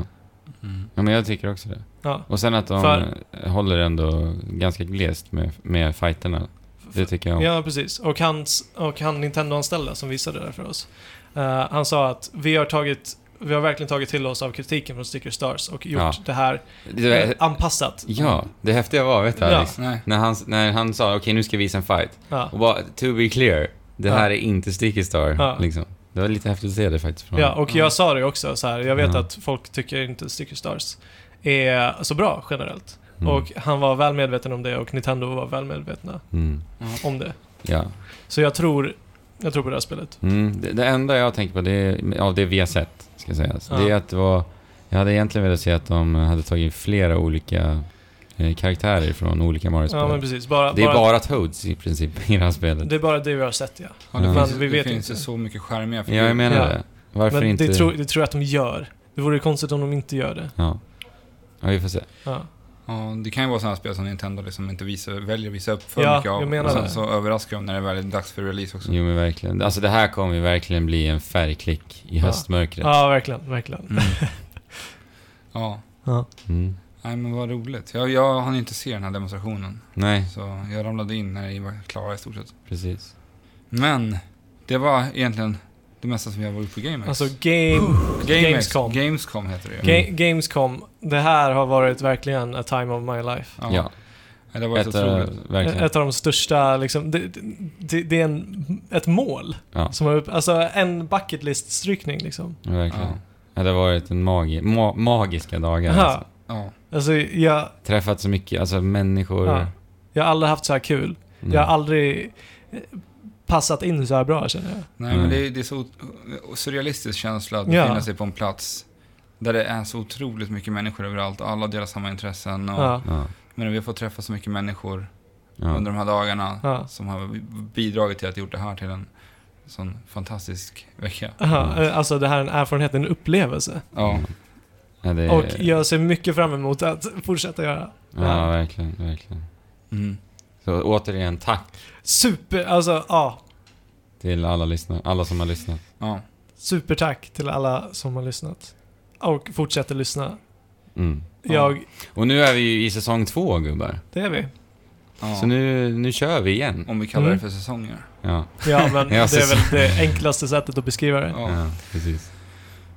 S2: Mm.
S3: ja, men jag tycker också det.
S1: Ja.
S3: Och sen att de
S1: För-
S3: eh, håller ändå ganska glest med, med fighterna. Det tycker jag om.
S1: Ja, precis. Och, hans, och han Nintendo-anställda som visade det där för oss. eh, han sa att vi har tagit vi har verkligen tagit till oss av kritiken från Sticker Stars och gjort
S3: Ja.
S1: det här
S3: Det,
S1: eh, anpassat.
S3: ja, det häftiga var, vet du
S1: Ja.
S3: Alex?
S2: Nej.
S3: liksom. När, han, när han sa okej nu ska vi visa en fight.
S1: Ja.
S3: Och bara, to be clear, det
S1: Ja.
S3: här är inte Sticky Star.
S1: Ja.
S3: Liksom. Det var lite häftigt att se det faktiskt. Från.
S1: Ja, och
S2: Ja.
S1: jag sa det också så här. Jag vet
S3: Ja.
S1: att folk tycker inte Sticker Stars är så bra generellt.
S3: Mm.
S1: Och han var väl medveten om det och Nintendo var väl medvetna
S3: Mm.
S1: om det.
S3: Ja.
S1: Så jag tror, jag tror på det här spelet.
S3: Mm. Det, det enda jag tänker på, det är, av det vi har sett, ska sägas,
S1: Ja.
S3: det är att det var... Jag hade egentligen velat se att de hade tagit flera olika eh, karaktärer från olika Mario-spel.
S1: Ja, men precis. Bara,
S3: det är
S1: bara,
S3: bara Toads i princip i det här spelet.
S1: det är bara det vi har sett ja.
S2: Ja, det
S3: Men
S2: finns,
S1: vi
S2: det
S1: vet
S2: finns ju
S1: inte.
S2: så mycket skärmiga
S3: Ja, jag menar
S1: Ja.
S3: det. Varför
S1: Men
S3: inte...
S1: det, tror, det tror jag att de gör. Det vore ju konstigt om de inte gör det.
S3: Ja. ja, vi får se.
S1: Ja.
S2: Ja, det kan ju vara sådana spel som Nintendo liksom inte visar, väljer att visa upp för
S1: Ja,
S2: mycket av.
S1: jag menar
S2: och sen
S1: det.
S2: så överraskar de när det väl är dags för release också.
S3: Jo, men verkligen. Alltså det här kommer ju verkligen bli en färgklick i
S1: Ja.
S3: höstmörkret.
S1: ja, verkligen. verkligen.
S2: Mm. ja,
S1: Ja.
S3: Mm.
S2: nej men vad roligt. Jag, jag hann inte se den här demonstrationen.
S3: Nej,
S2: Så jag ramlade in när det var klara i stort sett.
S3: precis.
S2: Men, det var egentligen det mesta som jag var ute på GameX.
S1: Alltså game, Gamescom.
S2: Gamescom heter det ju.
S1: ga, Gamescom, det här har varit verkligen a time of my life.
S3: Ja,
S2: Ja. ja. Det var
S3: ett,
S2: så
S3: eh,
S2: otroligt.
S3: verkligen.
S1: Ett av de största, liksom, det, det, det är en, ett mål.
S3: Ja.
S1: Som har upp, alltså en bucket list strykning liksom.
S3: Ja, verkligen.
S2: Ja.
S3: Ja, det har varit en magi ma magiska dagar.
S1: Aha.
S3: Alltså.
S2: Ja.
S1: Alltså jag,
S3: Träffat så mycket alltså, människor.
S1: Ja. jag har aldrig haft så här kul.
S3: Mm.
S1: Jag har aldrig eh, passat in så här bra känner jag.
S2: Nej,
S3: Mm.
S2: men det är, det är så o- surrealistisk känsla att
S1: Ja.
S2: befinna sig på en plats där det är så otroligt mycket människor överallt och alla delar samma intressen. Och,
S1: Ja.
S3: Ja.
S2: Men vi har fått träffa så mycket människor
S3: Ja.
S2: under de här dagarna
S1: Ja.
S2: som har bidragit till att gjort det här till en sån fantastisk vecka.
S1: Aha,
S3: Mm.
S1: eh, Alltså det här är en erfarenhet, en upplevelse.
S2: Ja,
S3: Ja, det,
S1: Och jag ser mycket fram emot att fortsätta göra.
S3: ja, verkligen. verkligen.
S2: mm.
S3: Så återigen, tack
S1: Super, alltså ja.
S3: till alla, lyssnare, alla som har lyssnat.
S2: ja.
S1: Supertack till alla som har lyssnat. Och fortsätter lyssna.
S3: Mm.
S2: Ja.
S1: Jag,
S3: Och nu är vi ju i säsong två, gubbar.
S1: det är vi.
S2: ja.
S3: Så nu, nu kör vi igen.
S2: Om vi kallar
S1: Mm.
S2: det för säsonger.
S3: Ja,
S1: Ja men det
S3: Ja, så-
S1: är väl det enklaste sättet att beskriva det.
S2: Ja, ja.
S3: ja precis.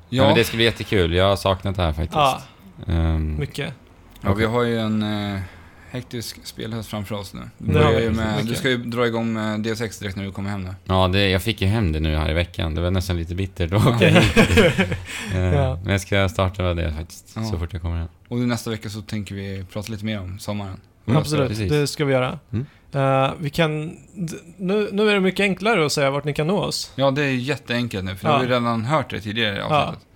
S3: Ja. men det ska bli jättekul. Jag har saknat det här faktiskt.
S1: Ja,
S3: Ehm,
S1: mycket.
S2: Ja, vi har ju en eh, hektisk spelhöst framför oss nu. Du,
S1: Det
S2: börjar
S1: har vi
S2: ju
S1: precis.
S2: med, du
S1: Mycket.
S2: ska ju dra igång med DS6 direkt när du kommer hem nu.
S3: ja, det, jag fick ju hem det nu här i veckan. Det var nästan lite bittert att åka
S2: Ja.
S3: hit. Ehm,
S1: Ja.
S3: Men jag ska starta med det faktiskt,
S2: Ja.
S3: så fort jag kommer hem.
S2: Och nästa vecka så tänker vi prata lite mer om sommaren.
S3: Mm,
S1: Absolut,
S3: precis.
S1: det ska vi göra.
S3: Mm.
S1: Eh, vi kan... d- Nu, nu är det mycket enklare att säga vart ni kan nå oss.
S2: Ja, det är jätteenkelt nu, för
S1: Ja.
S2: nu har vi redan hört det tidigare i avsnittet.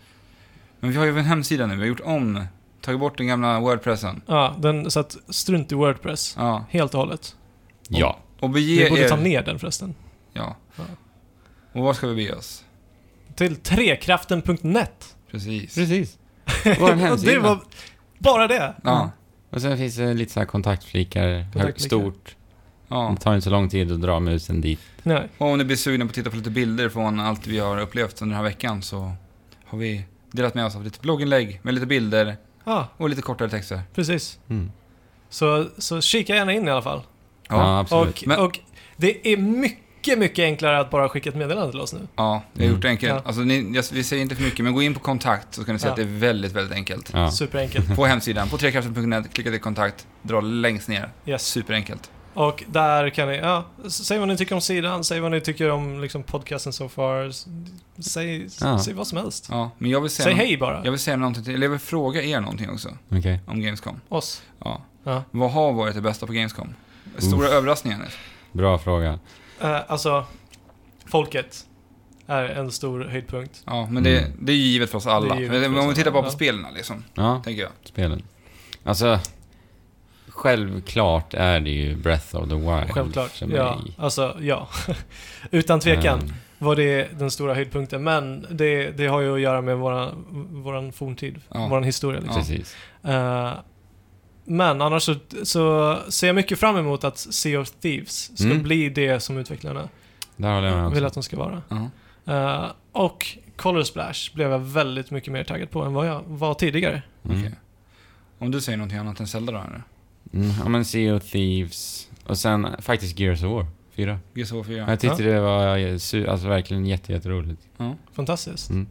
S2: Men vi har ju en hemsida nu, vi har gjort om, tagit bort den gamla Wordpressen.
S1: Ja, den, så att strunt i Wordpress.
S2: Ja,
S1: Helt och hållet.
S3: Ja.
S2: och
S1: Vi
S2: bege
S1: borde ta
S2: er...
S1: ner den förresten.
S2: Ja.
S1: Ja.
S2: Och var ska vi bege oss?
S1: Till trekraften.net.
S2: Precis.
S3: Precis. Vår hemsida.
S1: det var bara det. Mm.
S2: Ja.
S3: Och sen finns det lite så här kontaktflikar, högt-
S1: Kontaktflikar.
S3: stort.
S2: ja.
S3: Det tar inte så lång tid att dra musen dit.
S1: Nej.
S2: Och om ni blir sugna på att titta på lite bilder från allt vi har upplevt under den här veckan så har vi delat med oss av lite blogginlägg med lite bilder
S1: Ja,
S2: och lite kortare texter.
S1: precis.
S3: Mm.
S1: Så, så kika gärna in i alla fall.
S3: Ja, absolut.
S1: Och,
S2: Men-
S1: och det är mycket, mycket enklare att bara skicka ett meddelande till oss nu.
S2: Ja, vi har
S1: Mm.
S2: gjort det enkelt.
S1: Ja.
S2: Alltså, ni, jag, vi säger inte för mycket, men gå in på kontakt så kan ni se
S1: Ja.
S2: att det är väldigt, väldigt enkelt.
S3: Ja.
S1: Superenkelt.
S2: På hemsidan, på trekraften.net, klicka till kontakt, dra längst ner.
S1: Yes.
S2: Superenkelt.
S1: Och där kan ni, ja, s- säg vad ni tycker om sidan, säg vad ni tycker om liksom, podcasten so far. S- Säg, s-
S3: Ja.
S1: säg vad som helst.
S2: Ja, men jag vill säga,
S1: Säg
S2: någon-
S1: hej bara.
S2: jag vill säga någonting till, eller jag vill fråga er någonting också
S3: Okej.
S2: om Gamescom.
S1: Oss.
S2: Ja.
S1: Ja.
S2: Vad har varit det bästa på Gamescom? Stora liksom. överraskningar nu.
S3: Bra fråga.
S1: Eh, alltså, folket är en stor höjdpunkt.
S2: Ja, men det,
S3: Mm.
S2: det är ju givet för oss alla.
S1: Det är givet
S2: Men
S1: för
S2: om
S1: oss
S2: vi tittar bara
S1: alla,
S2: på
S1: ja.
S2: spelen liksom,
S3: Ja,
S2: tänker jag.
S3: spelen. Alltså, självklart är det ju Breath of the Wild
S1: Självklart.
S3: för mig.
S1: Ja, alltså, ja. Utan tvekan.
S3: Ehm,
S1: var det den stora höjdpunkten. Men det, det har ju att göra med våra, våran forntid,
S2: Ja.
S1: våran historia liksom.
S3: Precis.
S1: Eh, men annars så, så ser jag mycket fram emot att Sea of Thieves ska
S3: Mm.
S1: bli det som utvecklarna
S3: Där håller jag alltså- med
S1: vill
S3: också.
S1: att de ska vara.
S2: Ja.
S1: Eh, och Color Splash blev jag väldigt mycket mer taggad på än vad jag var tidigare.
S3: Mm.
S2: Okej. Om du säger någonting annat än Zelda då? eller?
S3: Mm, ja men Sea of Thieves. Och sen eh, faktiskt Gears of War 4.
S2: Gears of War 4?
S3: Jag tyckte det var eh, su- alltså, verkligen jätte- jätteroligt.
S1: Fantastiskt.
S3: Mm.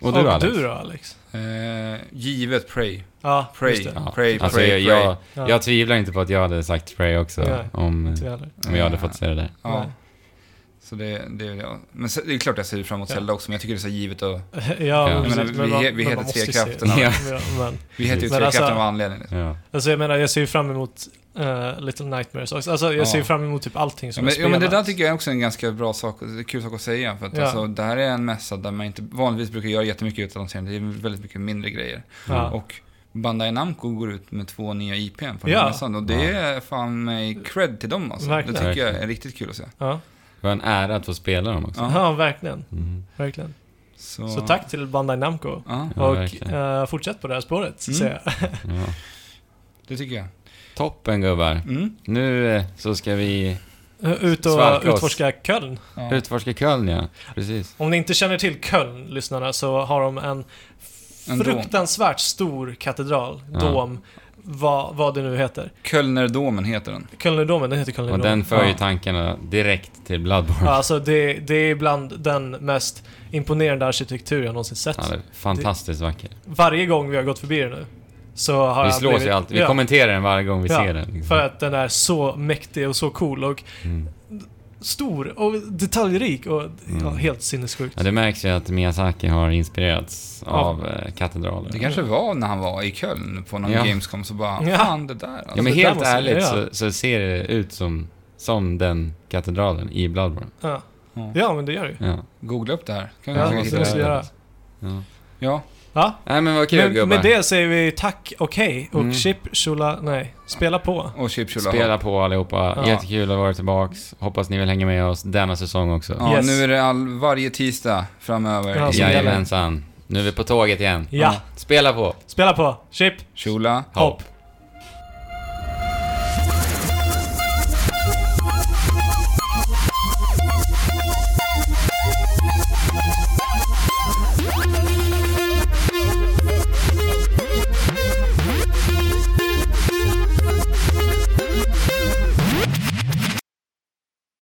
S3: Och du Alex?
S1: du då Alex?
S2: Eh, givet Prey.
S1: Ja,
S2: Prey.
S1: just det.
S3: Ja.
S2: Pray,
S3: alltså,
S2: pray,
S3: jag,
S2: pray.
S3: Jag,
S1: Ja,
S3: jag tvivlar inte på att jag hade sagt Pray också
S1: Nej.
S3: om, eh,
S1: inte jag heller.
S3: om jag hade fått säga det där.
S2: Ja,
S1: Nej.
S2: så det, det är ja. Men se- det är klart jag ser fram emot
S1: Ja.
S2: Zelda också, men jag tycker det är så givet och
S1: Ja,
S3: Jag
S1: precis,
S2: menar, vi-
S1: man-
S2: vi heter
S1: man måste ju se-
S2: Trekrafterna.
S1: Ja. men,
S2: vi heter ju
S3: Men
S2: Trekraften
S1: alltså-
S2: av anledning. Liksom.
S3: Ja.
S1: alltså jag menar, jag ser ju fram emot eh, Little Nightmares också. Alltså jag
S2: Ja.
S1: ser ju fram emot typ allting
S2: Ja,
S1: som
S2: men,
S1: jag
S2: ja, men det där
S1: spelat.
S2: tycker jag är också en ganska bra sak, kul sak att säga. För att
S1: Ja.
S2: alltså, det här är en mässa där man inte vanligtvis brukar göra jättemycket utannonsering. Det är väldigt mycket mindre grejer.
S1: Ja.
S2: Och Bandai Namco går ut med två nya IPn på den
S1: Ja.
S2: här mässan. Och det är fan mig cred till dem alltså.
S1: Verkligen.
S2: Det tycker jag är
S3: Verkligen.
S2: riktigt kul att se.
S1: Ja.
S3: Det var en ära att få spela dem också.
S2: Ja.
S1: ja, verkligen.
S3: Mm.
S1: verkligen. Så tack till Bandai Namco.
S2: Ja,
S3: Ja,
S1: och
S3: verkligen.
S1: eh, fortsätt på det här spåret, så
S2: Mm.
S1: säger jag.
S3: Ja.
S2: det tycker jag.
S3: Toppen gubbar.
S2: Mm.
S3: Nu eh, så ska vi
S1: Ut och
S3: Svalka oss.
S1: utforska Köln.
S2: Ja.
S3: utforska Köln ja. Precis.
S1: Om ni inte känner till Köln, lyssnarna, så har de en
S2: En dom.
S1: fruktansvärt stor katedral,
S3: Ja.
S1: dom, vad, vad det nu heter.
S2: Kölnerdomen heter den.
S1: Kölnerdomen, den heter Kölnerdomen.
S3: Och den för ju
S2: Ja.
S3: tankarna direkt till Bloodborne.
S1: Ja,
S3: Ja.
S1: alltså det, det är bland den mest imponerande arkitektur jag någonsin sett.
S3: det är fantastiskt vacker.
S1: Varje gång vi har gått förbi den nu så har
S3: Vi
S1: jag
S3: slås ju alltid. Vi
S1: ja,
S3: kommenterar den varje gång vi
S1: Ja,
S3: ser den. liksom.
S1: För att den är så mäktig och så cool och
S3: Mm.
S1: stor och detaljrik och ja,
S3: Mm.
S1: helt sinnessjukt.
S3: Ja, det märks ju att Miyazaki har inspirerats
S1: Av-
S3: av eh, katedraler.
S2: Det kanske var när han var i Köln på någon
S3: Ja.
S2: Gamescom så bara,
S1: Ja.
S2: fan det där alltså.
S3: ja, men
S1: det där
S3: helt
S1: måste jag
S3: ärligt så,
S1: göra.
S3: så ser det ut som, som den katedralen i Bloodborne.
S1: Ja.
S2: Ja.
S1: ja, men det gör det ju.
S3: Ja.
S2: Googla upp det här. Kan
S1: Ja,
S2: vi
S1: det
S2: hitta
S1: måste
S2: det
S1: vi
S2: här?
S1: göra.
S3: Ja.
S2: Ja,
S1: Ja,
S3: Nej men vad kul
S1: men,
S3: gubbar.
S1: med det säger vi tack, okej och
S3: Mm.
S1: chip, chula, nej, spela på.
S2: och Chipchula.
S3: Spela på allihopa.
S1: Ja.
S3: Jättekul att vara tillbaks. Hoppas ni vill hänga med oss denna säsong också.
S2: Ja,
S1: Yes.
S2: nu är det all, varje tisdag framöver.
S1: Ja, som gäller.
S3: Jajamensan. Nu är vi på tåget igen.
S1: Ja,
S3: Spela på.
S1: spela på, chip,
S2: Chula.
S1: hopp.
S3: Hopp.